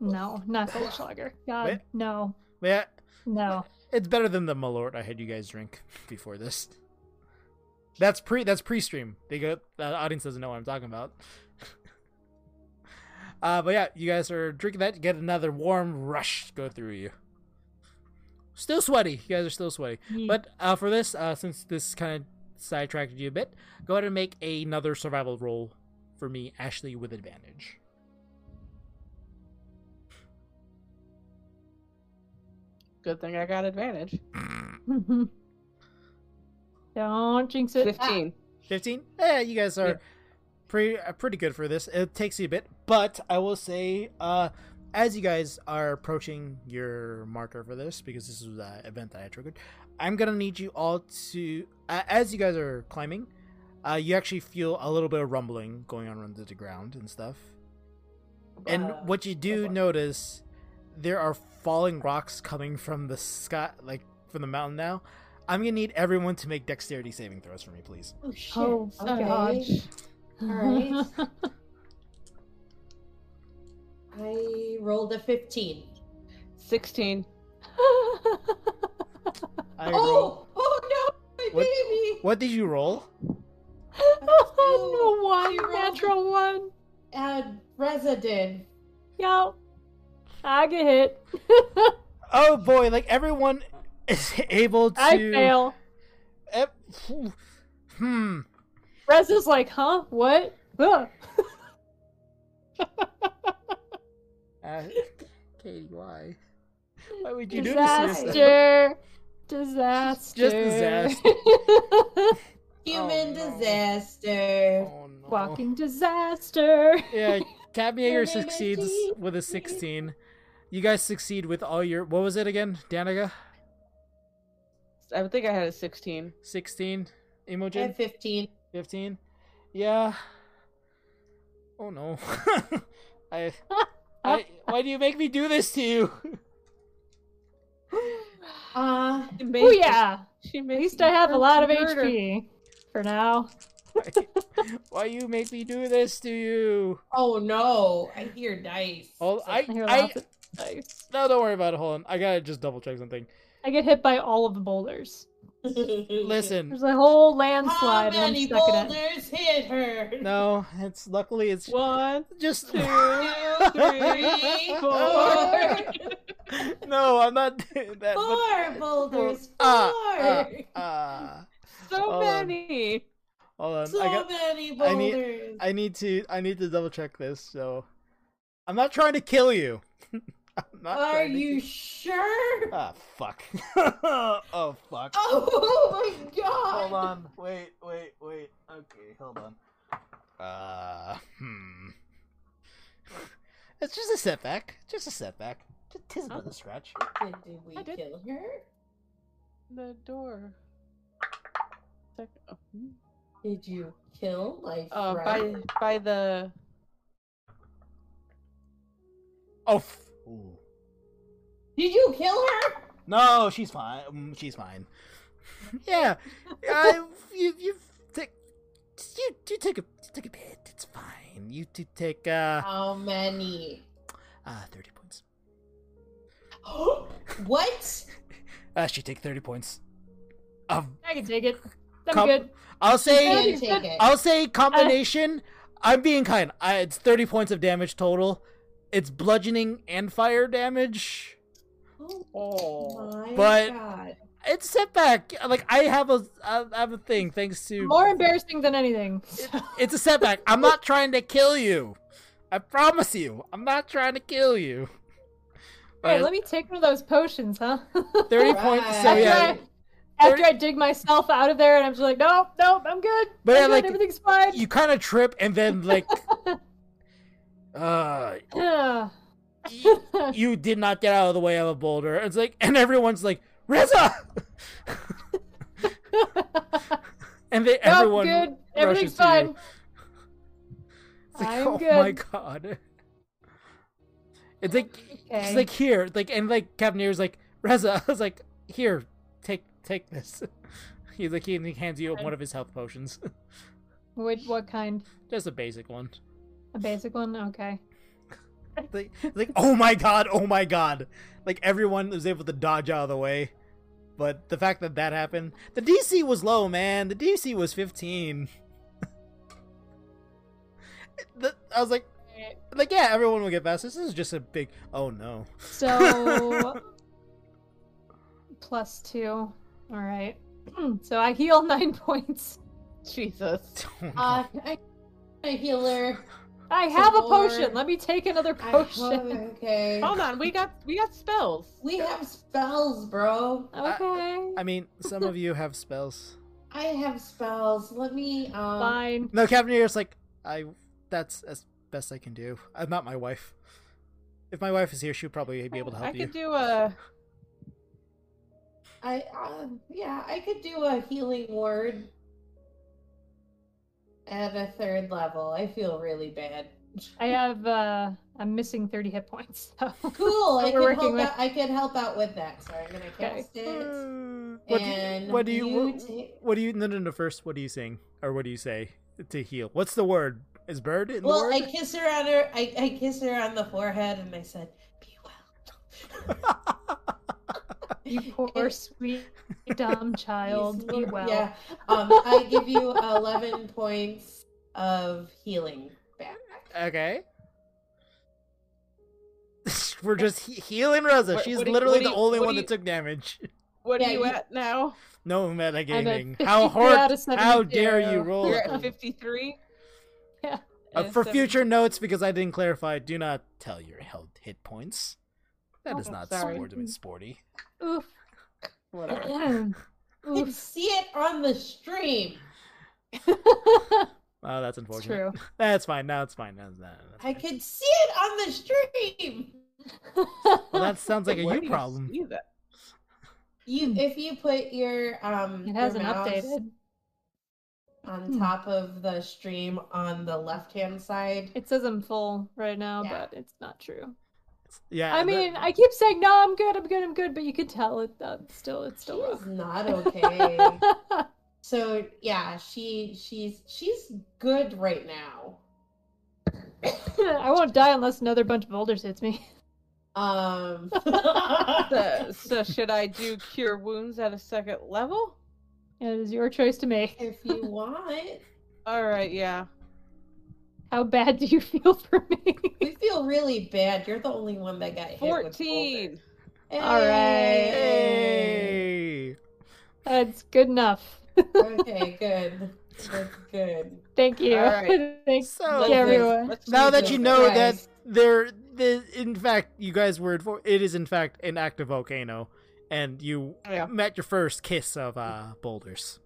Speaker 4: No, not Goldschlager. God,
Speaker 1: Wait.
Speaker 4: no.
Speaker 1: Yeah,
Speaker 4: No.
Speaker 1: it's better than the Malort I had you guys drink *laughs* before this. That's pre. That's pre-stream. They go. The audience doesn't know what I'm talking about. *laughs* uh, but yeah, you guys are drinking that. Get another warm rush go through you. Still sweaty. You guys are still sweaty. But uh, for this, uh, since this kind of sidetracked you a bit, go ahead and make another survival roll for me, Ashley, with advantage.
Speaker 2: Good thing I got advantage.
Speaker 4: *laughs* Don't jinx *laughs* it.
Speaker 2: Fifteen.
Speaker 1: 15? Yeah, Eh, you guys are
Speaker 2: Yeah.
Speaker 1: pretty uh, pretty good for this. It takes you a bit, but I will say, uh, as you guys are approaching your marker for this, because this is an event that I triggered, I'm gonna need you all to, uh, as you guys are climbing, uh, you actually feel a little bit of rumbling going on under the ground and stuff. And
Speaker 3: Uh,
Speaker 1: what you do
Speaker 3: okay.
Speaker 1: notice, there are falling rocks coming from the sky, like from the mountain now. I'm gonna need everyone to make dexterity saving throws for me, please.
Speaker 3: Oh shit.
Speaker 4: Oh,
Speaker 3: Sorry.
Speaker 4: God.
Speaker 3: Alright. I rolled a 15.
Speaker 2: *laughs* Sixteen.
Speaker 4: Oh,
Speaker 1: I roll-
Speaker 3: Oh! Oh no! My
Speaker 1: What-
Speaker 3: baby!
Speaker 1: What did you roll?
Speaker 4: Oh, no one,
Speaker 3: I rolled-
Speaker 4: natural one.
Speaker 3: Uh, Reza did.
Speaker 4: Yo, I get hit.
Speaker 1: Oh boy, like everyone *laughs* is able to.
Speaker 4: *laughs* I fail.
Speaker 1: Eh, phew. Hmm.
Speaker 4: Rez is like, huh? What? Ugh.
Speaker 1: Uh, Katie, why? Why would you do this? to yourself?
Speaker 4: Disaster. Disaster.
Speaker 1: just disaster. no.
Speaker 3: Human disaster.
Speaker 1: Oh, no.
Speaker 4: *laughs* *laughs* Walking disaster.
Speaker 1: Yeah, Catmeager
Speaker 3: Your name is
Speaker 1: succeeds
Speaker 3: Keith.
Speaker 1: with a 16. You guys succeed with all your. What was it again, Danica?
Speaker 2: I think I had a sixteen.
Speaker 1: 16?
Speaker 3: I have
Speaker 1: Imogen?
Speaker 3: 15.
Speaker 1: 15? Yeah. Oh no. *laughs* I, I. Why do you make me do this to you? *laughs*
Speaker 3: Uh,
Speaker 4: Oh yeah.
Speaker 2: She
Speaker 4: At
Speaker 2: made
Speaker 4: least I have a lot of
Speaker 2: murder.
Speaker 4: HP for now.
Speaker 1: Why- Why you make me do this to you?
Speaker 3: oh no. I hear dice. *laughs*
Speaker 1: Oh, I,
Speaker 4: I hear
Speaker 1: I,
Speaker 4: lots of dice.
Speaker 1: no, don't worry about it. Hold on, I gotta just double check something.
Speaker 4: I get hit by all of the boulders.
Speaker 1: Listen,
Speaker 4: There's a whole
Speaker 3: How
Speaker 4: landslide and I'm
Speaker 3: many
Speaker 4: stuck in it.
Speaker 3: boulders hit her?
Speaker 1: no, it's luckily it's
Speaker 4: *laughs*
Speaker 2: One,
Speaker 1: just *laughs*
Speaker 2: two, three, four.
Speaker 1: no, I'm not *laughs* doing that. but-
Speaker 3: Four boulders. Four.
Speaker 1: *laughs* Ah, ah, ah.
Speaker 2: So
Speaker 1: Hold on.
Speaker 2: many.
Speaker 1: hold on,
Speaker 3: so
Speaker 1: I got,
Speaker 3: many
Speaker 1: I need-
Speaker 3: boulders.
Speaker 1: I need to, I need to double check this. So, I'm not trying to kill you. *laughs* I'm not
Speaker 3: Are
Speaker 1: trying to
Speaker 3: you
Speaker 1: kill-
Speaker 3: sure?
Speaker 1: Ah, fuck. *laughs* oh, fuck.
Speaker 3: *laughs* Oh my god. *laughs*
Speaker 1: Hold on. Wait, wait, wait. Okay, hold on. Uh, hmm. It's just a setback. Just a setback. Just tis but a scratch.
Speaker 3: Did, did we
Speaker 2: I did-
Speaker 3: kill her?
Speaker 2: The door. Sec- oh, hmm.
Speaker 3: Did you kill my
Speaker 2: Uh, by
Speaker 3: friend?
Speaker 2: by the
Speaker 1: Oh. F- Ooh.
Speaker 3: Did you kill her?
Speaker 1: No, she's fine. Mm, She's fine. *laughs* yeah, I, you you take you you take a you take a bit. It's fine. You two take uh
Speaker 3: How many? *gasps*
Speaker 1: uh thirty points.
Speaker 3: what?
Speaker 1: Uh, she take thirty points. Of
Speaker 4: I can take it. I'm
Speaker 1: Com-
Speaker 4: good.
Speaker 1: I'll say.
Speaker 4: Hey,
Speaker 3: Didn't
Speaker 4: you
Speaker 3: take it.
Speaker 1: I'll say combination.
Speaker 4: Uh.
Speaker 1: I'm being kind. I, it's 30 points of damage total. It's bludgeoning and fire damage.
Speaker 2: oh
Speaker 3: my
Speaker 1: But- *laughs*
Speaker 3: god.
Speaker 1: It's setback. Like I have a, I have a thing. Thanks to
Speaker 4: More embarrassing than anything. *laughs*
Speaker 1: it's a setback. I'm not trying to kill you. I promise you, I'm not trying to kill you. But
Speaker 4: Alright, let me take one of those potions, huh? *laughs*
Speaker 1: 30 points. So
Speaker 3: Right.
Speaker 1: yeah,
Speaker 4: After I dig myself out of there and I'm just like, nope, nope, I'm good.
Speaker 1: But
Speaker 4: I'm
Speaker 1: I
Speaker 4: good,
Speaker 1: like-
Speaker 4: everything's fine.
Speaker 1: you kind of trip and then
Speaker 4: *laughs*
Speaker 1: like, uh,
Speaker 4: *laughs*
Speaker 1: you, you did not get out of the way of a boulder. It's like, and everyone's like, Reza. And they, everyone,
Speaker 4: nope, good.
Speaker 1: rushes
Speaker 4: Everything's
Speaker 1: to you.
Speaker 4: fine.
Speaker 1: It's like,
Speaker 4: I'm
Speaker 1: oh
Speaker 4: good.
Speaker 1: my god. It's like
Speaker 4: Okay.
Speaker 1: it's like here, like and like Cavenier's like Reza. *laughs* I was like, here, take take this. *laughs* He's like he, he hands you one of his health potions, *laughs*
Speaker 4: Wait, what kind?
Speaker 1: just a basic one.
Speaker 4: A basic one? Okay.
Speaker 1: Like, like, oh my god, oh my god. Like everyone was able to dodge out of the way. But the fact that that happened, the DC was low, man. The DC was 15. *laughs* The- I was like, like yeah, everyone will get past this. This is just a big, oh no. *laughs*
Speaker 4: So plus two. All right. *clears throat* So I heal nine *laughs* points.
Speaker 2: Jesus.
Speaker 1: Oh, no.
Speaker 3: Uh, I, a healer.
Speaker 4: I have a
Speaker 3: Four.
Speaker 4: potion. Let me take another
Speaker 3: I-
Speaker 1: Oh,
Speaker 4: *laughs* potion.
Speaker 3: *laughs* okay.
Speaker 2: Hold on, we got we got spells.
Speaker 3: We have spells, bro.
Speaker 4: Okay.
Speaker 1: I mean, some of you have spells.
Speaker 3: I have spells. Let me. Um,
Speaker 4: Fine.
Speaker 1: No, Captain Ear's like, I. That's as best I can do. I'm not my wife. If my wife is here, she'd probably be able to
Speaker 2: I
Speaker 1: help
Speaker 2: could
Speaker 1: you.
Speaker 2: do a
Speaker 3: I uh, yeah, I could do a healing word at a third level. I feel
Speaker 4: *laughs*
Speaker 3: really bad.
Speaker 4: I have uh I'm missing 30 hit points. *laughs* So.
Speaker 3: Cool.
Speaker 4: What
Speaker 3: I
Speaker 4: we're
Speaker 3: could
Speaker 4: working
Speaker 3: help
Speaker 4: with.
Speaker 3: out. I could help out with that. So I'm gonna
Speaker 4: Okay.
Speaker 3: cast it.
Speaker 1: Uh, What do you,
Speaker 3: and
Speaker 1: what do you,
Speaker 3: you
Speaker 1: what,
Speaker 3: take-
Speaker 1: what do you, no, no, no, first, what do you sing? Or what do you say to heal? What's the word? Is bird in
Speaker 3: Well,
Speaker 1: the word?
Speaker 3: I kiss her on her. I, I kiss her on the forehead, and I said, "Be well."
Speaker 4: You poor sweet dumb child. Be well.
Speaker 3: Yeah. Um, I
Speaker 4: *laughs*
Speaker 3: give you eleven points of healing back.
Speaker 1: okay. *laughs* We're just he- healing Rosa.
Speaker 2: What-
Speaker 1: She's
Speaker 2: what do you-
Speaker 1: literally
Speaker 2: what do
Speaker 1: the
Speaker 2: you-
Speaker 1: only
Speaker 2: what
Speaker 1: one
Speaker 2: do
Speaker 1: that took damage. *laughs*
Speaker 2: what
Speaker 3: Yeah,
Speaker 2: are you
Speaker 3: you-
Speaker 2: at now?
Speaker 1: No
Speaker 2: *laughs*
Speaker 1: metagaming.
Speaker 4: 53
Speaker 1: How
Speaker 4: out
Speaker 1: hard?
Speaker 4: of
Speaker 1: How dare you
Speaker 4: 72.
Speaker 1: roll?
Speaker 2: You're at fifty *laughs* three.
Speaker 4: Yeah.
Speaker 1: Oh. Uh, for future notes, because I didn't clarify, do not tell your health hit points. That
Speaker 2: Oh,
Speaker 1: is not
Speaker 2: sorry.
Speaker 1: sport, sporty.
Speaker 4: Oof. *clears throat*
Speaker 2: whatever.
Speaker 3: You can
Speaker 4: Oof.
Speaker 3: see it on the stream.
Speaker 1: Oh, that's
Speaker 4: it's
Speaker 1: unfortunate.
Speaker 4: true.
Speaker 1: That's fine. Now it's fine. That's, that, that's
Speaker 3: I
Speaker 1: fine.
Speaker 3: could see it on the stream.
Speaker 1: Well, that sounds like a
Speaker 2: Where
Speaker 1: you
Speaker 2: do you
Speaker 1: problem.
Speaker 2: see that?
Speaker 3: You, if you put your
Speaker 4: *laughs*
Speaker 3: um,
Speaker 4: Mm. it
Speaker 3: your
Speaker 4: hasn't
Speaker 3: mouse
Speaker 4: updated.
Speaker 3: on
Speaker 4: Hmm.
Speaker 3: top of the stream on the left hand side.
Speaker 4: It says I'm full right now,
Speaker 3: Yeah.
Speaker 4: but it's not true.
Speaker 1: Yeah.
Speaker 4: I
Speaker 1: that-
Speaker 4: mean, I keep saying no, I'm good, I'm good, I'm good, but you can tell it uh, still it's
Speaker 3: She
Speaker 4: still
Speaker 3: is
Speaker 4: wrong. *laughs*
Speaker 3: not okay. so yeah, she she's she's good right now.
Speaker 4: *laughs* I won't die unless another bunch of boulders hits me. *laughs*
Speaker 3: Um,
Speaker 2: *laughs*
Speaker 3: *laughs*
Speaker 2: So, so should I do cure wounds at a second level?
Speaker 4: It is your choice to make.
Speaker 3: if you want,
Speaker 2: All right, yeah.
Speaker 4: How bad do you *laughs* feel for me?
Speaker 3: we feel really bad. You're the only one that got hit. with boulder.
Speaker 2: Fourteen.
Speaker 4: All right.
Speaker 3: Hey.
Speaker 1: Hey!
Speaker 4: That's good enough.
Speaker 3: okay, good. That's good.
Speaker 4: Thank you.
Speaker 2: All right.
Speaker 4: *laughs* Thanks,
Speaker 1: So
Speaker 4: everyone.
Speaker 2: Let's
Speaker 1: Oh. now
Speaker 2: do
Speaker 1: that
Speaker 2: this.
Speaker 1: you know
Speaker 3: Christ.
Speaker 1: that there, the, in fact, you guys were infor- it is in fact an active volcano, and you
Speaker 2: Yeah.
Speaker 1: met your first kiss of uh, boulders.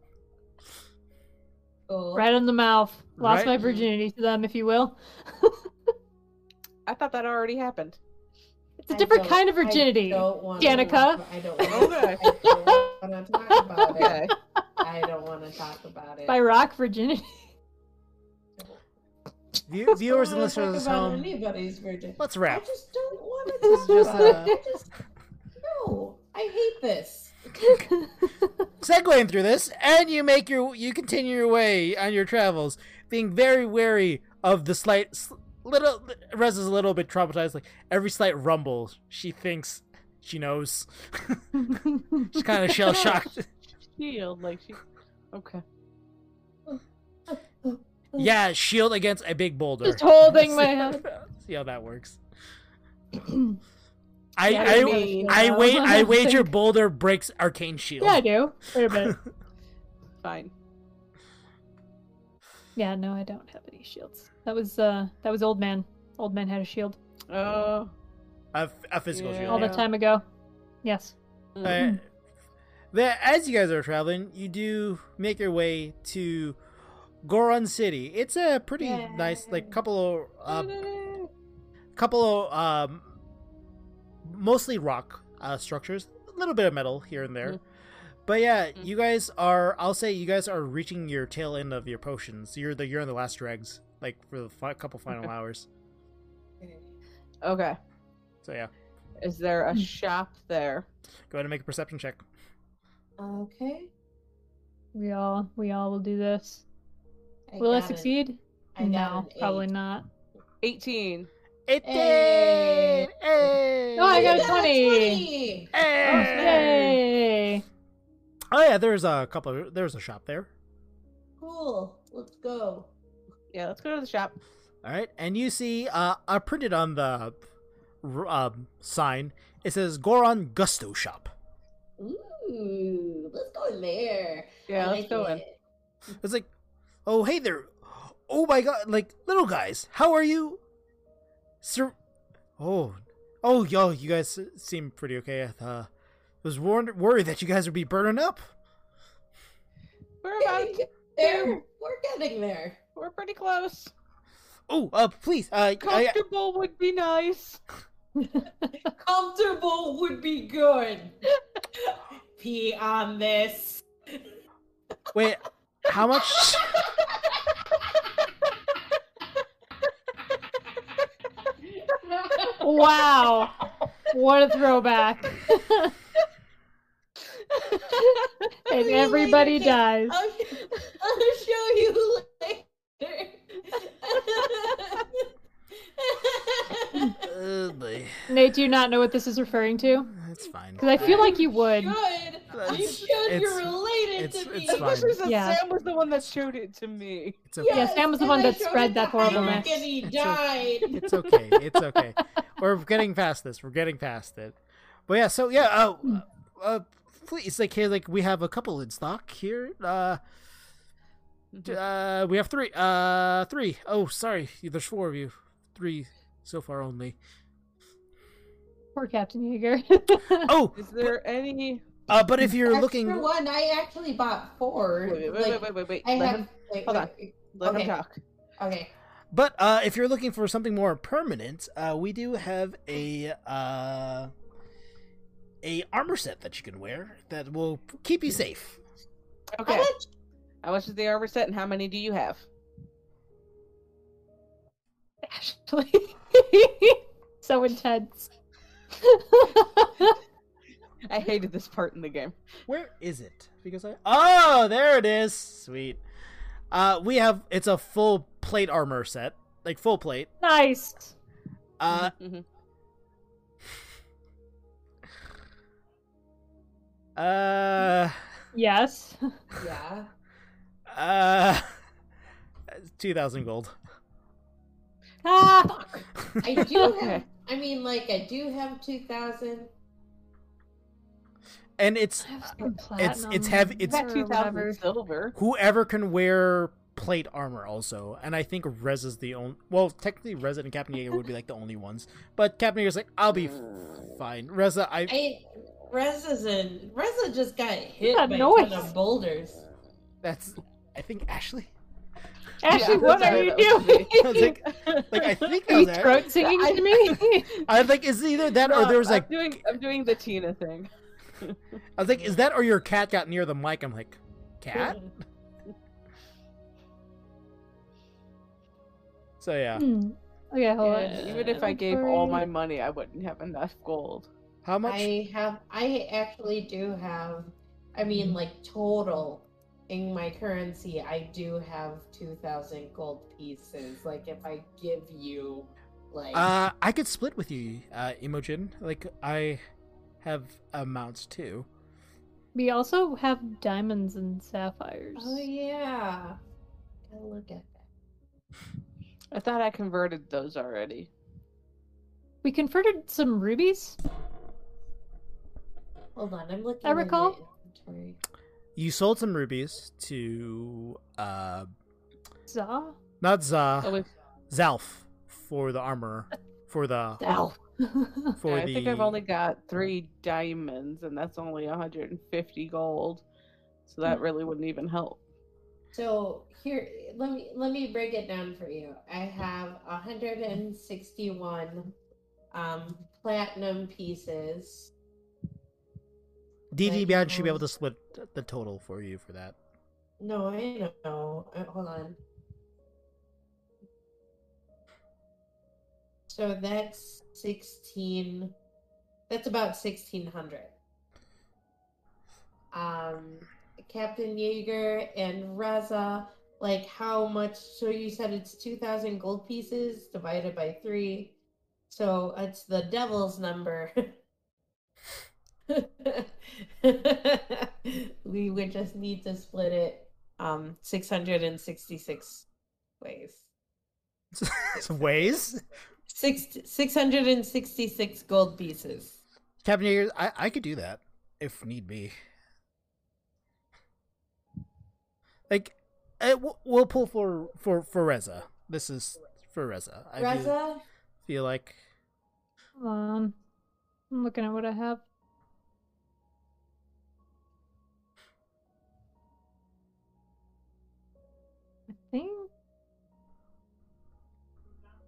Speaker 3: Cool.
Speaker 4: Right on the mouth. Lost
Speaker 1: Right-
Speaker 4: my virginity to them, if you will.
Speaker 2: I thought that already happened. *laughs*
Speaker 4: It's a
Speaker 3: I
Speaker 4: different
Speaker 3: don't-
Speaker 4: kind of
Speaker 3: I
Speaker 4: virginity.
Speaker 3: don't wanna-
Speaker 4: Danica.
Speaker 3: I don't want to talk about
Speaker 2: Okay.
Speaker 3: it. I don't want to talk about it.
Speaker 4: By rock virginity. *laughs*
Speaker 1: View- viewers
Speaker 3: I
Speaker 1: and
Speaker 3: don't wanna talk
Speaker 1: listeners at
Speaker 3: about
Speaker 1: home,
Speaker 3: anybody's virgin.
Speaker 1: let's
Speaker 3: I
Speaker 1: wrap.
Speaker 3: just don't want to
Speaker 4: This
Speaker 3: talk
Speaker 4: is
Speaker 1: just,
Speaker 3: about
Speaker 1: uh,
Speaker 3: it. I just no. I hate this.
Speaker 1: *laughs* segueing through this, and you make your you continue your way on your travels, being very wary of the slight s- little. Rez is a little bit traumatized. Like every slight rumble, she thinks she knows. She's kind of shell Oh,
Speaker 4: *laughs*
Speaker 1: shocked.
Speaker 2: Shield, like *laughs* she. Okay.
Speaker 1: yeah, shield against a big boulder.
Speaker 4: Just holding
Speaker 1: *laughs*
Speaker 4: my hand.
Speaker 1: See how that
Speaker 4: *clears throat*
Speaker 1: works.
Speaker 4: Yeah,
Speaker 1: I I,
Speaker 2: mean,
Speaker 1: I wait.
Speaker 4: *laughs*
Speaker 1: I wager
Speaker 4: think-
Speaker 1: boulder breaks arcane shield.
Speaker 4: Yeah, I do. Wait
Speaker 1: *laughs*
Speaker 4: a minute.
Speaker 2: Fine.
Speaker 4: Yeah, no, I don't have any shields. That was uh that was old man. Old man had a shield
Speaker 2: Oh.
Speaker 1: a, a physical
Speaker 2: Yeah.
Speaker 1: shield.
Speaker 4: all
Speaker 1: yeah.
Speaker 4: that time ago. Yes. Mm-hmm.
Speaker 1: Uh, the, as you guys are traveling, you do make your way to Goron City. It's a pretty
Speaker 3: Yay.
Speaker 1: nice, like couple of uh,
Speaker 4: Mm-hmm.
Speaker 1: couple of um, mostly rock uh, structures, a little bit of metal here and there.
Speaker 4: Mm-hmm.
Speaker 2: Mhm.
Speaker 1: But yeah,
Speaker 2: Mhm.
Speaker 1: you guys are. I'll say you guys are reaching your tail end of your potions. You're the you're in the last dregs, like for the fi-
Speaker 4: *laughs*
Speaker 1: couple final hours.
Speaker 2: Okay.
Speaker 1: So yeah,
Speaker 2: Is there a
Speaker 4: Hmm.
Speaker 2: shop there?
Speaker 1: go ahead and make a perception check.
Speaker 3: Okay.
Speaker 4: We all we all will do this.
Speaker 3: I
Speaker 4: will I
Speaker 3: got an-
Speaker 4: succeed?
Speaker 3: I got
Speaker 4: no,
Speaker 3: an
Speaker 4: probably
Speaker 3: eight.
Speaker 4: not.
Speaker 2: Eighteen.
Speaker 1: It
Speaker 3: Hey.
Speaker 1: did! Hey!
Speaker 4: Oh, I
Speaker 3: You
Speaker 4: got Oh, a
Speaker 3: a
Speaker 4: 20.
Speaker 3: 20.
Speaker 1: Hey!
Speaker 4: Yay!
Speaker 1: Oh yeah, there's a couple. There's a shop there.
Speaker 3: Cool. Let's go.
Speaker 2: Yeah, let's go to the shop.
Speaker 1: All right, and you see, uh, uh printed on the r- um, sign, it says Goron Gusto Shop.
Speaker 3: Ooh, let's go in there.
Speaker 2: Yeah,
Speaker 3: I
Speaker 2: let's
Speaker 3: like
Speaker 2: go in.
Speaker 3: it.
Speaker 1: It's like, oh hey there, oh my god, like little guys, how are you? Sir, oh, oh yo, you guys seem pretty okay. I uh, was warned, worried that you guys would be burning up.
Speaker 2: We're about, *laughs*
Speaker 3: Getting There, we're getting there.
Speaker 2: we're pretty close.
Speaker 1: Oh, uh, please, uh, I,
Speaker 2: Comfortable would be nice.
Speaker 3: Comfortable would
Speaker 4: *laughs*
Speaker 3: be good. Pee on this.
Speaker 1: wait, how
Speaker 4: *laughs*
Speaker 1: much?
Speaker 4: Wow. What a
Speaker 3: *laughs*
Speaker 4: throwback. and
Speaker 3: you
Speaker 4: everybody
Speaker 3: later, Kate.
Speaker 4: dies.
Speaker 3: I'll, I'll show you later.
Speaker 1: Oh boy,
Speaker 4: Nate, do you not know what this is referring to?
Speaker 1: that's fine.
Speaker 4: Because I feel like you would.
Speaker 3: Should. You
Speaker 1: That's-
Speaker 3: should.
Speaker 1: it's-
Speaker 3: You're related
Speaker 1: it's-
Speaker 3: to
Speaker 1: it's
Speaker 3: me.
Speaker 2: I wish
Speaker 1: fine.
Speaker 2: it said
Speaker 4: Yeah.
Speaker 2: Sam was the one that showed it to me.
Speaker 1: It's okay.
Speaker 4: Yeah, Sam was the
Speaker 3: and
Speaker 4: one
Speaker 3: I
Speaker 4: that
Speaker 3: showed
Speaker 4: spread
Speaker 3: it
Speaker 4: that
Speaker 3: to
Speaker 4: horribleness.
Speaker 3: Heinrich And he
Speaker 1: It's okay.
Speaker 3: died.
Speaker 1: It's okay. It's okay. We're getting past this. We're getting past it. But yeah, so yeah, oh,
Speaker 3: Hmm.
Speaker 1: uh, uh, please, like here, like we have a couple in stock here. Uh, d-
Speaker 3: Hmm.
Speaker 1: uh, we have three. Uh, three. Oh, sorry, there's four of you. Three so far
Speaker 3: *laughs*
Speaker 1: only.
Speaker 4: Poor Captain Yeager.
Speaker 1: Oh,
Speaker 2: Is there any?
Speaker 1: uh, but if you're
Speaker 3: Extra
Speaker 1: looking,
Speaker 3: one. I actually bought four.
Speaker 2: Wait, wait, wait,
Speaker 3: Like,
Speaker 2: wait, wait, wait.
Speaker 3: I
Speaker 2: let
Speaker 3: have.
Speaker 2: him,
Speaker 3: wait,
Speaker 2: hold
Speaker 3: wait, wait.
Speaker 2: let
Speaker 3: okay.
Speaker 2: him talk.
Speaker 3: Okay.
Speaker 1: but uh, if you're looking for something more permanent, uh, we do have a uh, a armor set that you can wear that will keep
Speaker 3: Hmm.
Speaker 1: you safe.
Speaker 3: How
Speaker 2: Okay.
Speaker 3: much?
Speaker 2: How much is the armor set, and how many do you have?
Speaker 4: *laughs* Ashley. *laughs* so intense.
Speaker 2: I hated this part in the game.
Speaker 1: Where is it? Because I oh, there it is. Sweet. Uh, we have it's a full plate armor set, like full plate.
Speaker 4: nice.
Speaker 1: Uh,
Speaker 2: Mhm, mhm.
Speaker 4: Mm-hmm.
Speaker 1: uh,
Speaker 4: Yes. *laughs*
Speaker 3: Yeah.
Speaker 1: uh, *laughs* two thousand gold.
Speaker 4: Ah,
Speaker 3: I do have.
Speaker 2: Okay.
Speaker 3: I mean, like, I do have two thousand.
Speaker 1: And it's
Speaker 4: I have some
Speaker 1: It's- it's
Speaker 4: platinum
Speaker 1: heavy- it's-
Speaker 2: Got
Speaker 4: or
Speaker 2: two
Speaker 4: whatever.
Speaker 2: thousand silver.
Speaker 1: whoever can wear plate armor also. And I think Rez is the only. Well, technically, Rez and Captain Yeager would be like the only ones. But Captain Yeager's like, I'll be f- fine. Reza, I
Speaker 3: I Reza's in. Reza just got hit
Speaker 4: That
Speaker 3: by a
Speaker 4: noise.
Speaker 3: ton of boulders.
Speaker 1: that's I think Ashley. *laughs*
Speaker 4: Ashley,
Speaker 2: Yeah,
Speaker 4: what
Speaker 2: that's
Speaker 4: are you
Speaker 2: what it
Speaker 3: *laughs*
Speaker 2: was
Speaker 4: doing?
Speaker 1: I was like, like I think that
Speaker 4: are you
Speaker 1: was Ashley.
Speaker 4: throat singing
Speaker 2: *laughs* I-
Speaker 4: to
Speaker 3: *laughs*
Speaker 4: me?
Speaker 1: I was like, is either that or
Speaker 2: No,
Speaker 1: there was
Speaker 2: I'm
Speaker 1: like
Speaker 2: doing. I'm doing the Tina thing.
Speaker 1: I was like, is that or your cat got near the mic? I'm like,
Speaker 2: *laughs*
Speaker 1: cat? So yeah.
Speaker 4: Hmm. Okay, hold
Speaker 3: Yeah.
Speaker 4: on.
Speaker 2: Even if I gave all my money, I wouldn't have enough gold.
Speaker 1: How much
Speaker 3: I have. I actually do have. I mean, like total in my currency, I do have two thousand gold pieces. Like, if I give you, like,
Speaker 1: uh I could split with you, uh Emojin. Like I have amounts too.
Speaker 4: We also have diamonds and sapphires.
Speaker 3: oh yeah, gotta look at that.
Speaker 2: I thought I converted those already.
Speaker 4: We converted some rubies.
Speaker 3: Hold on, I'm looking.
Speaker 4: I recall.
Speaker 3: In my inventory.
Speaker 1: You sold some rubies to uh
Speaker 4: Zah.
Speaker 1: not
Speaker 2: Oh,
Speaker 1: Za
Speaker 2: wait.
Speaker 1: Zalf for the armor. For
Speaker 2: *laughs*
Speaker 1: the for
Speaker 2: Yeah, I
Speaker 1: the
Speaker 2: think I've only got three diamonds, and that's only 150 gold. So
Speaker 3: Hmm.
Speaker 2: that really wouldn't even help.
Speaker 3: So here, let me let me break it down for you. I have 161 um, platinum pieces.
Speaker 1: DD
Speaker 3: like,
Speaker 1: Bad should be able
Speaker 3: um,
Speaker 1: to split the total for you for
Speaker 2: *laughs*
Speaker 1: that.
Speaker 3: No, I know. Uh, Hold on. So that's 16. That's about 1600. Um, Captain Yeager and Reza, like how much? So you said it's 2000 gold pieces divided by three. So it's the devil's number. *laughs* we would just need to split it um 666 ways.
Speaker 1: Some ways.
Speaker 3: Six 666 gold pieces.
Speaker 1: Captain I, I could do that if need be. Like, eh, we'll- we'll pull for for for Reza. This is for Reza. I feel-
Speaker 3: Reza,
Speaker 1: feel like
Speaker 4: Hold on. I'm looking at what I have. I think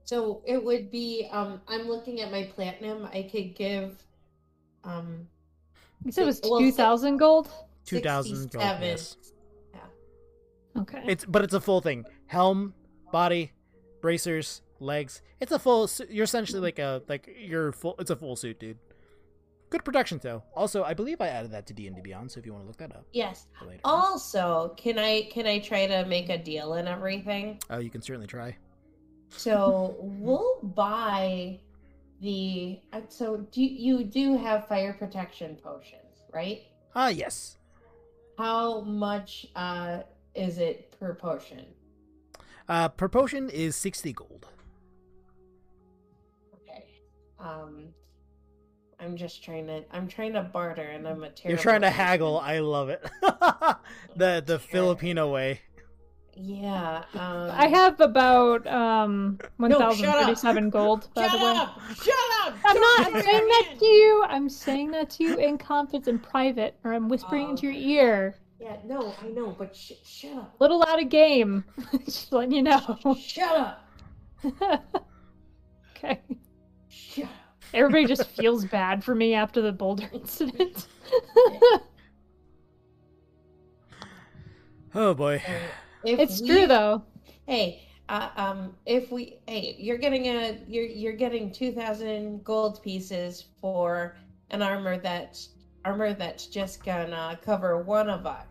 Speaker 3: so it would be um I'm looking at my platinum. I could give um
Speaker 4: you said it was
Speaker 3: Well,
Speaker 4: two thousand gold.
Speaker 1: two thousand gold.
Speaker 3: 67.
Speaker 1: Yes.
Speaker 4: Okay.
Speaker 1: It's but it's a full thing: helm, body, bracers, legs. It's a full. su- You're essentially like a like you're full. It's a full suit, dude. Good production though. Also, I believe I added that to D and D Beyond. So if you want to look that up
Speaker 3: Yes.
Speaker 1: for later, on.
Speaker 3: Also, can I can I try to make a deal and everything?
Speaker 1: oh, you can certainly try. *laughs*
Speaker 3: So we'll buy the. uh, So do you do have fire protection potions, right?
Speaker 1: Ah, yes.
Speaker 3: How much uh is it per potion?
Speaker 1: Uh, per potion is sixty gold.
Speaker 3: Okay. Um, I'm just trying to. I'm trying to barter, and I'm a terrible.
Speaker 1: You're trying to
Speaker 3: person.
Speaker 1: haggle. I love it. *laughs* the the
Speaker 3: Sure.
Speaker 1: Filipino way.
Speaker 3: Yeah. Um,
Speaker 4: I have about um one thousand thirty-seven gold. By
Speaker 3: Shut
Speaker 4: the way,
Speaker 3: up! Shut up!
Speaker 4: I'm
Speaker 3: Don't
Speaker 4: not.
Speaker 3: raise
Speaker 4: I'm
Speaker 3: your
Speaker 4: saying that
Speaker 3: hand!
Speaker 4: to you. I'm saying that to you in confidence, in private, or I'm whispering
Speaker 3: Oh,
Speaker 4: into your
Speaker 3: okay.
Speaker 4: ear.
Speaker 3: Yeah. No, I know, but sh- shut
Speaker 4: *laughs*
Speaker 3: up.
Speaker 4: Little out of game. Just letting you know. *laughs*
Speaker 3: Shut up.
Speaker 4: okay.
Speaker 3: Shut up.
Speaker 4: Everybody just feels bad for me after the boulder *laughs* incident.
Speaker 1: Oh boy.
Speaker 3: So if
Speaker 4: it's
Speaker 3: we-
Speaker 4: true though.
Speaker 3: Hey, uh, um, if we, hey, you're getting a, you're you're getting two thousand gold pieces for an armor that's armor that's just gonna cover one of us.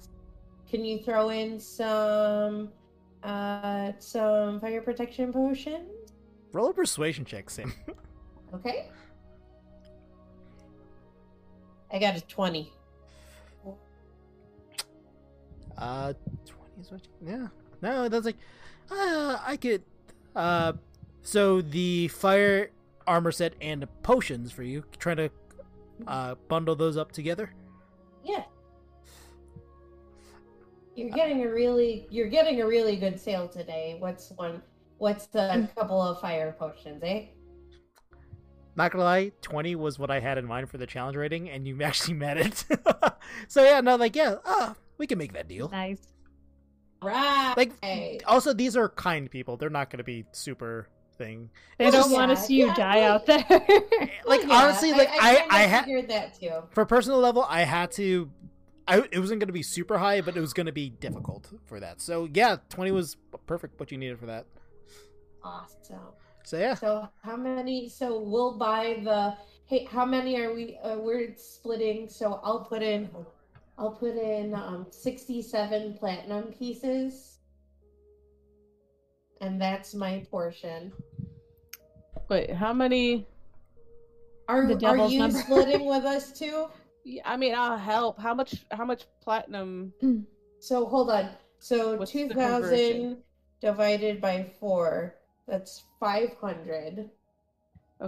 Speaker 3: Can you throw in some, uh, some fire protection potions?
Speaker 1: Roll a persuasion check, Sam.
Speaker 3: Okay. I got a twenty.
Speaker 1: *laughs* Uh, twenty is what? you- Yeah. No, that's like, uh, I could. Uh, so the fire armor set and potions for you. Trying to uh bundle those up together.
Speaker 3: Yeah.
Speaker 1: Uh,
Speaker 3: You're getting a really you're getting a really good sale today. What's one what's
Speaker 1: Mm.
Speaker 3: the couple of fire potions, eh?
Speaker 1: Not gonna lie, twenty was what I had in mind for the challenge rating, and you *laughs* actually met it. so yeah, no, like yeah, uh, we can make that deal.
Speaker 4: Nice.
Speaker 3: Right.
Speaker 1: Like, Also, these are kind people. They're not gonna be super thing.
Speaker 4: They
Speaker 3: Well,
Speaker 4: don't
Speaker 3: yeah,
Speaker 4: want to see you
Speaker 3: yeah,
Speaker 4: die
Speaker 3: well-
Speaker 4: out there. *laughs*
Speaker 1: Like honestly, like I I,
Speaker 3: I,
Speaker 1: had
Speaker 3: figured that too.
Speaker 1: for personal level, I had to. I it wasn't going to be super high, but it was going to be difficult for that. So yeah, twenty was perfect. What you needed for that. *laughs*
Speaker 3: Awesome.
Speaker 1: So yeah,
Speaker 3: So how many so we'll buy the hey how many are we uh, we're splitting so I'll put in I'll put in um 67 platinum pieces. And that's my portion.
Speaker 2: Wait, how many?
Speaker 3: Are,
Speaker 4: The
Speaker 3: are
Speaker 4: devil's
Speaker 3: you
Speaker 4: number.
Speaker 3: *laughs* splitting with us too?
Speaker 2: Yeah, I mean, I'll help. How much? How much platinum?
Speaker 3: So hold on. So
Speaker 2: What's the
Speaker 3: two
Speaker 2: conversion?
Speaker 3: thousand divided by four. That's five hundred.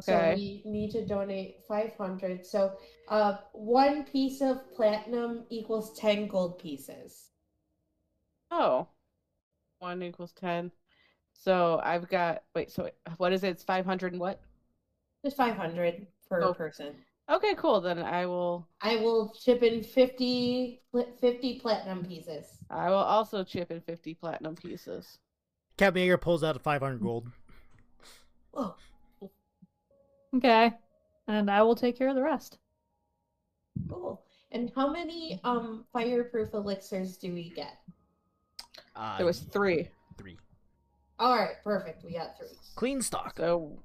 Speaker 3: So
Speaker 2: Okay.
Speaker 3: we need to donate five hundred. So uh one piece of platinum equals ten gold pieces.
Speaker 2: Oh, one equals ten. So I've got. Wait. So what is it? It's five hundred and what?
Speaker 3: Just five hundred per
Speaker 2: Oh.
Speaker 3: person.
Speaker 2: Okay, cool. Then I will.
Speaker 3: I will chip in 50, pl- 50 platinum pieces.
Speaker 2: I will also chip in fifty platinum pieces.
Speaker 1: Captain Yeager pulls out five hundred gold.
Speaker 3: Whoa.
Speaker 4: okay. And I will take care of the rest.
Speaker 3: Cool. And how many um fireproof elixirs do we get?
Speaker 1: Uh,
Speaker 2: There was three.
Speaker 1: three
Speaker 3: All right, perfect. We got three.
Speaker 1: clean stock.
Speaker 2: So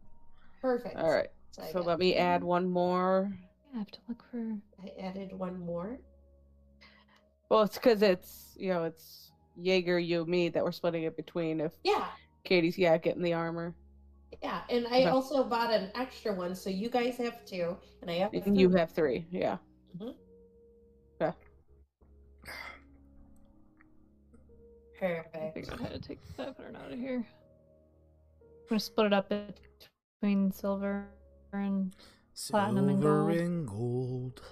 Speaker 3: Perfect.
Speaker 2: all right.
Speaker 3: I
Speaker 2: So
Speaker 3: got
Speaker 2: let me
Speaker 3: three.
Speaker 2: add one more.
Speaker 4: I have to look for.
Speaker 3: I added one more.
Speaker 2: Well, it's because it's you know it's Jaeger, you, me that we're splitting it between. If
Speaker 3: Yeah,
Speaker 2: Katie's yeah getting the armor.
Speaker 3: Yeah, and I
Speaker 2: Okay.
Speaker 3: also bought an extra one, so you guys have two, and I have.
Speaker 2: And you have three. Yeah. I
Speaker 3: Perfect.
Speaker 2: think
Speaker 4: I had to take the pattern out of here. I'm gonna split it up between silver and Platinum and
Speaker 1: Silver
Speaker 4: gold.
Speaker 1: and gold.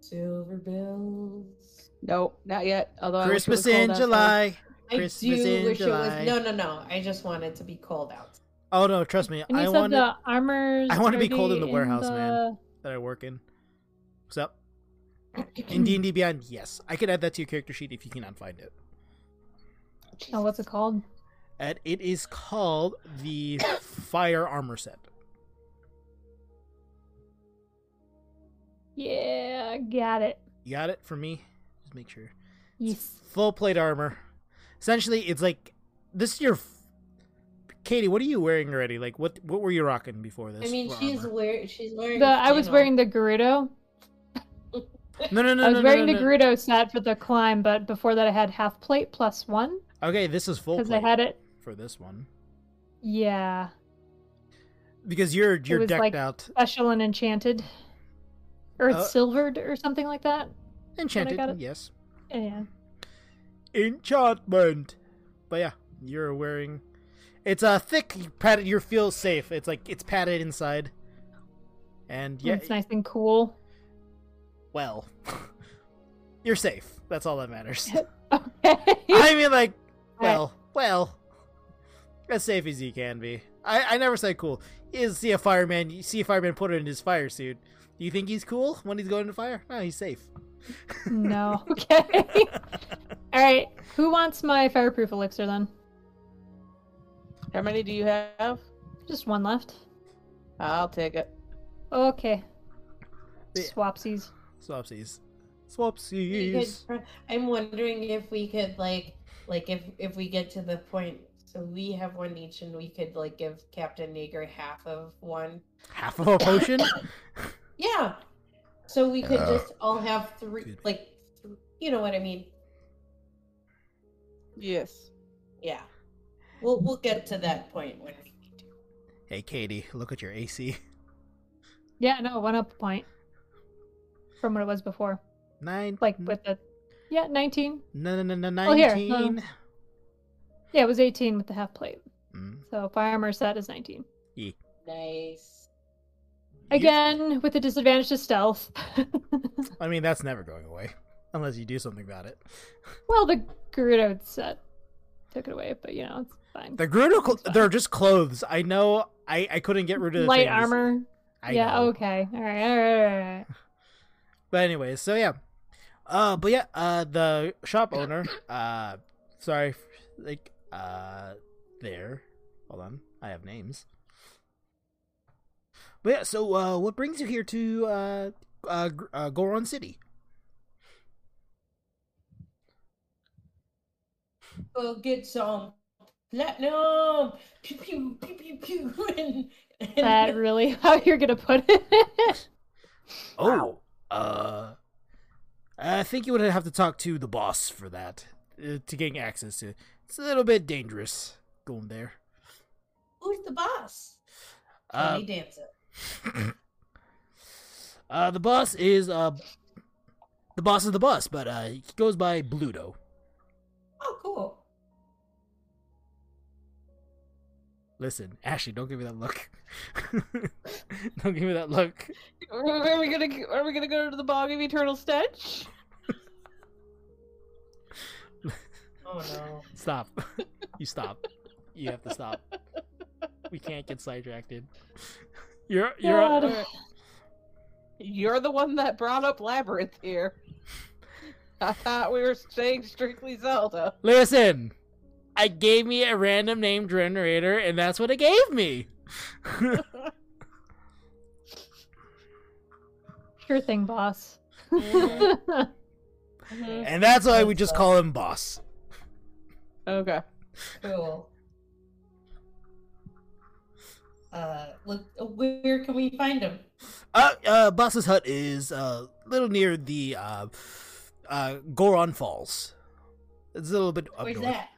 Speaker 3: Silver bills.
Speaker 2: No, not yet. Although Oh, I wish it
Speaker 1: Christmas
Speaker 2: was cold
Speaker 1: in
Speaker 2: outside.
Speaker 1: July.
Speaker 3: I
Speaker 1: Christmas
Speaker 3: do
Speaker 1: in
Speaker 3: wish
Speaker 1: July.
Speaker 3: it was. No, no, no. I just want it to be cold out.
Speaker 1: Oh no, trust me.
Speaker 4: and you
Speaker 1: I
Speaker 4: said
Speaker 1: want it
Speaker 4: the armors.
Speaker 1: I wanna be cold in
Speaker 4: already
Speaker 1: the warehouse, man.
Speaker 4: the-
Speaker 1: that I work in. What's up? In D and
Speaker 4: *clears throat*
Speaker 1: D Beyond, yes, I could add that to your character sheet if you cannot find it.
Speaker 4: Oh, what's it called?
Speaker 1: And it is called
Speaker 2: *coughs*
Speaker 1: the Fire Armor Set.
Speaker 4: Yeah, I got it.
Speaker 1: You got it for me? Just make sure.
Speaker 4: Yes.
Speaker 1: Full plate armor. Essentially, it's like this is your. f- Katie, what are you wearing already? Like, what what were you rocking before this?
Speaker 3: I mean,
Speaker 1: for
Speaker 3: she's
Speaker 1: armor?
Speaker 3: wearing. She's wearing.
Speaker 4: The I was
Speaker 3: flannel.
Speaker 4: wearing the Gerudo.
Speaker 1: No, no, no,
Speaker 4: I was
Speaker 1: no, no,
Speaker 4: wearing
Speaker 1: no,
Speaker 4: the
Speaker 1: no.
Speaker 4: Gerudo set for the climb, but before that I had half plate plus one
Speaker 1: Okay, this is full
Speaker 4: because
Speaker 1: plate
Speaker 4: I had it.
Speaker 1: for this one
Speaker 4: Yeah,
Speaker 1: because you're you're
Speaker 4: was
Speaker 1: decked
Speaker 4: like-
Speaker 1: out,
Speaker 4: special and enchanted, or it's
Speaker 1: Uh,
Speaker 4: silvered or something like that.
Speaker 1: enchanted.
Speaker 4: got it.
Speaker 1: Yes,
Speaker 4: Yeah.
Speaker 1: enchantment. But yeah, you're wearing. It's a uh, thick padded. You feel safe. It's like it's padded inside, and yeah,
Speaker 4: it's nice and cool.
Speaker 1: *laughs*
Speaker 4: *laughs*
Speaker 1: well, *laughs* you're safe. That's all that matters.
Speaker 4: Okay.
Speaker 1: I mean, like, well, well, as safe as you can be. I, I never said cool. You see a fireman, you see a fireman put it in his fire suit. Do you think he's cool when he's going to fire? No, he's safe.
Speaker 4: no. Okay. *laughs* All right. Who wants my fireproof elixir then?
Speaker 2: How many do you have?
Speaker 4: Just one left.
Speaker 2: I'll take it.
Speaker 4: Okay.
Speaker 1: Yeah.
Speaker 4: Swapsies.
Speaker 1: Swapsies.
Speaker 3: We
Speaker 1: Swapsies.
Speaker 3: could- I'm wondering if we could like, like if if we get to the point, so we have one each, and we could like give Captain Nager half of one.
Speaker 1: Half
Speaker 4: *coughs*
Speaker 1: of a potion?
Speaker 3: Yeah. So we could just all have three,
Speaker 1: Excuse me.
Speaker 3: like, th- you know what I mean?
Speaker 2: Yes.
Speaker 3: Yeah. We'll we'll get to that point when we need to.
Speaker 1: hey, Katie, look at your AC.
Speaker 4: Yeah. No. One up a point from what it was before.
Speaker 1: Nine.
Speaker 4: Like with the. Yeah, 19.
Speaker 1: No, no, no, no,
Speaker 4: Oh, here, no.
Speaker 1: 19.
Speaker 4: Yeah, it was 18 with the half plate.
Speaker 1: Mm,
Speaker 4: So fire armor set is 19.
Speaker 3: Nice.
Speaker 4: Again, with the disadvantage to stealth.
Speaker 1: you- I mean, that's never going away. Unless you do something about it.
Speaker 4: well, the Gerudo set took it away, but you know, it's fine.
Speaker 1: The Gerudo, cl-
Speaker 4: It's fine.
Speaker 1: they're just clothes. I know I, I couldn't get rid of the
Speaker 4: Light
Speaker 1: things.
Speaker 4: armor.
Speaker 1: I
Speaker 4: yeah,
Speaker 1: know.
Speaker 4: okay. All right, all right, all right.
Speaker 1: But anyways, so yeah. Uh but yeah, uh the shop owner, *coughs* uh sorry f- like uh there. Hold on. I have names. But yeah, so uh what brings you here to uh uh, Gr- uh Goron City?
Speaker 3: Go get some platinum. Pew pew pew pew pew. *laughs* And, and
Speaker 4: That
Speaker 2: *laughs*
Speaker 4: really *laughs* how you're gonna put it?
Speaker 1: Oh. Uh I think you would have to talk to the boss for that uh, to gain access to. It's a little bit dangerous going there.
Speaker 3: *laughs* who's the boss?
Speaker 1: Uh,
Speaker 3: Tony Danza.
Speaker 1: uh, the boss is uh, the boss is the boss, but uh, he goes by Bluto.
Speaker 3: Oh, cool.
Speaker 1: Listen, Ashley, don't give me that look. *laughs* don't give me that look.
Speaker 2: Are we gonna Are we gonna go to the bog of eternal stench?
Speaker 3: Oh no.
Speaker 1: Stop. you stop. You have to stop. We can't get sidetracked. You're you're
Speaker 4: God.
Speaker 2: You're the one that brought up labyrinth here. *laughs* I thought we were staying strictly Zelda.
Speaker 1: listen. I gave me a random name generator, and that's what it gave me.
Speaker 4: Sure thing, boss.
Speaker 3: *laughs* Mm-hmm.
Speaker 1: *laughs* And that's why we just call him Boss.
Speaker 2: Okay.
Speaker 3: Cool. Uh, look, where can we find him?
Speaker 1: Uh, uh, Boss's hut is uh, a little near the uh, uh, Goron Falls. It's a little bit up
Speaker 3: Where's
Speaker 1: north.
Speaker 3: that?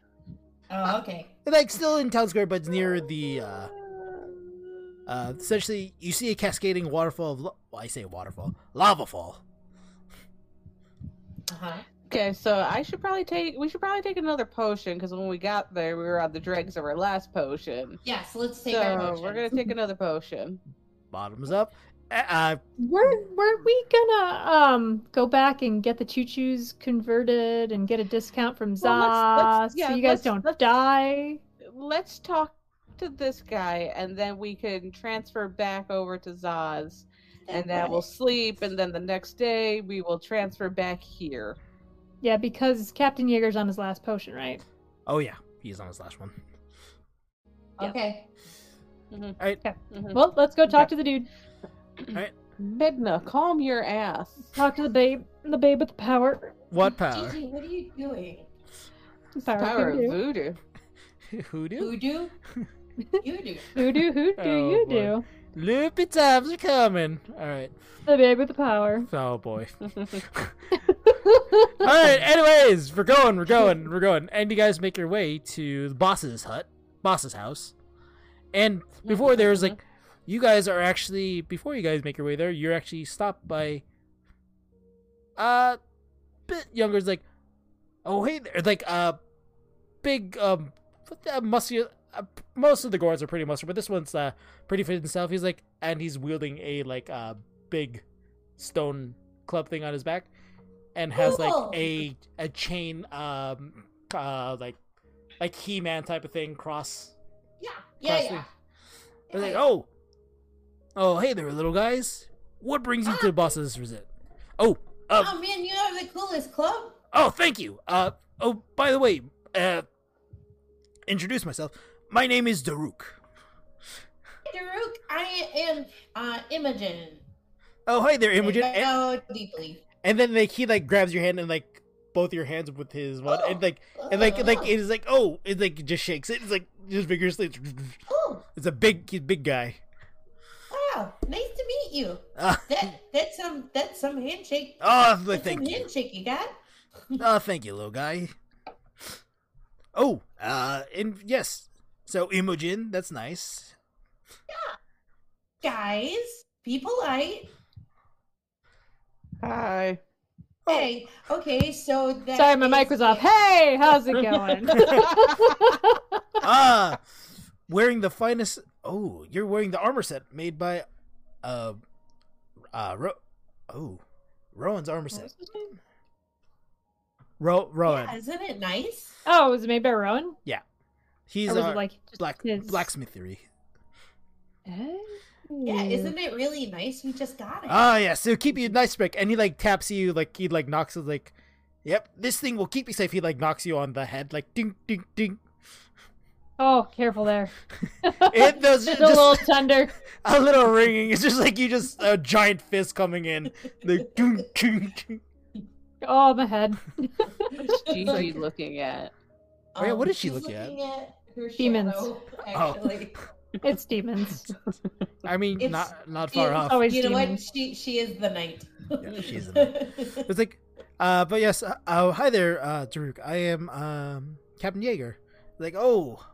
Speaker 3: Oh, okay.
Speaker 1: like still in town square, but it's near the. Uh, uh, essentially, you see a cascading waterfall of. La- well, I say waterfall, lava fall.
Speaker 3: Uh huh.
Speaker 2: Okay, so I should probably take. We should probably take another potion because when we got there, we were on the dregs of our last potion.
Speaker 3: Yeah, so let's take our
Speaker 2: so
Speaker 3: motion.
Speaker 2: we're gonna take another potion.
Speaker 1: Bottoms up. Uh,
Speaker 4: *laughs* Weren't weren't we gonna um go back and get the choo choos converted and get a discount from Zaz
Speaker 2: Well, let's- let's- yeah,
Speaker 4: so you guys
Speaker 2: let's-
Speaker 4: don't
Speaker 2: let's-
Speaker 4: die?
Speaker 2: Let's talk to this guy, and then we can transfer back over to Zaz, and then we'll sleep, and then the next day we will transfer back here.
Speaker 4: Yeah, because Captain Yeager's on his last potion, right?
Speaker 1: oh yeah, he's on his last one.
Speaker 4: Yeah.
Speaker 3: Okay.
Speaker 1: Mm.
Speaker 2: Mhm.
Speaker 4: Well, let's go talk
Speaker 2: Okay.
Speaker 4: to the dude.
Speaker 2: Midna, calm your ass.
Speaker 4: Talk to the babe, the babe with the power.
Speaker 1: What power?
Speaker 3: Gigi, what are you doing?
Speaker 4: Power,
Speaker 2: Power of
Speaker 4: voodoo.
Speaker 2: voodoo.
Speaker 1: *laughs* Hoodoo.
Speaker 3: Voodoo? you do.
Speaker 1: *laughs*
Speaker 4: Voodoo, who do
Speaker 1: Oh,
Speaker 4: you
Speaker 1: boy.
Speaker 4: do?
Speaker 1: Loopy times are coming. All right.
Speaker 4: The babe with the power.
Speaker 1: Oh boy. All right. Anyways, we're going. We're going. We're going. And you guys make your way to the boss's hut, boss's house. And *laughs* before there was like, you guys are actually before you guys make your way there, you're actually stopped by. Uh, bit younger's like, oh hey there, like uh, big um, what the muscular. Uh, most of the guards are pretty muscular, but this one's uh pretty fit himself. He's like, and he's wielding a like uh big stone club thing on his back and has
Speaker 3: Cool.
Speaker 1: like a a chain um uh like like he man type of thing cross
Speaker 3: Yeah. Yeah,
Speaker 1: Cross
Speaker 3: yeah.
Speaker 1: they're like
Speaker 3: Yeah,
Speaker 1: oh oh hey there little guys what brings you to the boss's visit oh
Speaker 3: yeah.
Speaker 1: uh,
Speaker 3: Oh, man, you have the coolest club?
Speaker 1: oh thank you uh oh by the way uh introduce myself my name is Daruk
Speaker 3: Daruk, I am uh, Imogen.
Speaker 1: oh hi there Imogen
Speaker 3: I
Speaker 1: and,
Speaker 3: know deeply.
Speaker 1: and then like he like grabs your hand and like both your hands with his one and like and like like
Speaker 3: Oh,
Speaker 1: it's like oh it like just shakes it it's like just vigorously
Speaker 3: oh,
Speaker 1: it's a big he's a big guy
Speaker 3: wow. Nice to meet you.
Speaker 1: Ah.
Speaker 3: That That's some, that's some handshake.
Speaker 1: Oh, th-
Speaker 3: that's some
Speaker 1: thank you.
Speaker 3: handshake you got.
Speaker 1: Oh, thank you, little guy. Oh, uh, and yes. So Imogen, that's nice.
Speaker 3: Guys, be polite.
Speaker 1: *laughs*
Speaker 2: Hi.
Speaker 1: Oh.
Speaker 3: Hey, okay, so that
Speaker 4: Sorry, my mic
Speaker 3: is-
Speaker 4: was off. Hey,
Speaker 1: *laughs*
Speaker 4: how's it going?
Speaker 1: Ah, wearing the finest. Oh, you're wearing the armor set made by, uh, uh, Ro- oh, Rowan's armor set. Ro- Rowan.
Speaker 3: Yeah, isn't it nice?
Speaker 4: oh, was it made by Rowan?
Speaker 1: He's
Speaker 4: or was
Speaker 1: our
Speaker 4: it like just
Speaker 1: black
Speaker 4: his-
Speaker 1: blacksmithery.
Speaker 3: Yeah, isn't it really nice? We just got it.
Speaker 1: Ah, yeah. So keep you nice, Rick. And he like taps you, like he like knocks it, like, yep. This thing will keep you safe. He like knocks you on the head, like ding, ding, ding.
Speaker 4: Oh, careful there.
Speaker 1: *laughs*
Speaker 4: *laughs*
Speaker 1: It does
Speaker 4: Just
Speaker 1: just,
Speaker 4: a little tender.
Speaker 1: a little ringing. It's just like you just a giant fist coming in.
Speaker 4: *laughs*
Speaker 1: Like, dun, dun, dun.
Speaker 4: Oh, my head.
Speaker 2: What's Gigi looking at?
Speaker 1: Oh, yeah, what
Speaker 3: Um,
Speaker 1: is she
Speaker 3: she's
Speaker 1: looking at? Oh.
Speaker 3: her
Speaker 4: Demons.
Speaker 3: shadow, *laughs*
Speaker 4: *laughs*
Speaker 3: actually.
Speaker 4: It's
Speaker 1: *laughs*
Speaker 4: demons.
Speaker 1: I mean,
Speaker 3: It's-
Speaker 1: not not
Speaker 3: it-
Speaker 1: far
Speaker 3: it's
Speaker 1: off.
Speaker 4: Always
Speaker 3: You know what?
Speaker 4: demons.
Speaker 3: She she is the knight.
Speaker 1: Yeah, she is the
Speaker 3: *laughs*
Speaker 1: It's like, uh, but yes. Uh, oh, hi there, uh, Daruk. I am um Captain Jaeger. Like, oh,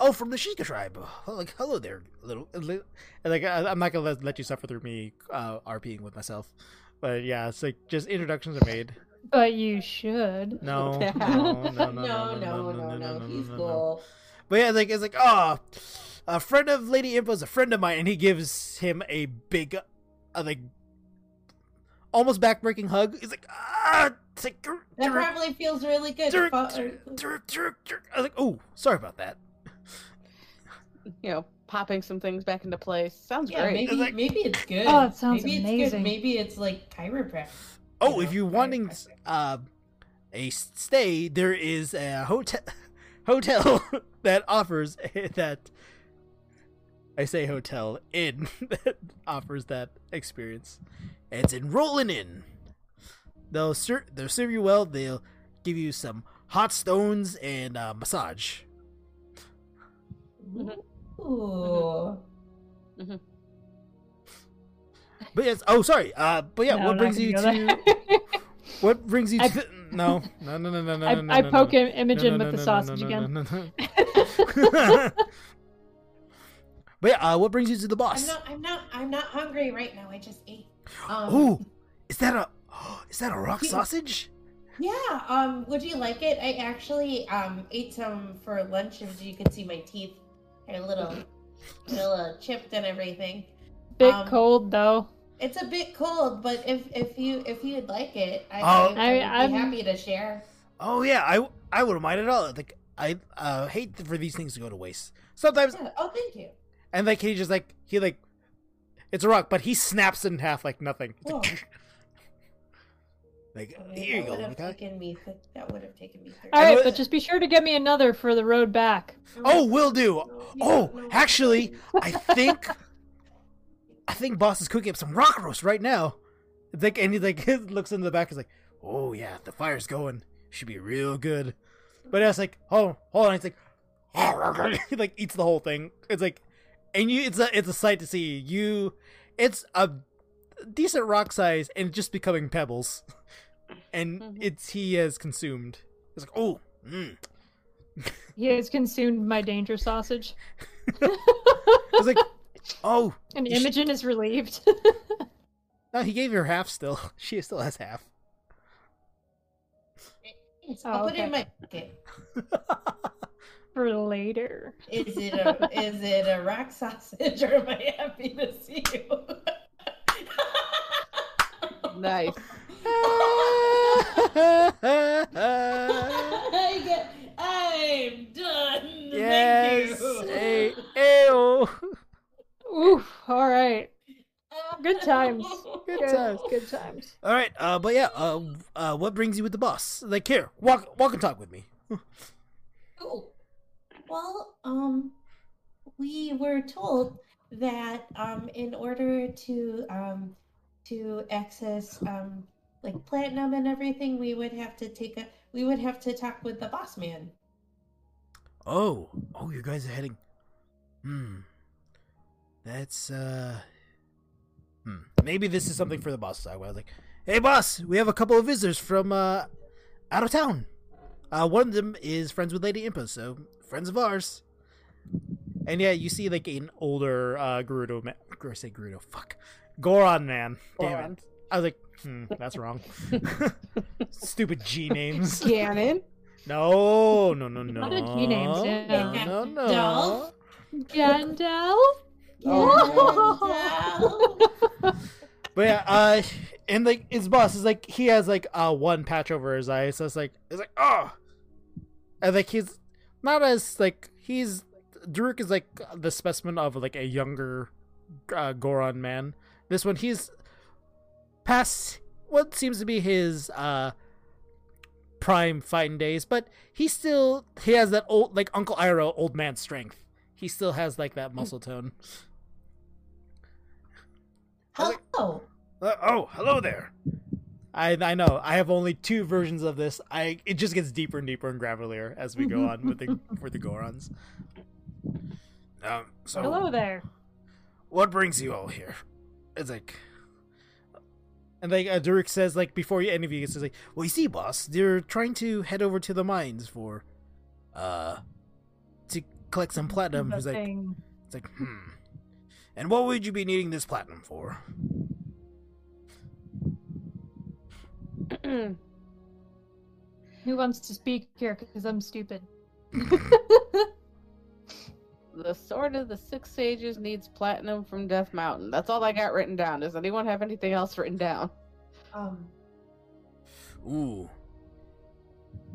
Speaker 1: oh, from the Sheikah tribe. Oh, like, hello there, little. li- and, like, I, I'm not gonna let, let you suffer through me uh, RPing with myself. But yeah, it's like just introductions are made.
Speaker 4: But you should.
Speaker 1: No, no, no, no,
Speaker 3: No, no, no, no, no. He's
Speaker 1: no, no.
Speaker 3: cool.
Speaker 1: But yeah, like it's like, oh, a friend of Lady Info's a friend of mine, and he gives him a big, uh, like, almost backbreaking hug. He's like, ah, it's like, "Grr,
Speaker 3: That
Speaker 1: grr,
Speaker 3: probably feels really good.
Speaker 1: Dirk,
Speaker 3: Fa-
Speaker 1: grr, grr, grr." I was like, oh, sorry about that.
Speaker 2: You know, popping some things back into place. Sounds
Speaker 3: Yeah,
Speaker 2: great.
Speaker 3: maybe,
Speaker 1: It's like-
Speaker 3: maybe it's good.
Speaker 4: Oh, it sounds
Speaker 3: maybe It's
Speaker 4: amazing.
Speaker 3: good. Maybe it's like chiropractic.
Speaker 1: Oh,
Speaker 3: You
Speaker 1: if
Speaker 3: know,
Speaker 1: you're
Speaker 3: right,
Speaker 1: wanting
Speaker 3: right, right.
Speaker 1: uh, a stay, there is a hotel hotel that offers that. I say hotel inn that offers that experience. It's in Rolling Inn. They'll ser- they'll serve you well. They'll give you some hot stones and uh, massage.
Speaker 3: Ooh.
Speaker 1: But yes. Oh, sorry. Uh, but yeah,
Speaker 4: No,
Speaker 1: what
Speaker 4: I'm
Speaker 1: brings
Speaker 4: not
Speaker 1: you
Speaker 4: gonna go
Speaker 1: to what brings you
Speaker 4: I-
Speaker 1: to No, no, no, no, no, no.
Speaker 4: *laughs* I,
Speaker 1: no, no,
Speaker 4: I
Speaker 1: no,
Speaker 4: poke
Speaker 1: no.
Speaker 4: Im- Imogen
Speaker 1: No, no,
Speaker 4: with
Speaker 1: no, no, no,
Speaker 4: the sausage
Speaker 1: no,
Speaker 4: again.
Speaker 1: no, no, no. but yeah, uh, what brings you to the
Speaker 3: I'm
Speaker 1: boss?
Speaker 3: not. I'm not. I'm not hungry right now. I just ate. Um,
Speaker 1: Ooh, is that a *gasps* is that a rock
Speaker 3: Yeah.
Speaker 1: sausage?
Speaker 3: Yeah. Um. Would you like it? I actually um ate some for lunch, as you can see, my teeth are a little, little uh, chipped and everything.
Speaker 4: Bit
Speaker 3: Um,
Speaker 4: cold though.
Speaker 3: It's a bit cold, but if if you if you'd like it, I,
Speaker 1: Oh.
Speaker 3: I, would
Speaker 4: I-
Speaker 3: be
Speaker 4: I'm-
Speaker 3: happy to share.
Speaker 1: Oh yeah, I I wouldn't mind at all. Like I uh, hate for these things to go to waste. Sometimes
Speaker 3: Yeah. Oh, thank you.
Speaker 1: and like he just like he like it's a rock, but he snaps it in half like nothing. It's like, *laughs* like,
Speaker 3: Okay,
Speaker 1: here you
Speaker 3: that
Speaker 1: go,
Speaker 3: would
Speaker 1: little
Speaker 3: have
Speaker 1: guy.
Speaker 3: taken me. th- That would have taken me. 30
Speaker 4: All right,
Speaker 1: what-
Speaker 4: but just be sure to get me another for the road back.
Speaker 1: Oh, will do.
Speaker 3: Yeah,
Speaker 1: Oh,
Speaker 3: no.
Speaker 1: actually, I think I think boss is cooking up some rock roast right now. It's like and he like *laughs* looks into the back. He's like, oh yeah, the fire's going. Should be real good. But it's like, oh, hold on. It's like, *laughs* he like eats the whole thing. It's like, and you, it's a it's a sight to see. You, it's a decent rock size and just becoming pebbles, *laughs* and
Speaker 2: Mhm.
Speaker 1: it's he has consumed. It's like, oh, mm.
Speaker 4: He has consumed my danger sausage,
Speaker 1: it's like, oh,
Speaker 4: and
Speaker 1: You should-
Speaker 4: Imogen is relieved. *laughs*
Speaker 1: no, he gave her half still. *laughs* She still has half.
Speaker 3: Thanks,
Speaker 4: Oh,
Speaker 3: I'll put it in
Speaker 4: okay.
Speaker 3: my pocket.
Speaker 4: for later.
Speaker 3: Is it a is it a rock sausage *laughs* or am I happy to see you? *laughs*
Speaker 2: Nice.
Speaker 1: *laughs*
Speaker 3: *laughs* I get, I'm done.
Speaker 1: yes.
Speaker 3: Thank you. *laughs*
Speaker 1: Hey, ew.
Speaker 4: Oof. All right. Good times.
Speaker 1: Good times.
Speaker 4: Good times.
Speaker 1: All right, uh, but yeah, uh, uh, what brings you with the boss? Like here, walk, walk and talk with me.
Speaker 3: Cool. Oh, Well, um, we were told that um, in order to um, to access um, like platinum and everything, we would have to take a we would have to talk with the boss man.
Speaker 1: Oh, oh, you guys are heading. Hmm. That's uh. Hmm. Maybe this is something for the boss. to talk about. I was like, "Hey, boss, we have a couple of visitors from uh, out of town. Uh, one of them is friends with Lady Impa, so friends of ours." And yeah, you see like an older uh Gerudo man. I say Gerudo. Fuck, Goron man. Damn it. I was like, hmm, that's wrong. *laughs* Stupid G names.
Speaker 2: Gannon.
Speaker 1: No, no, no, no.
Speaker 4: Not a G name, Sam.
Speaker 1: No, no, no.
Speaker 3: Dolph?
Speaker 4: Gandalf.
Speaker 1: Oh, But yeah, uh, and like his boss is like he has like uh one patch over his eye, so it's like it's like oh, and like he's not as like he's Daruk is like the specimen of like a younger uh, Goron man. This one he's past what seems to be his uh prime fighting days, but he still he has that old like Uncle Iroh old man strength. He still has like that muscle tone.
Speaker 3: Hello.
Speaker 1: Uh, oh, hello there. I I know. I have only two versions of this. I it just gets deeper and deeper and gravelier as we go on with *laughs* the with the Gorons. Um. So
Speaker 4: Hello there.
Speaker 1: what brings you all here? It's like, and like uh, Durek says, like before you- any of you gets like, well, you see, boss, they're trying to head over to the mines for, uh, to collect some platinum.
Speaker 4: The
Speaker 1: He's like,
Speaker 4: thing.
Speaker 1: it's like, hmm. And what would you be needing this platinum for?
Speaker 4: Who wants to speak here? Because I'm stupid.
Speaker 2: the Sword of the Six Sages needs platinum from Death Mountain. That's all I got written down. Does anyone have anything else written down?
Speaker 3: Um,
Speaker 1: Ooh.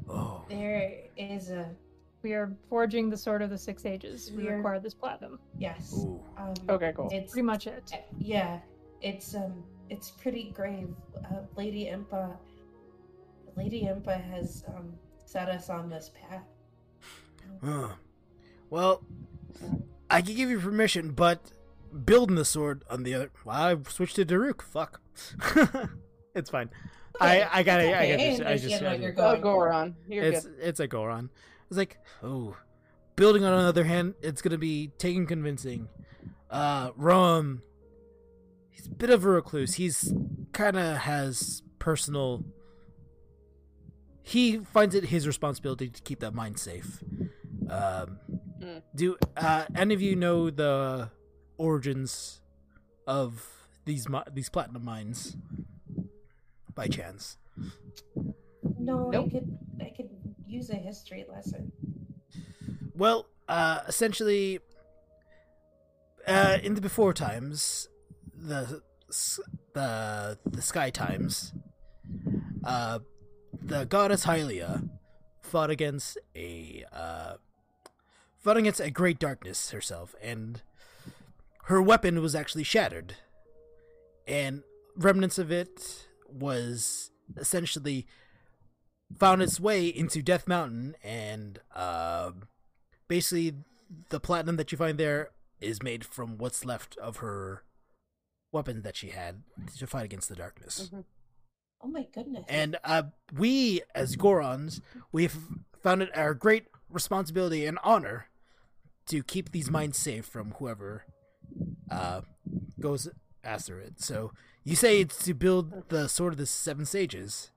Speaker 1: Oh.
Speaker 3: there is a
Speaker 4: We are forging the sword of the six ages. We
Speaker 3: We are-
Speaker 4: require this platinum.
Speaker 3: yes.
Speaker 1: Ooh.
Speaker 3: Um,
Speaker 2: Okay, cool.
Speaker 3: It's
Speaker 4: Pretty much it.
Speaker 3: yeah. It's um. It's pretty grave. Uh, Lady Impa. Lady Impa has um set us on this path.
Speaker 1: Huh. Well, I can give you permission, but building the sword on the other. Well, I switched to Daruk. Fuck. *laughs* it's fine. I I got
Speaker 3: It's
Speaker 1: I got
Speaker 3: okay,
Speaker 1: this. I just.
Speaker 3: understand
Speaker 1: I
Speaker 3: what
Speaker 1: just-
Speaker 3: you're going
Speaker 2: Oh,
Speaker 3: for.
Speaker 2: Goron. You're
Speaker 1: it's
Speaker 2: good.
Speaker 1: it's a Goron. It's like oh, building on the other hand, it's gonna be taking convincing. Uh, Rom, he's a bit of a recluse. He's kind of has personal he finds it his responsibility to keep that mine safe. Um,
Speaker 2: Mm.
Speaker 1: Do uh, any of you know the origins of these mi- these platinum mines by chance?
Speaker 3: No, I
Speaker 2: Nope.
Speaker 3: could I could use a history lesson.
Speaker 1: Well, uh, essentially, uh, in the before times, the s- the the sky times, uh, the goddess Hylia fought against a uh, fought against a great darkness herself, and her weapon was actually shattered, and remnants of it was essentially found its way into Death Mountain and. um basically the platinum that you find there is made from what's left of her weapon that she had to fight against the darkness.
Speaker 3: Mm-hmm. Oh my goodness.
Speaker 1: And uh, we, as Gorons, we've found it our great responsibility and honor to keep these mines safe from whoever uh, goes after it. So you say it's to build the sword of the seven sages.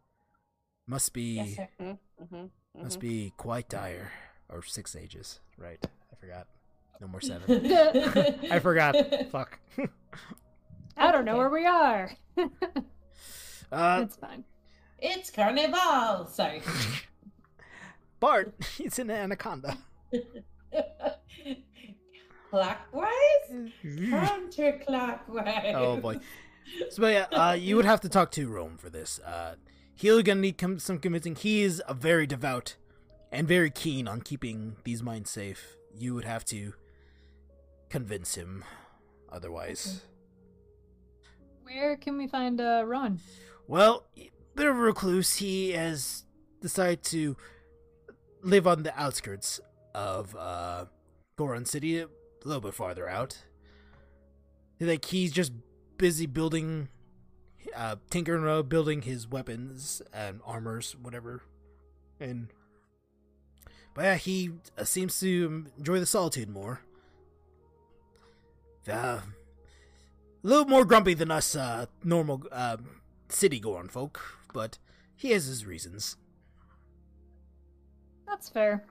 Speaker 1: Must be
Speaker 3: yes, sir.
Speaker 2: Mm-hmm.
Speaker 1: must be quite dire. Or six sages, right? I forgot. No more seven.
Speaker 3: *laughs*
Speaker 1: I forgot. Fuck.
Speaker 4: I don't know where we are.
Speaker 1: *laughs* Uh,
Speaker 4: That's fine.
Speaker 3: It's carnival.
Speaker 1: *laughs*
Speaker 3: Sorry.
Speaker 1: Bart, *laughs* it's an anaconda.
Speaker 3: Clockwise? Counterclockwise.
Speaker 1: oh boy.
Speaker 3: *laughs*
Speaker 1: So yeah, uh, you would have to talk to Rome for this. Uh, he'll gonna need com- some convincing. He is a very devout and very keen on keeping these mines safe. You would have to convince him otherwise.
Speaker 4: Where can we find uh, Ron?
Speaker 1: Well, bit of a recluse. He has decided to live on the outskirts of uh, Goron City, a little bit farther out. Like he's just busy building, uh, Tinker and Row building his weapons and armors, whatever. And but yeah, he uh, seems to enjoy the solitude more. Uh, a little more grumpy than us uh, normal uh, city going folk, but he has his reasons.
Speaker 4: That's fair.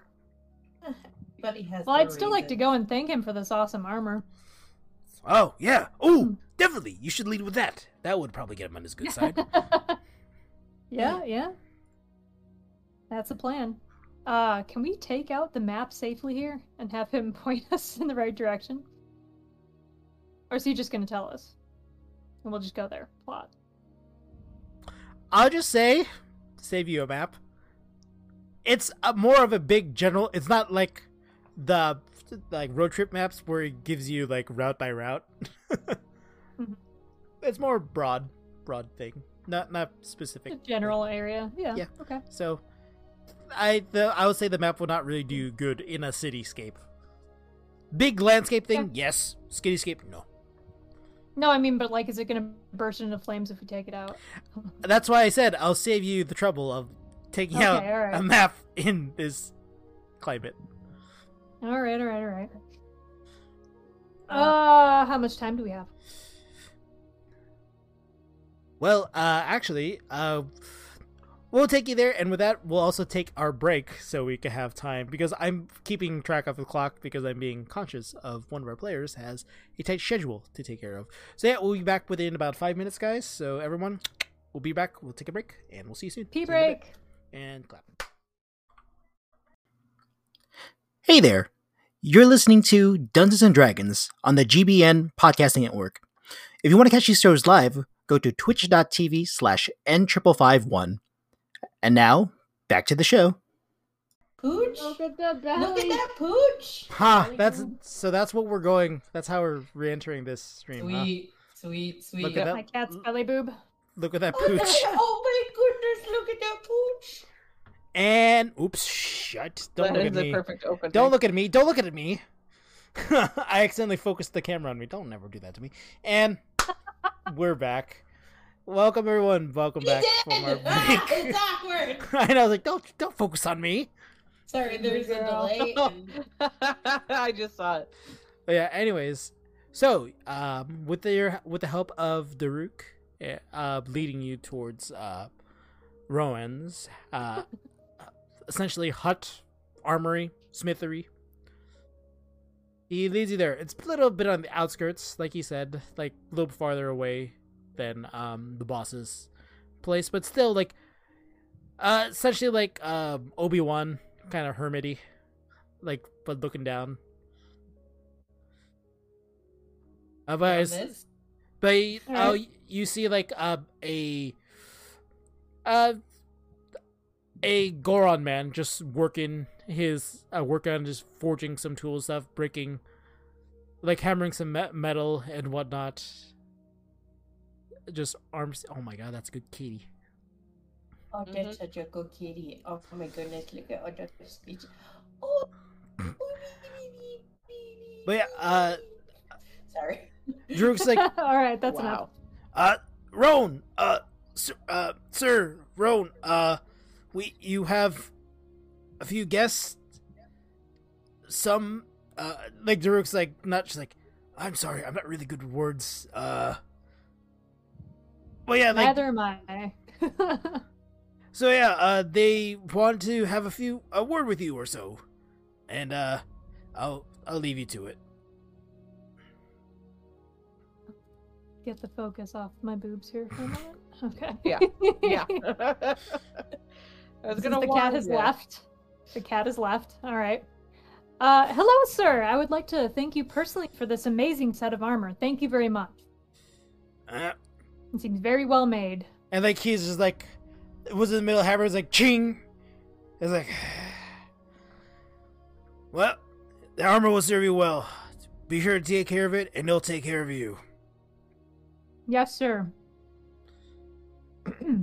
Speaker 3: But he has
Speaker 4: Well,
Speaker 3: the
Speaker 4: I'd still like to
Speaker 3: reason.
Speaker 4: go and thank him for this awesome armor.
Speaker 1: Oh yeah, oh
Speaker 4: Hmm.
Speaker 1: definitely. You should lead with that. That would probably get him on his
Speaker 4: *laughs*
Speaker 1: good side.
Speaker 4: yeah, yeah. That's a plan. Uh, can we take out the map safely here and have him *laughs* point us in the right direction? Or is he just going to tell us? And we'll just go there. Plot.
Speaker 1: I'll just say, save you a map. It's a, more of a big general. It's not like the like road trip maps where it gives you like route by route.
Speaker 4: Mhm.
Speaker 1: *laughs* It's more broad, broad thing. Not not
Speaker 4: The
Speaker 1: specific.
Speaker 4: general area. Yeah.
Speaker 1: Yeah.
Speaker 4: Okay.
Speaker 1: So, I the I would say the map will not really do good in a cityscape. Big landscape thing, yes. Cityscape, no.
Speaker 4: No, I mean, but like, is it going to burst into flames if we take it out?
Speaker 1: That's why I said I'll save you the trouble of taking
Speaker 4: Okay,
Speaker 1: out
Speaker 4: all right.
Speaker 1: a map in this climate.
Speaker 4: All right, all right, all right. Uh, how much time do we have?
Speaker 1: Well, uh, actually, uh, we'll take you there, and with that, we'll also take our break so we can have time because I'm keeping track of the clock because I'm being conscious of one of our players has a tight schedule to take care of. So yeah, we'll be back within about five minutes, guys. So everyone, we'll be back. We'll take a break, and we'll see you soon. See you
Speaker 4: Pee
Speaker 1: in a bit.
Speaker 4: break.
Speaker 1: And clap. Hey there! You're listening to Dungeons and Dragons on the GBN Podcasting Network. If you want to catch these shows live, go to twitch.tv slash n551. And now, back to the show.
Speaker 3: Pooch?
Speaker 4: Look at the
Speaker 3: Look
Speaker 4: belly.
Speaker 3: at that pooch.
Speaker 1: Ha!
Speaker 3: There we
Speaker 1: that's
Speaker 3: go.
Speaker 1: so that's what we're going that's how we're re entering this stream. huh?
Speaker 3: Sweet, sweet, sweet.
Speaker 1: Look at that
Speaker 4: My cat's belly boob.
Speaker 1: look at that
Speaker 3: Oh,
Speaker 1: pooch.
Speaker 3: that- *laughs* oh my goodness, look at that pooch.
Speaker 1: *laughs* And oops shut. Don't
Speaker 2: That
Speaker 1: look
Speaker 2: is
Speaker 1: at
Speaker 2: a
Speaker 1: me.
Speaker 2: perfect open.
Speaker 1: Don't look at me. Don't look at me. *laughs* I accidentally focused the camera on me. Don't never do that to me. And
Speaker 3: *laughs*
Speaker 1: we're back. Welcome everyone. Welcome
Speaker 3: He
Speaker 1: back
Speaker 3: did.
Speaker 1: from
Speaker 3: *laughs*
Speaker 1: our
Speaker 3: Ah, it's
Speaker 1: break. *laughs*
Speaker 3: awkward.
Speaker 1: and I was like, don't don't focus on me.
Speaker 3: Sorry, there's a
Speaker 4: Girl.
Speaker 3: *laughs*
Speaker 2: *laughs*
Speaker 3: delay. and-
Speaker 2: I just saw it.
Speaker 1: But yeah. Anyways, so um, eh, with your with the help of Daruk, uh, leading you towards uh, Rowan's uh, essentially hut, armory, smithery. He leads you there. It's a little bit on the outskirts, like he said, like a little farther away than um, the boss's place, but still like uh, essentially like um, Obi Wan kind of hermity, like but looking down. Uh, but
Speaker 3: Found
Speaker 1: it's-
Speaker 3: this.
Speaker 1: but y-
Speaker 3: All right.
Speaker 1: oh, y- you see like uh, a uh, a Goron man just working his uh, work on just forging some tool stuff, breaking, like hammering some me- metal and whatnot. Just arms. Oh my god, that's a good kitty.
Speaker 3: Oh, that's
Speaker 2: Mhm.
Speaker 3: such a good kitty. Oh my goodness, look at all that speech. Oh.
Speaker 1: But yeah, uh,
Speaker 3: Sorry.
Speaker 1: Droog's like,
Speaker 4: *laughs* All right, that's enough. *laughs*
Speaker 2: wow.
Speaker 1: uh, Roan, uh, sir, uh, sir, Roan, uh, we, you have a few guests. Some, uh, like Daruk's like, not, she's like, I'm sorry, I'm not really good with words. Uh, well, yeah, like,
Speaker 4: Neither am I. *laughs*
Speaker 1: so yeah, uh, they want to have a few, a word with you or so. And, uh, I'll, I'll leave you to it.
Speaker 4: Get the focus off my boobs here for a minute. Okay.
Speaker 2: Yeah.
Speaker 4: *laughs*
Speaker 2: Yeah. *laughs* I was
Speaker 4: Since
Speaker 2: gonna.
Speaker 4: the cat
Speaker 2: warn
Speaker 4: has
Speaker 2: ya.
Speaker 4: left. The cat has left. All right. Uh, hello, sir. I would like to thank you personally for this amazing set of armor. Thank you very much.
Speaker 1: Uh,
Speaker 4: It seems very well made.
Speaker 1: And like he's just like it was in the middle of hammer, it's like ching. It's like *sighs* Well, the armor will serve you well. Be sure to take care of it and it'll take care of you.
Speaker 4: Yes, sir.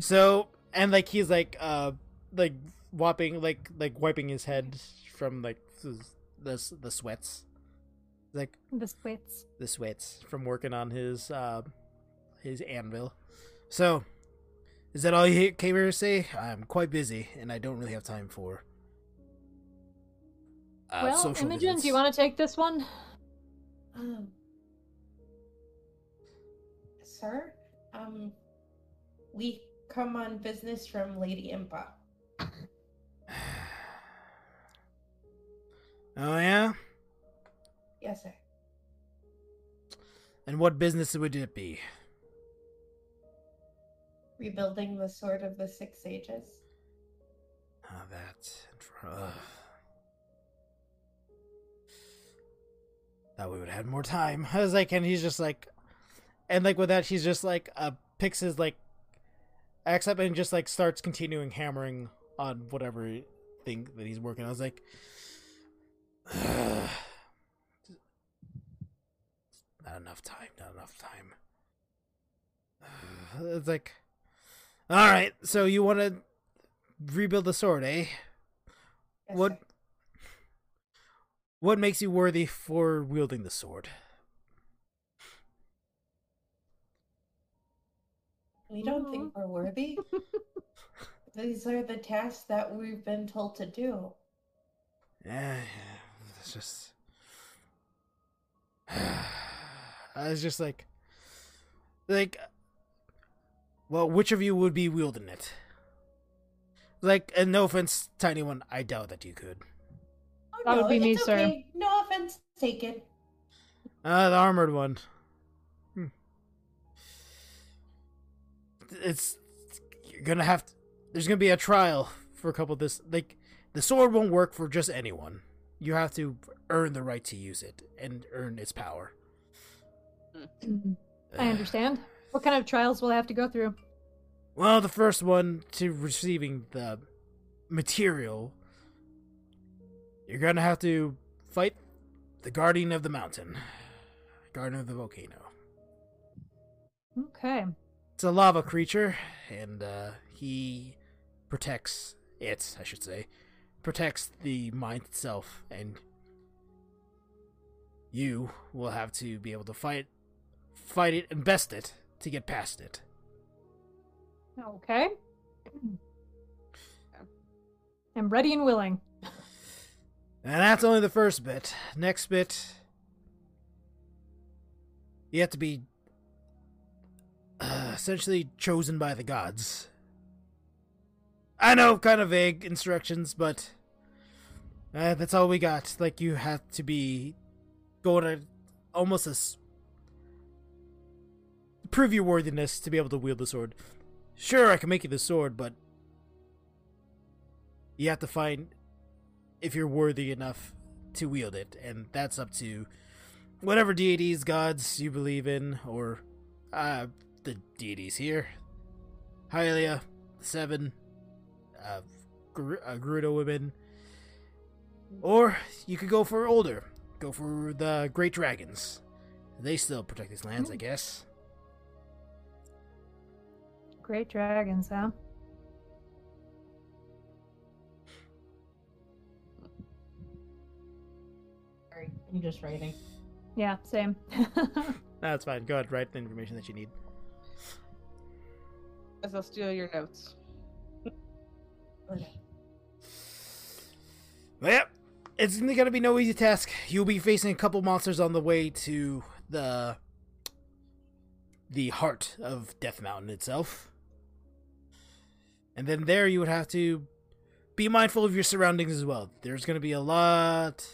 Speaker 1: So and like he's like uh like whopping like like wiping his head from like the the, the sweats. Like
Speaker 4: The splits.
Speaker 1: the sweats from working on his uh his anvil. So is that all you came here to say? I'm quite busy and I don't really have time for. Uh,
Speaker 4: well,
Speaker 1: social
Speaker 4: Imogen,
Speaker 1: visits.
Speaker 4: do you want to take this one?
Speaker 3: Um, sir, um, we come on business from Lady Impa.
Speaker 1: Oh yeah,
Speaker 3: Yes, sir.
Speaker 1: and what business would it be?
Speaker 3: Rebuilding the sword of the six sages.
Speaker 1: Ah, that. Uh, thought we would have had more time. I was like, and he's just like, and like with that, he's just like, uh, picks his like axe up and just like starts continuing hammering on whatever thing that he's working. I was like, *sighs* not enough time, not enough time. *sighs* it's like, all right, so you want to rebuild the sword, eh?
Speaker 3: Yes,
Speaker 1: What
Speaker 3: sir.
Speaker 1: What makes you worthy for wielding the sword?
Speaker 3: We don't think
Speaker 4: *laughs*
Speaker 3: we're worthy. These are the tasks that we've been told to do.
Speaker 1: Eh, it's just. *sighs* I was just like, like, well, which of you would be wielding it? Like, and no offense, tiny one, I doubt that you could.
Speaker 3: Oh,
Speaker 4: That would be me, sir.
Speaker 3: No offense taken.
Speaker 1: Ah, the armored one. Hmm. It's you're gonna have to. There's gonna be a trial for a couple of this. Like the sword won't work for just anyone. You have to earn the right to use it and earn its power. *sighs* Uh,
Speaker 4: I understand. What kind of trials will I have to go through?
Speaker 1: Well, the first one to receiving the material, you're gonna have to fight the guardian of the mountain, guardian of the volcano.
Speaker 4: Okay.
Speaker 1: It's a lava creature, and uh, he protects it, I should say, protects the mine itself, and you will have to be able to fight, fight it, and best it to get past it.
Speaker 4: Okay. *clears throat* I'm ready and willing.
Speaker 1: And that's only the first bit. Next bit, you have to be uh, essentially chosen by the gods I know, kind of vague instructions, but uh, that's all we got. Like, you have to be going to almost as prove your worthiness to be able to wield the sword. Sure, I can make you the sword, but you have to find if you're worthy enough to wield it, and that's up to whatever deities, gods you believe in, or uh, the deities here. Hylia, Seven, uh, Gru- uh, Gerudo women, or you could go for older, go for the Great Dragons. They still protect these lands, I guess.
Speaker 4: Great dragons, huh?
Speaker 3: Sorry, I'm just writing.
Speaker 4: Yeah, same. *laughs*
Speaker 1: That's fine. Go ahead, write the information that you need.
Speaker 2: As I'll steal your notes.
Speaker 1: Well, yep, it's gonna gonna be no easy task. You'll be facing a couple monsters on the way to the the heart of Death Mountain itself, and then there you would have to be mindful of your surroundings as well. There's gonna be a lot.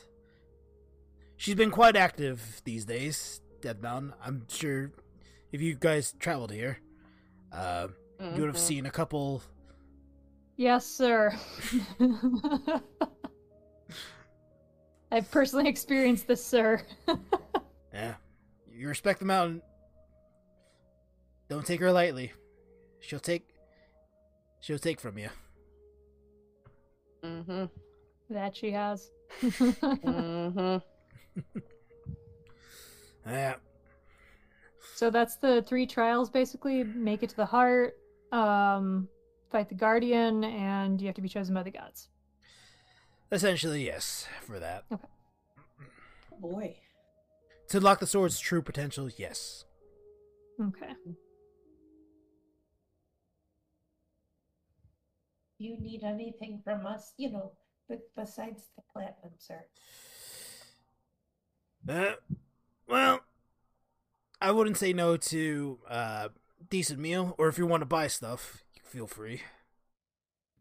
Speaker 1: She's been quite active these days, Death Mountain. I'm sure if you guys traveled here, uh, you would have
Speaker 2: Mhm.
Speaker 1: seen a couple
Speaker 4: yes, sir. *laughs* I've personally experienced this, sir.
Speaker 1: Yeah. You respect the mountain. Don't take her lightly. She'll take she'll take from you.
Speaker 2: Mhm.
Speaker 4: that she has. *laughs*
Speaker 1: *laughs*
Speaker 2: Mhm.
Speaker 1: Yeah.
Speaker 4: so that's the three trials basically make it to the heart, um, fight the guardian, and you have to be chosen by the gods.
Speaker 1: Essentially yes, for that.
Speaker 3: Oh boy.
Speaker 1: To lock the sword's true potential, yes.
Speaker 4: Okay.
Speaker 3: Do you need anything from us? You know, b- besides the platinum, sir.
Speaker 1: Uh, well I wouldn't say no to uh decent meal, or if you want to buy stuff, feel free.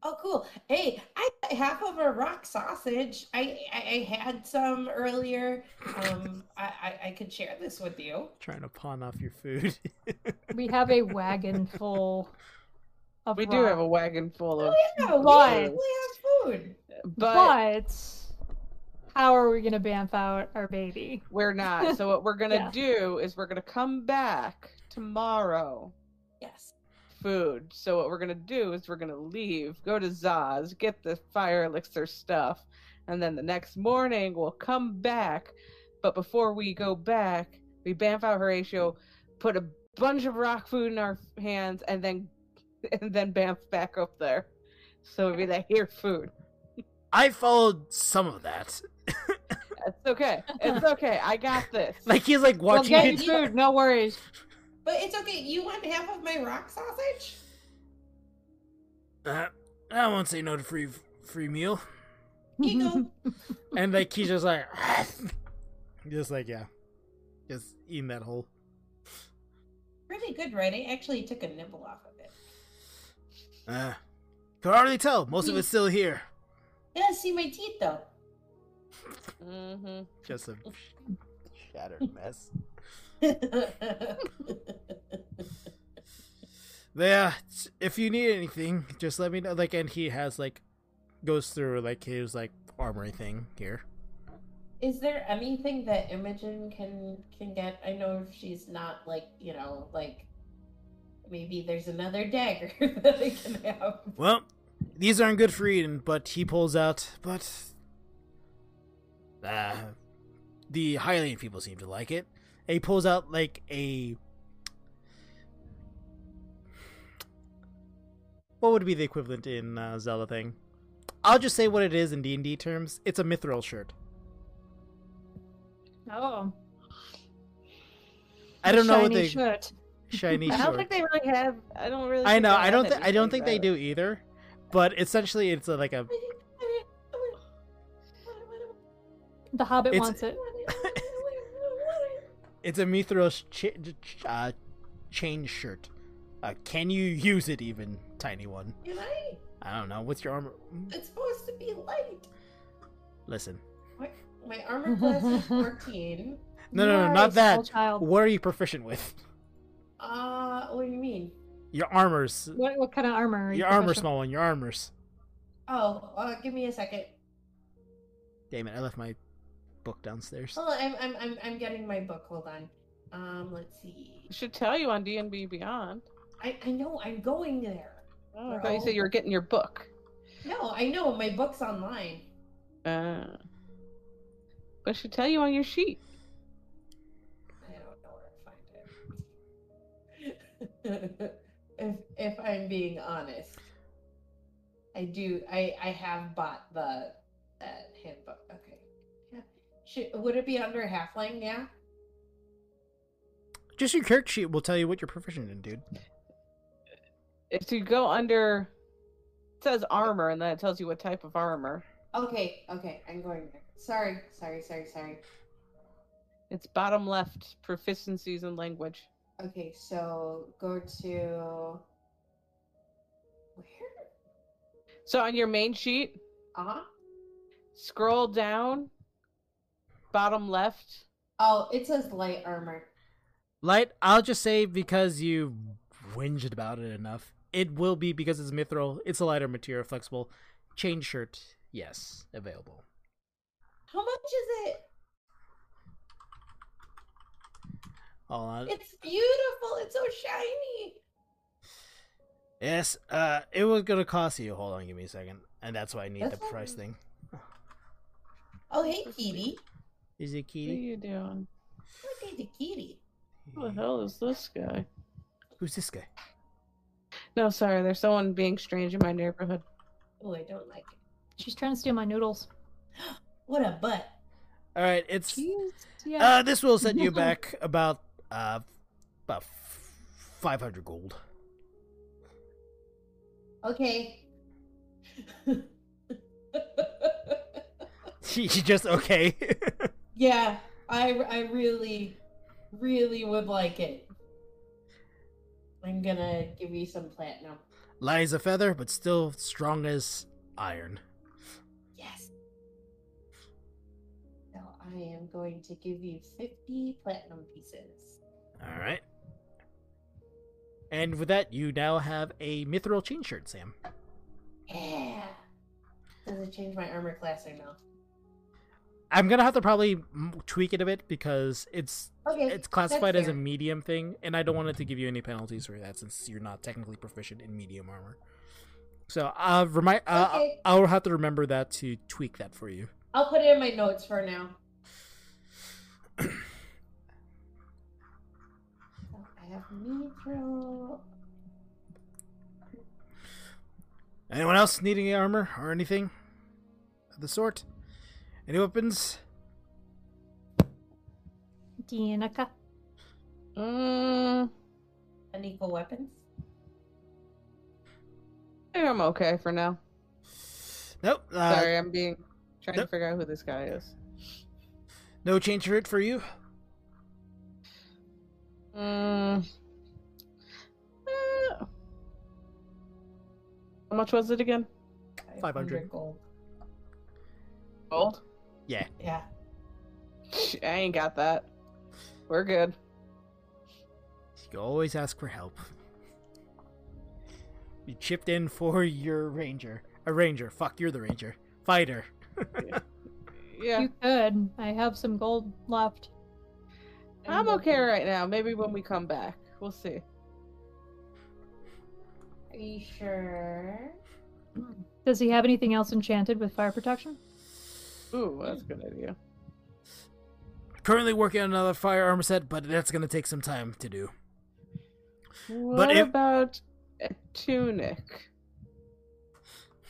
Speaker 3: Oh, cool. Hey, I got half of a rock sausage. I I, I had some earlier. Um, I, I I could share this with you.
Speaker 1: Trying to pawn off your food. *laughs*
Speaker 4: We have a wagon full of
Speaker 2: We do have a
Speaker 4: rock,
Speaker 2: wagon full of.
Speaker 3: Oh yeah, we
Speaker 4: Why?
Speaker 3: actually have food.
Speaker 2: But
Speaker 4: but how are we gonna bamf out our baby?
Speaker 2: we're not. So what we're gonna
Speaker 4: *laughs* Yeah.
Speaker 2: do is we're gonna come back tomorrow.
Speaker 3: Yes.
Speaker 2: Food. So what we're gonna do is we're gonna leave, go to Zaz, get the fire elixir stuff, and then the next morning we'll come back. But before we go back, we bamf out Horatio, put a bunch of rock food in our hands, and then *laughs* and then bamf back up there. So it'd
Speaker 1: *laughs*
Speaker 2: be like here food.
Speaker 1: I followed some of that.
Speaker 2: It's okay.
Speaker 1: *laughs*
Speaker 2: It's okay. I got this.
Speaker 1: Like he's like
Speaker 2: we'll
Speaker 1: watching
Speaker 2: get
Speaker 1: it.
Speaker 2: you food. No worries.
Speaker 3: But it's okay. You want half of my rock sausage?
Speaker 1: Uh, I won't say no to free free meal.
Speaker 3: Giggle.
Speaker 1: And like he's just like, *laughs* just like yeah, just eating that whole.
Speaker 3: Really good writing. Actually, took a nibble off of it.
Speaker 1: Uh, could hardly tell. Most of it's still here.
Speaker 3: Yeah, see my teeth though.
Speaker 2: Mm-hmm.
Speaker 1: Just a shattered mess. But yeah, s- if you need anything, just let me know. Like, and he has like, goes through like his like armory thing here.
Speaker 3: Is there anything that Imogen can can get? I know she's not like you know like maybe there's another dagger *laughs* that I can have.
Speaker 1: Well, these aren't good for eating, but he pulls out. But uh, the Hylian people seem to like it. And he pulls out like a what would be the equivalent in uh, Zelda thing? I'll just say what it is in D and D terms. It's a mithril shirt.
Speaker 4: *laughs* Oh,
Speaker 1: I don't know what
Speaker 4: shiny
Speaker 1: they
Speaker 4: shirt.
Speaker 1: shiny
Speaker 2: I don't
Speaker 1: shirt.
Speaker 2: think they really have. I don't really.
Speaker 1: I
Speaker 2: think
Speaker 1: know.
Speaker 2: they
Speaker 1: I
Speaker 2: have
Speaker 1: don't. Th- I
Speaker 2: anything
Speaker 1: don't think they
Speaker 2: about it.
Speaker 1: do either. But essentially, it's a, like a
Speaker 4: The Hobbit
Speaker 1: It's-
Speaker 4: wants it.
Speaker 1: It's a Mithros ch- ch- uh, chain shirt. Uh, can you use it even, tiny one?
Speaker 3: Can I
Speaker 1: I don't know. What's your armor? Mm,
Speaker 3: It's supposed to be light.
Speaker 1: Listen.
Speaker 3: My, my armor class is 14.
Speaker 1: No, no,
Speaker 4: You
Speaker 1: no,
Speaker 4: are a
Speaker 1: not that.
Speaker 4: small Child.
Speaker 1: What are you proficient with?
Speaker 3: Uh, what do you mean?
Speaker 1: Your armors.
Speaker 4: What, what kind of armor? Are you
Speaker 1: Your armor
Speaker 4: proficient-
Speaker 1: small one. Your armors.
Speaker 3: Oh, uh, give me a second.
Speaker 1: Damn it! I left my book downstairs.
Speaker 3: Hold on, Oh, I'm, I'm, I'm, I'm getting my book. Hold on. Um, let's see.
Speaker 2: It should tell you on D and B Beyond.
Speaker 3: I, I know I'm going there.
Speaker 2: Oh, I thought you
Speaker 3: Bro.
Speaker 2: said you were getting your book.
Speaker 3: No, I know my book's online.
Speaker 2: Uh, but it should tell you on your sheet.
Speaker 3: I don't know where to find it. *laughs* if if I'm being honest, I do. I I have bought the that handbook. Okay. Yeah. Should, would it be under halfling? Yeah.
Speaker 1: Just your character sheet will tell you what you're proficient in, dude.
Speaker 2: If you go under, it says armor, and then it tells you what type of armor.
Speaker 3: Okay. Okay. I'm going there. Sorry. Sorry. Sorry. Sorry.
Speaker 2: It's bottom left proficiencies in language.
Speaker 3: Okay. So go to where?
Speaker 2: So on your main sheet,
Speaker 3: Uh huh.
Speaker 2: scroll down, bottom left.
Speaker 3: Oh, it says light armor.
Speaker 1: Light. I'll just say because you whinged about it enough, it will be because it's mithril. It's a lighter material, flexible. Chain shirt. Yes, available.
Speaker 3: How much is it?
Speaker 1: All on.
Speaker 3: It's beautiful. It's so shiny.
Speaker 1: Yes, uh, it was gonna cost you. Hold on, give me a second. And that's why I need
Speaker 3: That's
Speaker 1: the price
Speaker 3: fine.
Speaker 1: thing.
Speaker 3: Oh, hey, Kitty.
Speaker 1: Is it
Speaker 2: What are
Speaker 1: Kitty?
Speaker 2: you doing?
Speaker 3: Look at the kitty.
Speaker 2: Who the hell is this guy?
Speaker 1: Who's this guy?
Speaker 2: No, sorry, there's someone being strange in my neighborhood.
Speaker 3: Oh, I don't like it.
Speaker 4: She's trying to steal my noodles.
Speaker 3: What a butt.
Speaker 1: All right, it's
Speaker 4: Jeez. Yeah.
Speaker 1: uh, this will send you back about uh, about five hundred gold. *laughs*
Speaker 3: Okay. *laughs*
Speaker 1: She she just okay. *laughs*
Speaker 3: yeah, I, I really, really would like it. I'm gonna give you some platinum.
Speaker 1: Light as a feather, but still strong as iron.
Speaker 3: Yes. So I am going to give you 50 platinum pieces.
Speaker 1: All right. And with that, you now have a mithril chain shirt, Sam.
Speaker 3: Yeah. Does it change my armor class or no?
Speaker 1: I'm gonna have to probably mm, tweak it a bit because it's
Speaker 3: Okay.
Speaker 1: it's
Speaker 3: that's
Speaker 1: classified as a
Speaker 3: fair.
Speaker 1: medium thing, and I don't want it to give you any penalties for that since you're not technically proficient in medium armor. So uh, remind uh,
Speaker 3: Okay.
Speaker 1: I'll have to remember that to tweak that for you.
Speaker 3: I'll put it in my notes for
Speaker 1: *clears throat*
Speaker 3: now. So I have mithril.
Speaker 1: Anyone else needing any armor or anything of the sort? Any weapons?
Speaker 4: Dianaka.
Speaker 2: Mm,
Speaker 3: Unequal weapons.
Speaker 2: I think I'm okay for now.
Speaker 1: Nope. Uh,
Speaker 2: Sorry, I'm being trying
Speaker 1: nope.
Speaker 2: to figure out who this guy is.
Speaker 1: No change for it for you.
Speaker 2: Mm. Eh. How much was it again?
Speaker 1: 500.
Speaker 3: gold.
Speaker 2: Gold.
Speaker 3: Yeah.
Speaker 2: I ain't got that. We're good.
Speaker 1: You always ask for help. You chipped in for your ranger. A ranger. Fuck, you're the ranger. Fighter.
Speaker 2: Yeah,
Speaker 4: You could. I have some gold left.
Speaker 2: I'm okay right now. Maybe when we come back, we'll see.
Speaker 3: Are you sure?
Speaker 4: Does he have anything else enchanted with fire protection?
Speaker 2: Ooh, that's a good idea.
Speaker 1: Currently working on another firearm set, but that's gonna take some time to do.
Speaker 2: What
Speaker 1: if-
Speaker 2: about a tunic?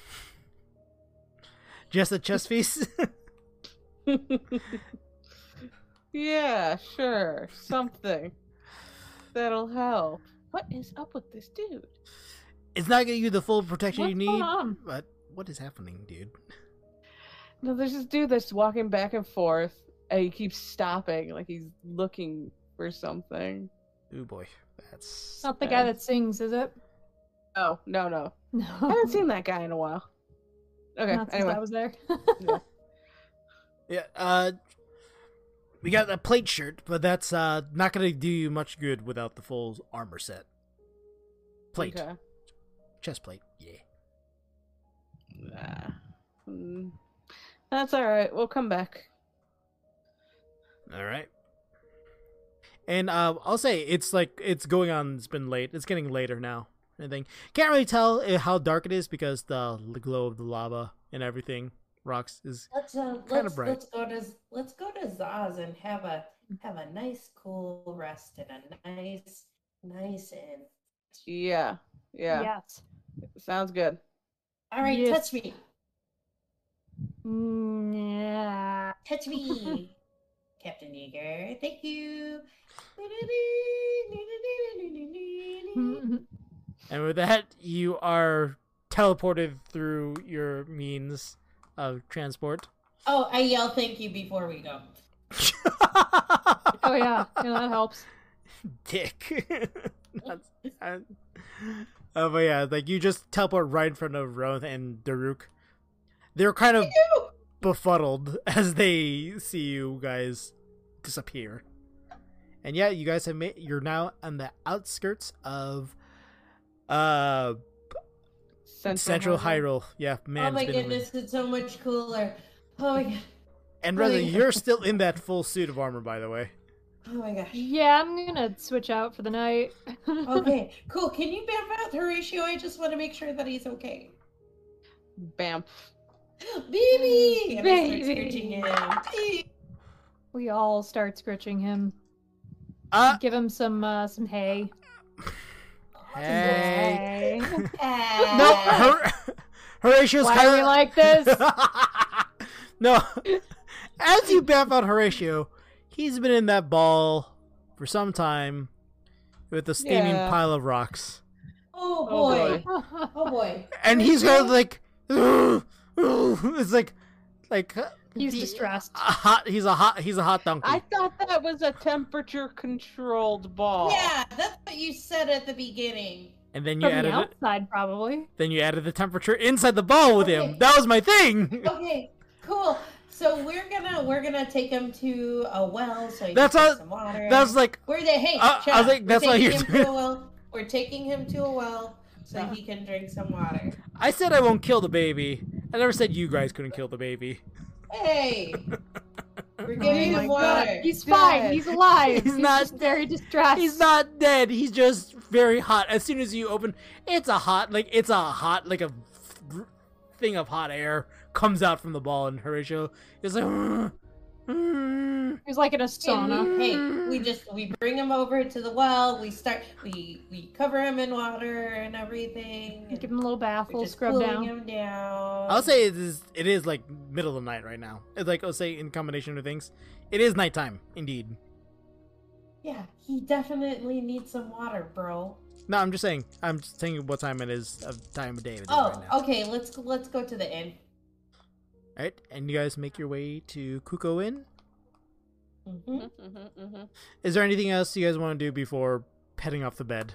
Speaker 2: *laughs*
Speaker 1: Just a chest piece. *laughs*
Speaker 2: yeah, sure, something that'll help. What is up with this dude?
Speaker 1: it's not getting you the full protection
Speaker 4: What's
Speaker 1: you
Speaker 4: going
Speaker 1: need,
Speaker 4: on?
Speaker 1: but what is happening, dude?
Speaker 2: No, there's this dude that's walking back and forth, and he keeps stopping, like he's looking for something.
Speaker 1: Oh boy, that's
Speaker 4: Not the guy
Speaker 2: Uh,
Speaker 4: that sings, is it? *laughs*
Speaker 2: Oh no no,
Speaker 4: No.
Speaker 2: I haven't seen that guy in a while. Okay,
Speaker 4: Not since
Speaker 2: anyway,
Speaker 4: I
Speaker 2: *laughs*
Speaker 4: was there.
Speaker 1: Yeah, uh, we got a plate shirt, but that's uh not gonna do you much good without the full armor set. Plate,
Speaker 2: Okay.
Speaker 1: chest plate, yeah.
Speaker 2: Ah. Mm. That's all right. We'll come back.
Speaker 1: All right. And uh, I'll say it's like it's going on. It's been late. It's getting later now. I think can't really tell uh, how dark it is because the l- glow of the lava and everything rocks is.
Speaker 3: Let's uh, let's
Speaker 1: bright.
Speaker 3: let's go to let's go to Zaz and have a have a nice cool rest and a nice nice inn.
Speaker 2: Yeah, yeah.
Speaker 4: Yes.
Speaker 2: Sounds good.
Speaker 3: All right,
Speaker 4: Yes.
Speaker 3: touch me,
Speaker 4: Mm, Yeah. *laughs*
Speaker 3: touch me, Captain Eager. Thank you. *laughs*
Speaker 4: Mm,
Speaker 1: And with that, you are teleported through your means of transport.
Speaker 3: Oh, I yell thank you before we go.
Speaker 4: Oh yeah, yeah, that helps.
Speaker 1: *laughs* dick. *laughs* That's- I- oh, but yeah, like you just teleport right in front of Roth and Daruk. They're kind of befuddled *laughs* as they see you guys disappear. And yeah, you guys have made. You're now on the outskirts of uh
Speaker 2: Central,
Speaker 1: Central Hyrule. Yeah, man.
Speaker 3: oh my
Speaker 1: it's been a minute.
Speaker 3: goodness, it's so much cooler. Oh my god.
Speaker 1: And Reza,
Speaker 3: Really?
Speaker 1: you're still in that full suit of armor, by the way.
Speaker 3: Oh my gosh.
Speaker 4: Yeah, I'm gonna switch out for the night. *laughs*
Speaker 3: Okay, *laughs* cool. Can you bamf out Horatio? I just want to make sure that he's okay. *gasps*
Speaker 2: Bamf.
Speaker 3: Baby! And I start
Speaker 4: Baby.
Speaker 3: screeching him.
Speaker 4: we all start scritching him.
Speaker 1: Uh,
Speaker 4: Give him some uh, some hay.
Speaker 1: hey.
Speaker 4: Some hay.
Speaker 1: No,
Speaker 3: Ah.
Speaker 1: Hor- *laughs* Horatio's
Speaker 4: Why
Speaker 1: kind
Speaker 4: are
Speaker 1: of
Speaker 4: we like
Speaker 1: *laughs*
Speaker 4: this? *laughs*
Speaker 1: no. *laughs* As you bamf out Horatio, he's been in that ball for some time with a steaming
Speaker 2: Yeah.
Speaker 1: pile of rocks.
Speaker 3: Oh
Speaker 2: Oh,
Speaker 3: boy. Oh boy.
Speaker 1: And he's kind of like, *laughs* it's like, like uh,
Speaker 4: He's
Speaker 1: he-
Speaker 4: distressed.
Speaker 1: a hot. He's a hot. He's a hot donkey.
Speaker 2: I thought that was a temperature-controlled ball. *laughs*
Speaker 3: Yeah, that's what you said at the beginning.
Speaker 1: and then you
Speaker 4: From the
Speaker 1: added it.
Speaker 4: outside, probably.
Speaker 1: Then you added the temperature inside the ball with him.
Speaker 3: Okay.
Speaker 1: That was my thing.
Speaker 3: Okay, cool. So we're gonna we're gonna take him to a well so he
Speaker 1: That's
Speaker 3: can
Speaker 1: all-
Speaker 3: drink some water.
Speaker 1: That's like
Speaker 3: We're the hey,
Speaker 1: Uh,
Speaker 3: shut
Speaker 1: I was
Speaker 3: up.
Speaker 1: like,
Speaker 3: We're
Speaker 1: that's all
Speaker 3: taking
Speaker 1: you're
Speaker 3: him to
Speaker 1: doing.
Speaker 3: a well. We're taking him to a well so he can drink some water.
Speaker 1: I said. I won't kill the baby. I never said you guys couldn't kill the baby. *laughs*
Speaker 3: Hey, we're
Speaker 4: Oh
Speaker 3: giving
Speaker 2: my
Speaker 3: him
Speaker 2: God.
Speaker 3: water.
Speaker 4: He's
Speaker 2: Good.
Speaker 4: fine. He's alive.
Speaker 1: He's
Speaker 4: He's,
Speaker 1: not
Speaker 4: just very distressed.
Speaker 1: He's not dead. He's just very hot. As soon as you open, it's a hot, like it's a hot, like a f- thing of hot air comes out from the ball, and Horatio is like, "Mm,
Speaker 4: He's like in a sauna.
Speaker 3: Hey, we- hey,
Speaker 4: Mm-hmm.
Speaker 3: we just we bring him over to the well. We start we we cover him in water and everything. and
Speaker 4: Give him a little bath, a
Speaker 3: we're
Speaker 4: little
Speaker 3: just
Speaker 4: scrub
Speaker 3: cooling
Speaker 4: down.
Speaker 3: him down.
Speaker 1: I'll say it is. It is like middle of the night right now. It's like I'll say in combination of things, it is nighttime indeed.
Speaker 3: yeah, he definitely needs some water, bro.
Speaker 1: No, I'm just saying. I'm just saying what time it is of time of day it is
Speaker 3: Oh,
Speaker 1: right now.
Speaker 3: okay. Let's let's go to the inn.
Speaker 1: All right, and you guys make your way to Kuko Inn.
Speaker 3: hmm
Speaker 2: Mhm, mhm.
Speaker 1: Is there anything else you guys want to do before heading off the bed?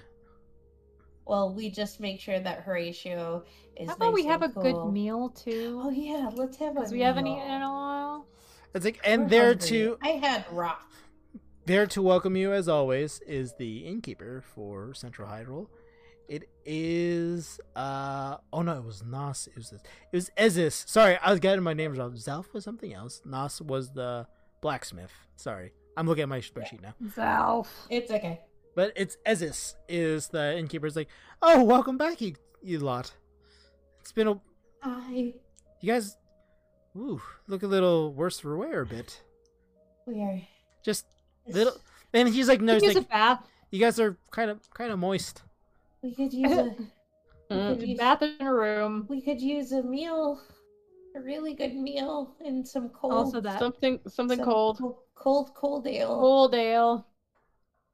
Speaker 3: Well, we just make sure that Horatio is.
Speaker 4: How about we
Speaker 3: nice
Speaker 4: have a
Speaker 3: and
Speaker 4: good
Speaker 3: cool.
Speaker 4: meal
Speaker 3: Oh
Speaker 4: too?
Speaker 3: yeah, let's have a.
Speaker 4: Because we haven't
Speaker 3: meal.
Speaker 4: eaten in a while.
Speaker 1: It's like, and
Speaker 3: We're
Speaker 1: there
Speaker 3: hungry.
Speaker 1: too.
Speaker 3: I had rock.
Speaker 1: There to welcome you, as always, is the innkeeper for Central Hyrule. It is uh oh no, it was Nas. It was this. It was Ezis. Sorry, I was getting my names wrong. Zalf was something else. Nas was the blacksmith. Sorry, I'm looking at my spreadsheet now.
Speaker 4: Zalf.
Speaker 3: It's okay.
Speaker 1: But it's Ezis is the innkeeper's like, oh, welcome back, you you lot. It's been a
Speaker 3: I
Speaker 1: you guys. Ooh, look a little worse for wear a bit.
Speaker 3: we are
Speaker 1: Just little. And he's like, no,
Speaker 4: He's
Speaker 1: he's
Speaker 4: a
Speaker 1: like,
Speaker 4: bath.
Speaker 1: you guys are kind of kind of moist.
Speaker 3: We
Speaker 4: *laughs*
Speaker 3: could use a
Speaker 2: Mm.
Speaker 3: could
Speaker 4: A
Speaker 3: use,
Speaker 4: bath in a room.
Speaker 3: we could use a meal, a really good meal, and some cold.
Speaker 4: Also that
Speaker 2: Something, something
Speaker 3: some
Speaker 2: cold.
Speaker 3: co- Cold, cold ale.
Speaker 4: old ale.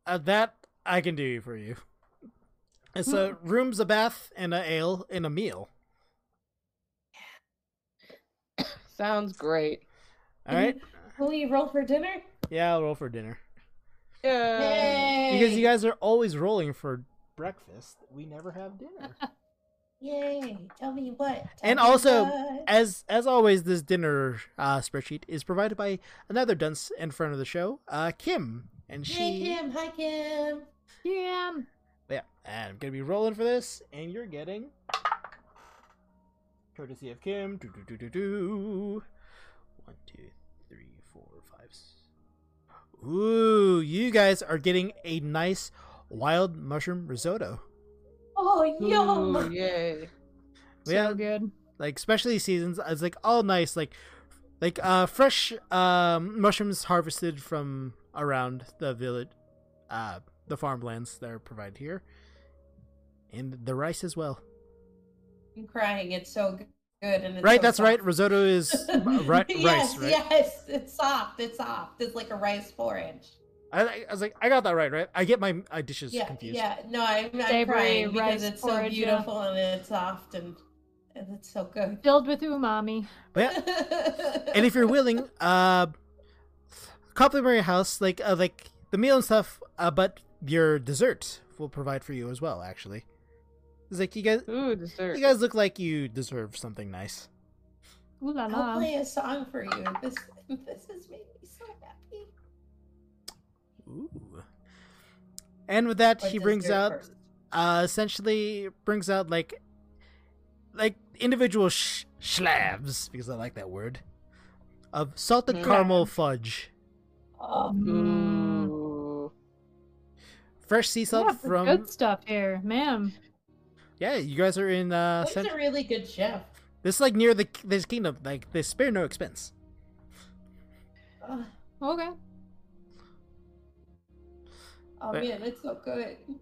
Speaker 1: Uh, that I can do for you. It's a room's a bath and a ale and a meal.
Speaker 2: Sounds great.
Speaker 1: All right.
Speaker 3: Will you roll for dinner?
Speaker 1: Yeah, I'll roll for dinner
Speaker 2: Yeah.
Speaker 1: Uh, because you guys are always rolling for breakfast. We never have dinner.
Speaker 3: Yay! Tell me what. tell
Speaker 1: And
Speaker 3: me
Speaker 1: also-
Speaker 3: what.
Speaker 1: *laughs* As as always, this dinner uh, spreadsheet is provided by another dunce in front of the show, uh, Kim, and
Speaker 3: Hey
Speaker 1: she.
Speaker 3: Kim, hi Kim.
Speaker 4: Yeah.
Speaker 1: Yeah, and I'm gonna be rolling for this, and you're getting courtesy of Kim. Do do do do do. One, two, three, four, five. s- Ooh, you guys are getting a nice wild mushroom risotto.
Speaker 4: Oh, yum.
Speaker 2: Ooh, yay.
Speaker 1: Yeah.
Speaker 4: So good.
Speaker 1: like specialty seasons it's like all nice like like uh fresh um mushrooms harvested from around the village uh the farmlands that are provided here and the rice as well
Speaker 3: I'm crying. It's so g- good. And *laughs* it's
Speaker 1: right
Speaker 3: so
Speaker 1: that's
Speaker 3: soft.
Speaker 1: right risotto is
Speaker 3: *laughs*
Speaker 1: right rice
Speaker 3: yes,
Speaker 1: right
Speaker 3: yes. It's soft. It's soft. It's like a rice porridge.
Speaker 1: I, I was like i got that right right i get my uh, dishes
Speaker 3: Yeah,
Speaker 1: confused
Speaker 3: yeah. No, I'm, I'm
Speaker 4: Savory
Speaker 3: crying
Speaker 4: rice
Speaker 3: because it's so
Speaker 4: porridge, yeah.
Speaker 3: beautiful and it's soft and, and it's so good.
Speaker 4: Filled with umami.
Speaker 1: but yeah
Speaker 3: *laughs*
Speaker 1: and if you're willing, uh, complimentary house like uh, like the meal and stuff, uh, but your dessert will provide for you as well. Actually, it's like you guys,
Speaker 2: Ooh, dessert.
Speaker 1: you guys look like you deserve something nice.
Speaker 4: Ooh la
Speaker 3: I'll
Speaker 4: la.
Speaker 3: play a song for you. This this has made me so happy.
Speaker 1: Ooh. And with that,
Speaker 3: What
Speaker 1: she
Speaker 3: does
Speaker 1: brings
Speaker 3: your
Speaker 1: out
Speaker 3: first-
Speaker 1: uh, essentially brings out like like individual sh- slabs because I like that word of salted
Speaker 2: Mm.
Speaker 1: caramel fudge, uh,
Speaker 3: Oh,
Speaker 4: Mm.
Speaker 2: Ooh.
Speaker 1: fresh sea salt
Speaker 4: Yeah, the
Speaker 1: from
Speaker 4: good stuff here, ma'am.
Speaker 1: yeah. You guys are in uh,
Speaker 3: that's
Speaker 1: Cent-
Speaker 3: a really good chef.
Speaker 1: This is like near the this kingdom, like they spare no expense.
Speaker 3: Oh,
Speaker 4: Okay.
Speaker 3: oh,
Speaker 1: But-
Speaker 3: man, it's so good. *laughs*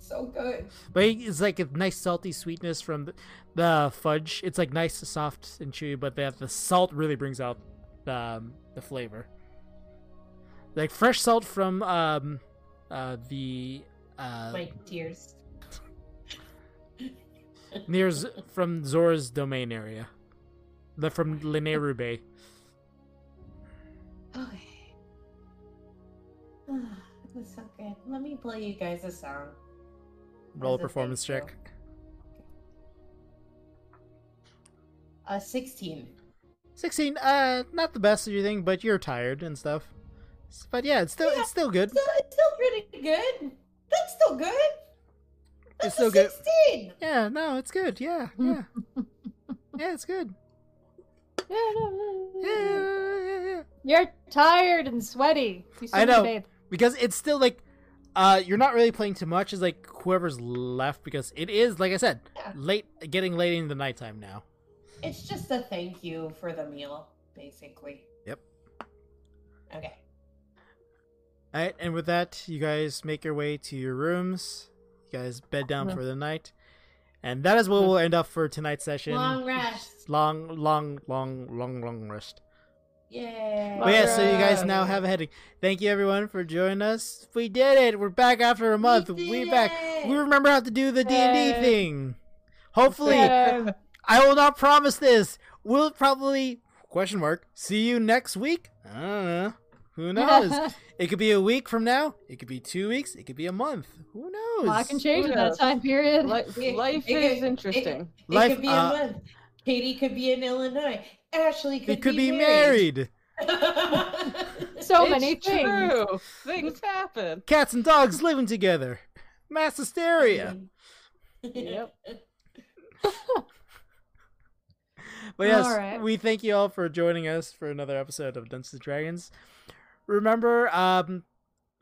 Speaker 3: It's so good.
Speaker 1: But it's like a nice salty sweetness from the, the fudge. It's like nice, soft, and chewy, but that the salt really brings out the um, the flavor. Like fresh salt from um uh the uh
Speaker 3: My tears.
Speaker 1: near Z- from Zora's domain area, the from Linerube.
Speaker 3: *laughs* Okay. *sighs* it was so good. Let me play you guys a song.
Speaker 1: Roll a
Speaker 3: As a
Speaker 1: performance
Speaker 3: thank
Speaker 1: check.
Speaker 3: Uh, 16.
Speaker 1: Sixteen. Uh, not the best of your thing, but you're tired and stuff. S- But yeah, it's still
Speaker 3: Yeah.
Speaker 1: it's still good.
Speaker 3: Still, it's still pretty good. That's still good.
Speaker 1: It's
Speaker 3: That's a
Speaker 1: still good.
Speaker 3: 16.
Speaker 1: Yeah, no, it's good. Yeah, yeah, yeah, it's good. Yeah, yeah, yeah, yeah.
Speaker 4: You're tired and sweaty. You
Speaker 1: I
Speaker 4: should
Speaker 1: know.
Speaker 4: bathe.
Speaker 1: Because it's still like, uh, you're not really playing too much. Is like whoever's left because it is like I said,
Speaker 3: Yeah.
Speaker 1: late, getting late in the nighttime now.
Speaker 3: It's just a thank you for the meal, basically.
Speaker 1: Yep.
Speaker 3: Okay.
Speaker 1: All right, and with that, you guys make your way to your rooms. You guys bed down
Speaker 3: Uh-huh.
Speaker 2: Yeah.
Speaker 1: for the night, and that is where we'll end up for tonight's session.
Speaker 3: Long rest.
Speaker 1: Long, long, long, long, long rest.
Speaker 3: Yay.
Speaker 1: But yeah, so you guys now have a heading. Thank you everyone for joining us. We did it. We're back after a month.
Speaker 3: did
Speaker 1: We are back.
Speaker 3: it.
Speaker 1: We remember how to do the D and D
Speaker 4: Yay.
Speaker 1: thing. Hopefully,
Speaker 4: Yeah.
Speaker 1: I will not promise this. We'll probably question mark see you next week. I don't know.
Speaker 3: *laughs*
Speaker 1: Who knows?
Speaker 4: *laughs*
Speaker 1: it could be a week from now. It could be two weeks. It could be a month. Who knows?
Speaker 4: Lot can change
Speaker 2: Who
Speaker 4: in that
Speaker 2: knows?
Speaker 4: time period.
Speaker 2: Life,
Speaker 3: It-
Speaker 2: life
Speaker 3: it-
Speaker 2: is
Speaker 3: it-
Speaker 2: interesting.
Speaker 3: It
Speaker 1: Life,
Speaker 3: could be
Speaker 1: uh,
Speaker 3: a month. Katie could be in Illinois. Ashley could,
Speaker 1: it could
Speaker 3: be,
Speaker 1: be, married.
Speaker 4: so
Speaker 3: *laughs*
Speaker 2: It's
Speaker 4: many things.
Speaker 2: True. Things happen.
Speaker 1: Cats and dogs living together. Mass
Speaker 3: *laughs*
Speaker 1: hysteria.
Speaker 2: Yep.
Speaker 1: But yes,
Speaker 4: All right.
Speaker 1: we thank you all for joining us for another episode of Dungeons and Dragons. Remember, um,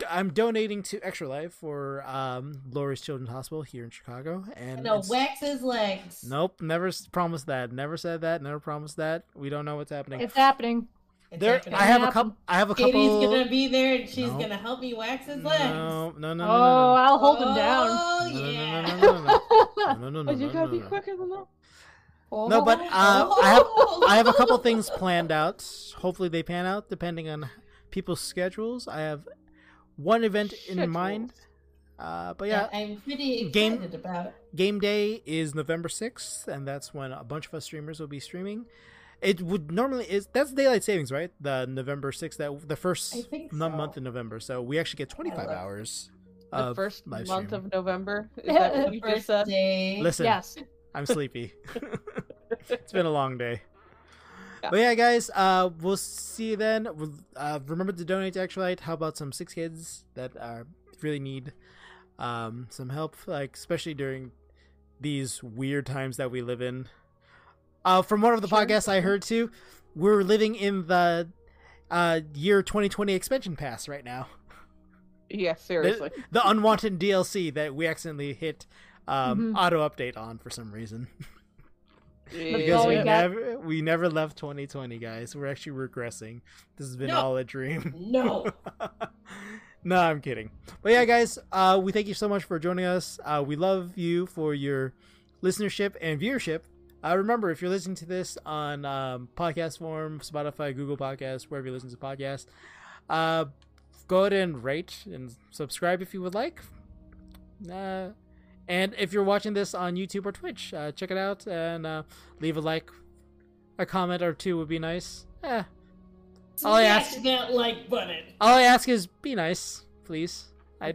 Speaker 1: I'm donating to Extra Life for um, Lori's Children's Hospital here in Chicago, and
Speaker 3: No,
Speaker 1: it's-
Speaker 3: wax his legs.
Speaker 1: nope, never s- promised that, never said that, never promised that. We don't know what's happening.
Speaker 4: It's happening.
Speaker 3: It's
Speaker 1: there,
Speaker 3: happening.
Speaker 1: I have a
Speaker 4: Happen.
Speaker 1: couple. I have a couple.
Speaker 3: Katie's gonna be there and she's
Speaker 1: No.
Speaker 3: gonna help me wax his legs.
Speaker 1: no, no, no, no, no,
Speaker 4: Oh,
Speaker 1: no.
Speaker 4: I'll hold him
Speaker 3: Oh,
Speaker 1: No, no, no, no, Uh,
Speaker 3: yeah. *laughs*
Speaker 1: no, no, no. No, no, no, no,
Speaker 2: But Oh, you
Speaker 1: no,
Speaker 2: gotta
Speaker 1: no,
Speaker 2: be
Speaker 1: no.
Speaker 2: quicker than that.
Speaker 4: Oh.
Speaker 1: No, but uh, I have
Speaker 3: Oh.
Speaker 1: I have a couple things planned out. Hopefully they pan out depending on people's schedules. I have one event in
Speaker 2: Schedules.
Speaker 1: mind. Uh, but yeah,
Speaker 3: Yeah, I'm pretty excited
Speaker 1: Game-
Speaker 3: about.
Speaker 1: game day is November 6th and that's when a bunch of us streamers will be streaming. It would normally is that's daylight savings, right? The November 6th that the first
Speaker 3: I think
Speaker 1: non-
Speaker 3: so.
Speaker 1: month in November. So we actually get 25
Speaker 3: love-
Speaker 1: hours
Speaker 2: The
Speaker 1: of
Speaker 2: first
Speaker 1: live
Speaker 2: month
Speaker 1: stream.
Speaker 2: *laughs* of November. Is that what you
Speaker 3: First
Speaker 2: just said?
Speaker 3: day.
Speaker 1: Listen.
Speaker 4: Yes.
Speaker 1: I'm sleepy. *laughs* it's been a long day. But yeah, guys, uh, we'll see you then. We'll- Uh, remember to donate to Actualite. How about some six kids that are really need um, some help, like especially during these weird times that we live in. Uh, from one of the
Speaker 2: Sure.
Speaker 1: podcasts I heard too, we're living in the uh, year 2020 expansion pass right now.
Speaker 2: Yeah, seriously.
Speaker 1: The unwanted DLC that we accidentally hit um,
Speaker 4: Mhm.
Speaker 1: auto update on for some reason.
Speaker 4: Yeah.
Speaker 1: Because we
Speaker 4: Yeah.
Speaker 1: never we never left 2020, guys. We're actually regressing. This has been
Speaker 3: No.
Speaker 1: all a dream.
Speaker 3: No.
Speaker 1: *laughs* no, I'm kidding. But yeah, guys, uh, we thank you so much for joining us. Uh, we love you for your listenership and viewership. Uh, remember, if you're listening to this on um, podcast form, Spotify, Google Podcasts, wherever you listen to podcasts, uh, go ahead and rate and subscribe if you would like. Uh, and if you're watching this on YouTube or Twitch, uh, check it out and uh, leave a like. A comment or two would be nice. Eh, *laughs* All I
Speaker 3: Smash
Speaker 1: ask-
Speaker 3: that like button.
Speaker 1: all I ask is be nice, please. I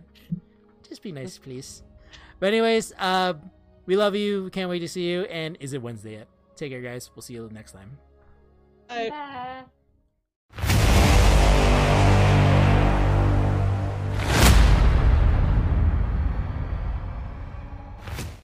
Speaker 1: just be nice, please. But anyways, uh, we love you. We can't wait to see you. And is it Wednesday yet? Take care, guys. We'll see you next time.
Speaker 2: I-
Speaker 4: Bye.